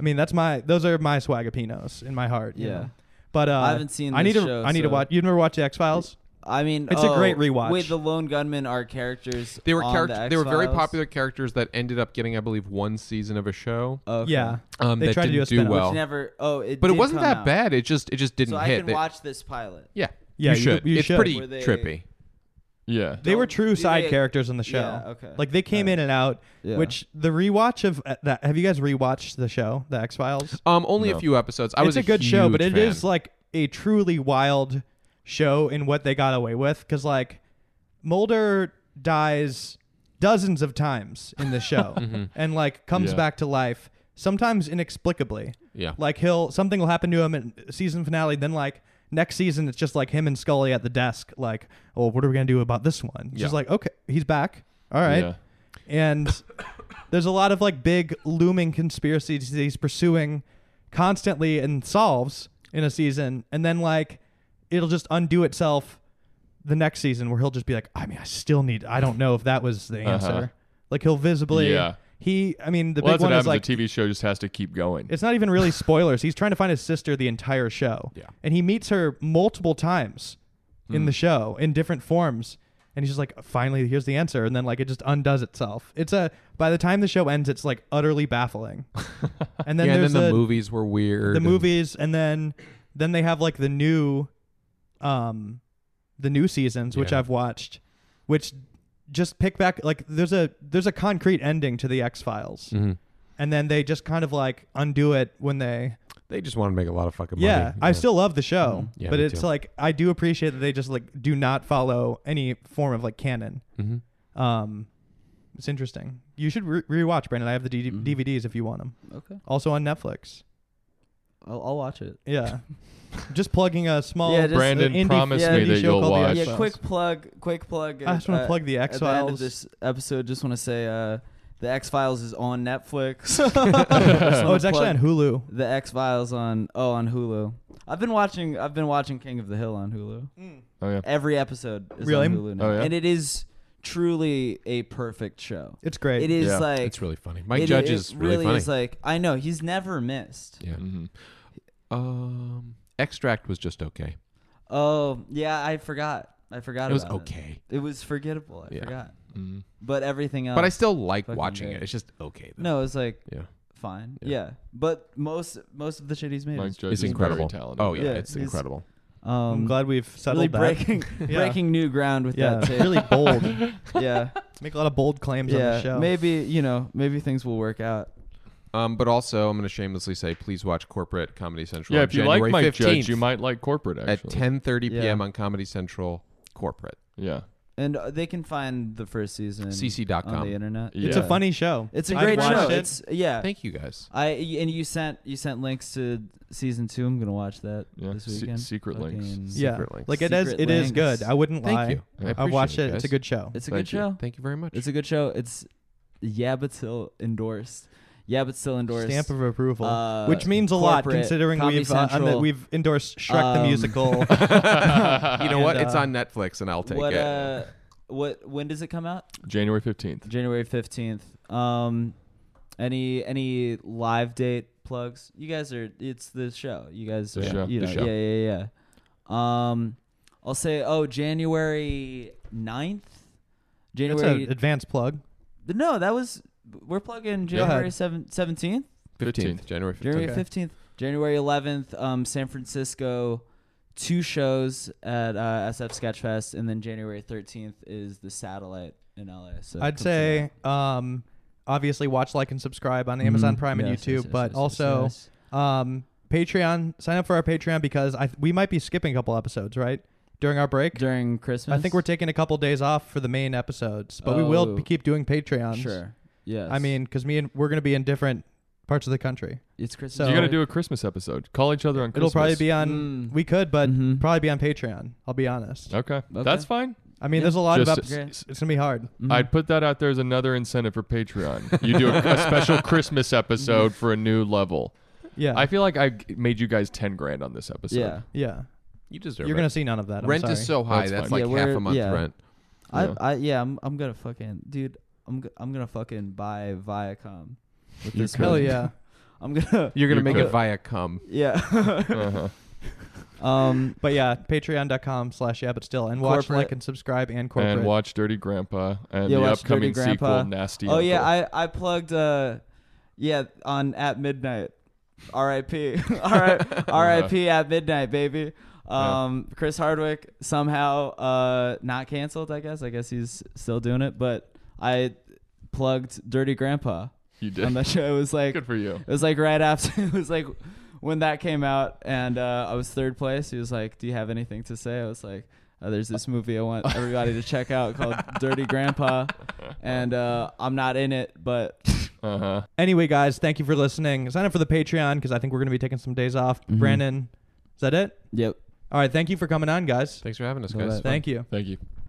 Speaker 4: I mean that's my those are my swagapinos in my heart. you
Speaker 2: Yeah.
Speaker 4: know? But uh,
Speaker 2: I haven't seen
Speaker 4: I need
Speaker 2: this
Speaker 4: to
Speaker 2: show,
Speaker 4: I need to
Speaker 2: so-
Speaker 4: watch you've never watched the X Files?
Speaker 2: I mean,
Speaker 4: It's a
Speaker 2: oh,
Speaker 4: great rewatch.
Speaker 2: Wait, the lone gunmen are characters.
Speaker 5: They were
Speaker 2: on
Speaker 5: character.
Speaker 2: the
Speaker 5: they were very
Speaker 2: X-Files?
Speaker 5: popular characters that ended up getting, I believe, one season of a show.
Speaker 2: Okay.
Speaker 4: Yeah.
Speaker 5: Um,
Speaker 4: They
Speaker 5: that
Speaker 4: tried to do
Speaker 5: didn't
Speaker 4: a spin-off.
Speaker 5: well,
Speaker 2: Never. Oh, it.
Speaker 5: but it
Speaker 2: did
Speaker 5: wasn't
Speaker 2: come
Speaker 5: that
Speaker 2: out.
Speaker 5: bad. It just it just didn't
Speaker 2: So I
Speaker 5: hit.
Speaker 2: can
Speaker 5: They-
Speaker 2: watch this pilot.
Speaker 5: yeah,
Speaker 4: Yeah,
Speaker 5: you
Speaker 4: you-
Speaker 5: should.
Speaker 4: you
Speaker 5: it's
Speaker 4: should.
Speaker 5: pretty
Speaker 2: Were they-
Speaker 5: trippy.
Speaker 3: Yeah.
Speaker 4: They were
Speaker 2: Don't-
Speaker 4: true
Speaker 2: do
Speaker 4: side
Speaker 2: they-
Speaker 4: characters on the show.
Speaker 2: Yeah, okay.
Speaker 4: Like they came in and out,
Speaker 2: Yeah.
Speaker 4: which the rewatch of uh, that. Have you guys rewatched the show, The X Files?
Speaker 5: Um, only
Speaker 3: No.
Speaker 5: a few episodes. I
Speaker 4: it's
Speaker 5: was
Speaker 4: a, good show, but
Speaker 5: huge
Speaker 4: it is
Speaker 5: fan.
Speaker 4: like a truly wild show in what they got away with. Because like Mulder dies dozens of times in the
Speaker 5: <laughs>
Speaker 4: show,
Speaker 5: Mm-hmm.
Speaker 4: and like comes
Speaker 3: Yeah.
Speaker 4: back to life sometimes inexplicably.
Speaker 5: yeah.
Speaker 4: Like he'll something will happen to him in season finale, then like next season it's just like him and Scully at the desk, like, oh, what are we gonna do about this one? It's Just
Speaker 5: Yeah.
Speaker 4: like, okay, he's back. All right.
Speaker 3: Yeah.
Speaker 4: And <coughs> there's a lot of like big looming conspiracies that he's pursuing constantly and solves in a season, and then like it'll just undo itself the next season where he'll just be like, I mean, I still need I don't know if that was the answer. Like he'll visibly
Speaker 3: Uh-huh. Yeah.
Speaker 4: he I mean the
Speaker 3: well,
Speaker 4: big
Speaker 3: that's what
Speaker 4: one
Speaker 3: happens.
Speaker 4: is like
Speaker 3: the TV show just has to keep going.
Speaker 4: it's not even really spoilers. He's trying to find his sister the entire show.
Speaker 5: Yeah. Hmm.
Speaker 4: And he meets her multiple times in the show in different forms. And he's just like, finally, here's the answer. And then, like, it just undoes itself. It's a, by the time the show ends, it's like utterly
Speaker 5: <laughs>
Speaker 4: baffling. and then
Speaker 5: yeah, and
Speaker 4: there's
Speaker 5: then the
Speaker 4: a-
Speaker 5: movies were weird.
Speaker 4: the
Speaker 5: and-
Speaker 4: movies, and then, then they have like the new, um, the new seasons, which
Speaker 5: Yeah.
Speaker 4: I've watched, which just pick back, like, there's a, there's a concrete ending to the X Files.
Speaker 5: Mhm.
Speaker 4: And then they just kind of like undo it when they,
Speaker 5: They just want to make a lot of fucking money.
Speaker 4: yeah, I still love the show,
Speaker 3: Mm-hmm.
Speaker 5: Yeah,
Speaker 4: but
Speaker 5: me
Speaker 4: it's
Speaker 5: too.
Speaker 4: like I do appreciate that they just like do not follow any form of like canon.
Speaker 5: Mhm.
Speaker 4: Um, it's interesting. You should re- rewatch Brandon. I have the D-
Speaker 3: Mm-hmm.
Speaker 4: DVDs if you want them.
Speaker 2: Okay.
Speaker 4: Also on Netflix.
Speaker 2: I'll, I'll watch it. <laughs>
Speaker 4: Yeah, just plugging a small. uh,
Speaker 2: Yeah, just-
Speaker 3: Brandon,
Speaker 4: indie-
Speaker 3: promise
Speaker 2: yeah,
Speaker 3: me
Speaker 2: indie
Speaker 3: that
Speaker 4: show
Speaker 3: you'll
Speaker 4: called The
Speaker 3: watch.
Speaker 4: X
Speaker 2: yeah.
Speaker 4: Files.
Speaker 2: Quick plug. Quick plug. uh,
Speaker 4: I just want to plug the X
Speaker 2: At the end of
Speaker 3: <laughs>
Speaker 4: Files.
Speaker 2: this <laughs> episode, just want to say uh, the X Files is on
Speaker 4: <laughs>
Speaker 2: Netflix. <laughs>
Speaker 4: Oh, it's actually on Hulu.
Speaker 2: The X Files on oh on Hulu. I've been watching. I've been watching King of the Hill on Hulu.
Speaker 3: Oh yeah.
Speaker 2: Every episode is
Speaker 4: Mm. Really?
Speaker 2: on Hulu now,
Speaker 3: Oh, yeah?
Speaker 2: and it is truly a perfect show.
Speaker 4: It's great.
Speaker 2: It is
Speaker 3: Yeah,
Speaker 2: like
Speaker 5: it's really funny. Mike
Speaker 2: it-
Speaker 5: Judge
Speaker 2: it
Speaker 5: is really, funny.
Speaker 2: is like I know he's never missed.
Speaker 5: yeah.
Speaker 3: Mhm.
Speaker 5: Um, Extract was just okay.
Speaker 2: Oh yeah, I forgot. I forgot.
Speaker 5: It was
Speaker 2: about
Speaker 5: okay.
Speaker 2: It. was forgettable. I
Speaker 5: Yeah.
Speaker 2: forgot.
Speaker 3: Mhm.
Speaker 2: But everything else.
Speaker 5: But I still like
Speaker 2: fucking
Speaker 5: watching
Speaker 2: great.
Speaker 5: it. It's just okay. Though.
Speaker 2: no. It was like
Speaker 5: Yeah.
Speaker 2: fine.
Speaker 5: Yeah.
Speaker 2: Yeah. But most most of the shit he's made.
Speaker 3: Mike
Speaker 2: is-
Speaker 3: Judge
Speaker 5: It's
Speaker 3: is very
Speaker 5: incredible.
Speaker 3: talented.
Speaker 5: Oh yeah,
Speaker 2: Yeah,
Speaker 5: it's
Speaker 2: he's-
Speaker 5: incredible.
Speaker 2: um,
Speaker 4: I'm glad we've
Speaker 2: really
Speaker 4: settled Mm. that.
Speaker 2: breaking
Speaker 4: <laughs> Yeah.
Speaker 2: breaking new ground with
Speaker 4: Yeah,
Speaker 2: that. Tape.
Speaker 4: really bold.
Speaker 2: <laughs>
Speaker 4: <laughs>
Speaker 2: yeah.
Speaker 4: Make a lot of bold claims on the
Speaker 2: yeah.
Speaker 4: show.
Speaker 2: Maybe you know. Maybe things will work out.
Speaker 5: Um, but also I'm going to shamelessly say, please watch Corporate Comedy Central.
Speaker 3: Yeah,
Speaker 5: on
Speaker 3: if you
Speaker 5: January
Speaker 3: like Mike
Speaker 5: 15th
Speaker 3: Judge, you might like corporate
Speaker 5: at
Speaker 3: actually.
Speaker 5: 10:30
Speaker 2: Yeah.
Speaker 5: p.m. on Comedy Central. Corporate.
Speaker 3: yeah.
Speaker 2: And uh, they can find the first season on the
Speaker 5: CC.com.
Speaker 2: internet.
Speaker 3: Yeah.
Speaker 4: It's a funny show.
Speaker 2: It's a
Speaker 4: I've
Speaker 2: great
Speaker 4: watched
Speaker 2: show.
Speaker 4: it.
Speaker 2: It's yeah.
Speaker 5: Thank you guys.
Speaker 2: I and you sent you sent links to season two. I'm gonna watch that
Speaker 3: Yeah.
Speaker 2: this
Speaker 3: Se-
Speaker 2: weekend.
Speaker 3: secret links.
Speaker 2: Fucking-
Speaker 4: yeah,
Speaker 5: Secret links.
Speaker 4: like it is.
Speaker 2: Secret
Speaker 4: It
Speaker 2: links.
Speaker 4: is good. I wouldn't
Speaker 5: Thank
Speaker 4: lie.
Speaker 5: you. I
Speaker 4: I've
Speaker 5: appreciate
Speaker 4: watched
Speaker 5: it,
Speaker 4: it. It's a
Speaker 5: guys.
Speaker 4: good show.
Speaker 2: It's a
Speaker 3: Thank
Speaker 2: good
Speaker 3: you.
Speaker 2: show.
Speaker 5: Thank you very much.
Speaker 2: It's a good show. It's yeah, but still endorsed. Yeah, but still endorsed.
Speaker 4: Stamp of approval,
Speaker 2: Uh,
Speaker 4: which means a lot
Speaker 2: corporate,
Speaker 4: considering
Speaker 2: Comedy
Speaker 4: we've uh, on the,
Speaker 2: Central.
Speaker 4: we've endorsed Shrek the
Speaker 2: Um, <laughs>
Speaker 4: musical.
Speaker 5: <laughs> you know
Speaker 4: And,
Speaker 5: what? it's
Speaker 4: uh,
Speaker 5: on Netflix, and I'll take
Speaker 2: what
Speaker 5: it.
Speaker 2: uh, what when does it come out?
Speaker 3: January 15th.
Speaker 2: January fifteenth. Um, any any live date plugs? You guys are it's the show. You guys
Speaker 3: The
Speaker 2: are
Speaker 3: show,
Speaker 2: you
Speaker 5: the
Speaker 2: know
Speaker 5: show.
Speaker 2: yeah yeah yeah. Um, I'll say oh January 9th?
Speaker 4: It's
Speaker 2: January
Speaker 4: an advanced plug.
Speaker 2: no that was we're plugging
Speaker 4: Go ahead.
Speaker 2: January seventeenth.
Speaker 5: 15th, January 15th.
Speaker 2: January
Speaker 4: Okay.
Speaker 2: fifteenth, January eleventh, um, San Francisco, two shows at uh, SF Sketchfest, and then January thirteenth is the Satellite in LA. So come
Speaker 4: I'd
Speaker 2: see
Speaker 4: say, um, obviously, watch, like, and subscribe on Amazon
Speaker 2: Mhm.
Speaker 3: Mm-hmm.
Speaker 4: Prime and
Speaker 2: Yes, yes,
Speaker 4: YouTube,
Speaker 2: yes,
Speaker 4: but
Speaker 2: yes, yes,
Speaker 4: also
Speaker 2: yes.
Speaker 4: um, Patreon. Sign up for our Patreon because I we might be skipping a couple episodes, right? During our break,
Speaker 2: during Christmas.
Speaker 4: I think we're taking a couple days off for the main episodes, but we will
Speaker 2: Oh.
Speaker 4: p- keep doing Patreons.
Speaker 2: sure. Yes.
Speaker 4: I mean, because me and we're gonna be in different parts of the country.
Speaker 2: it's Christmas.
Speaker 4: so-
Speaker 3: You got to
Speaker 4: it-
Speaker 3: do a Christmas episode. Call each other on
Speaker 4: It'll
Speaker 3: Christmas.
Speaker 4: probably be on.
Speaker 2: Mm.
Speaker 4: We could, but
Speaker 2: Mhm.
Speaker 4: probably be on Patreon. I'll be honest.
Speaker 3: Okay.
Speaker 2: Okay.
Speaker 3: That's fine.
Speaker 4: I mean,
Speaker 2: Yeah.
Speaker 4: there's a lot of
Speaker 3: Just-
Speaker 4: episodes. It's gonna be hard.
Speaker 2: Mhm.
Speaker 3: I'd put that out there as another incentive for Patreon. You do a, a special Christmas episode for a new level.
Speaker 4: Yeah.
Speaker 3: I feel like I g- made you guys 10 grand on this episode.
Speaker 2: yeah.
Speaker 4: yeah.
Speaker 5: You deserve
Speaker 4: You're
Speaker 5: it.
Speaker 4: gonna see none of that. I'm
Speaker 5: rent
Speaker 4: sorry.
Speaker 5: is so high.
Speaker 3: That's
Speaker 5: That's,
Speaker 3: fine.
Speaker 5: like
Speaker 2: Yeah,
Speaker 5: half
Speaker 2: we're-
Speaker 5: a month's
Speaker 2: yeah.
Speaker 5: rent.
Speaker 3: Yeah.
Speaker 2: I, I yeah, I'm I'm gonna fucking dude. I'm go- I'm gonna fucking buy Viacom. With
Speaker 3: You
Speaker 2: this
Speaker 3: could.
Speaker 4: Hell
Speaker 2: money.
Speaker 4: yeah.
Speaker 2: <laughs> I'm
Speaker 4: <laughs>
Speaker 2: gonna.
Speaker 5: You're gonna
Speaker 3: You
Speaker 5: make
Speaker 3: could.
Speaker 5: it via cum.
Speaker 2: Yeah. <laughs>
Speaker 3: <laughs> Uh-huh.
Speaker 2: um.
Speaker 4: But yeah, patreon.com slash yeah, but still. And watch,
Speaker 2: Corporate.
Speaker 4: like, and subscribe and corporate.
Speaker 3: And watch Dirty Grandpa and
Speaker 2: Yeah,
Speaker 3: the
Speaker 2: watch
Speaker 3: upcoming
Speaker 2: Dirty Grandpa.
Speaker 3: sequel, Nasty
Speaker 2: Oh yeah,
Speaker 3: Uncle.
Speaker 2: I I plugged uh, yeah on at midnight. <laughs>
Speaker 3: <laughs>
Speaker 2: R.I.P. R.I.P. R.I.P. at midnight, baby. Um, Chris Hardwick somehow uh not canceled. I guess. I guess he's still doing it. But I plugged Dirty Grandpa
Speaker 3: you did.
Speaker 2: on that show. It was like
Speaker 3: <laughs> Good for you.
Speaker 2: it was like right after. <laughs> It was like when that came out, and uh, I was third place. He was like, "Do you have anything to say?" I was like, oh, "There's this movie I want everybody to check out called Dirty Grandpa, and uh, I'm not in it, but
Speaker 3: Uh-huh.
Speaker 4: Anyway, guys, thank you for listening. Sign up for the Patreon because I think we're going to be taking some days off. Brandon, is that it?
Speaker 2: yep,
Speaker 4: All right. Thank you for coming on, guys.
Speaker 5: Thanks for having us,
Speaker 2: No,
Speaker 5: guys.
Speaker 2: that-
Speaker 4: Thank you.
Speaker 3: Thank you.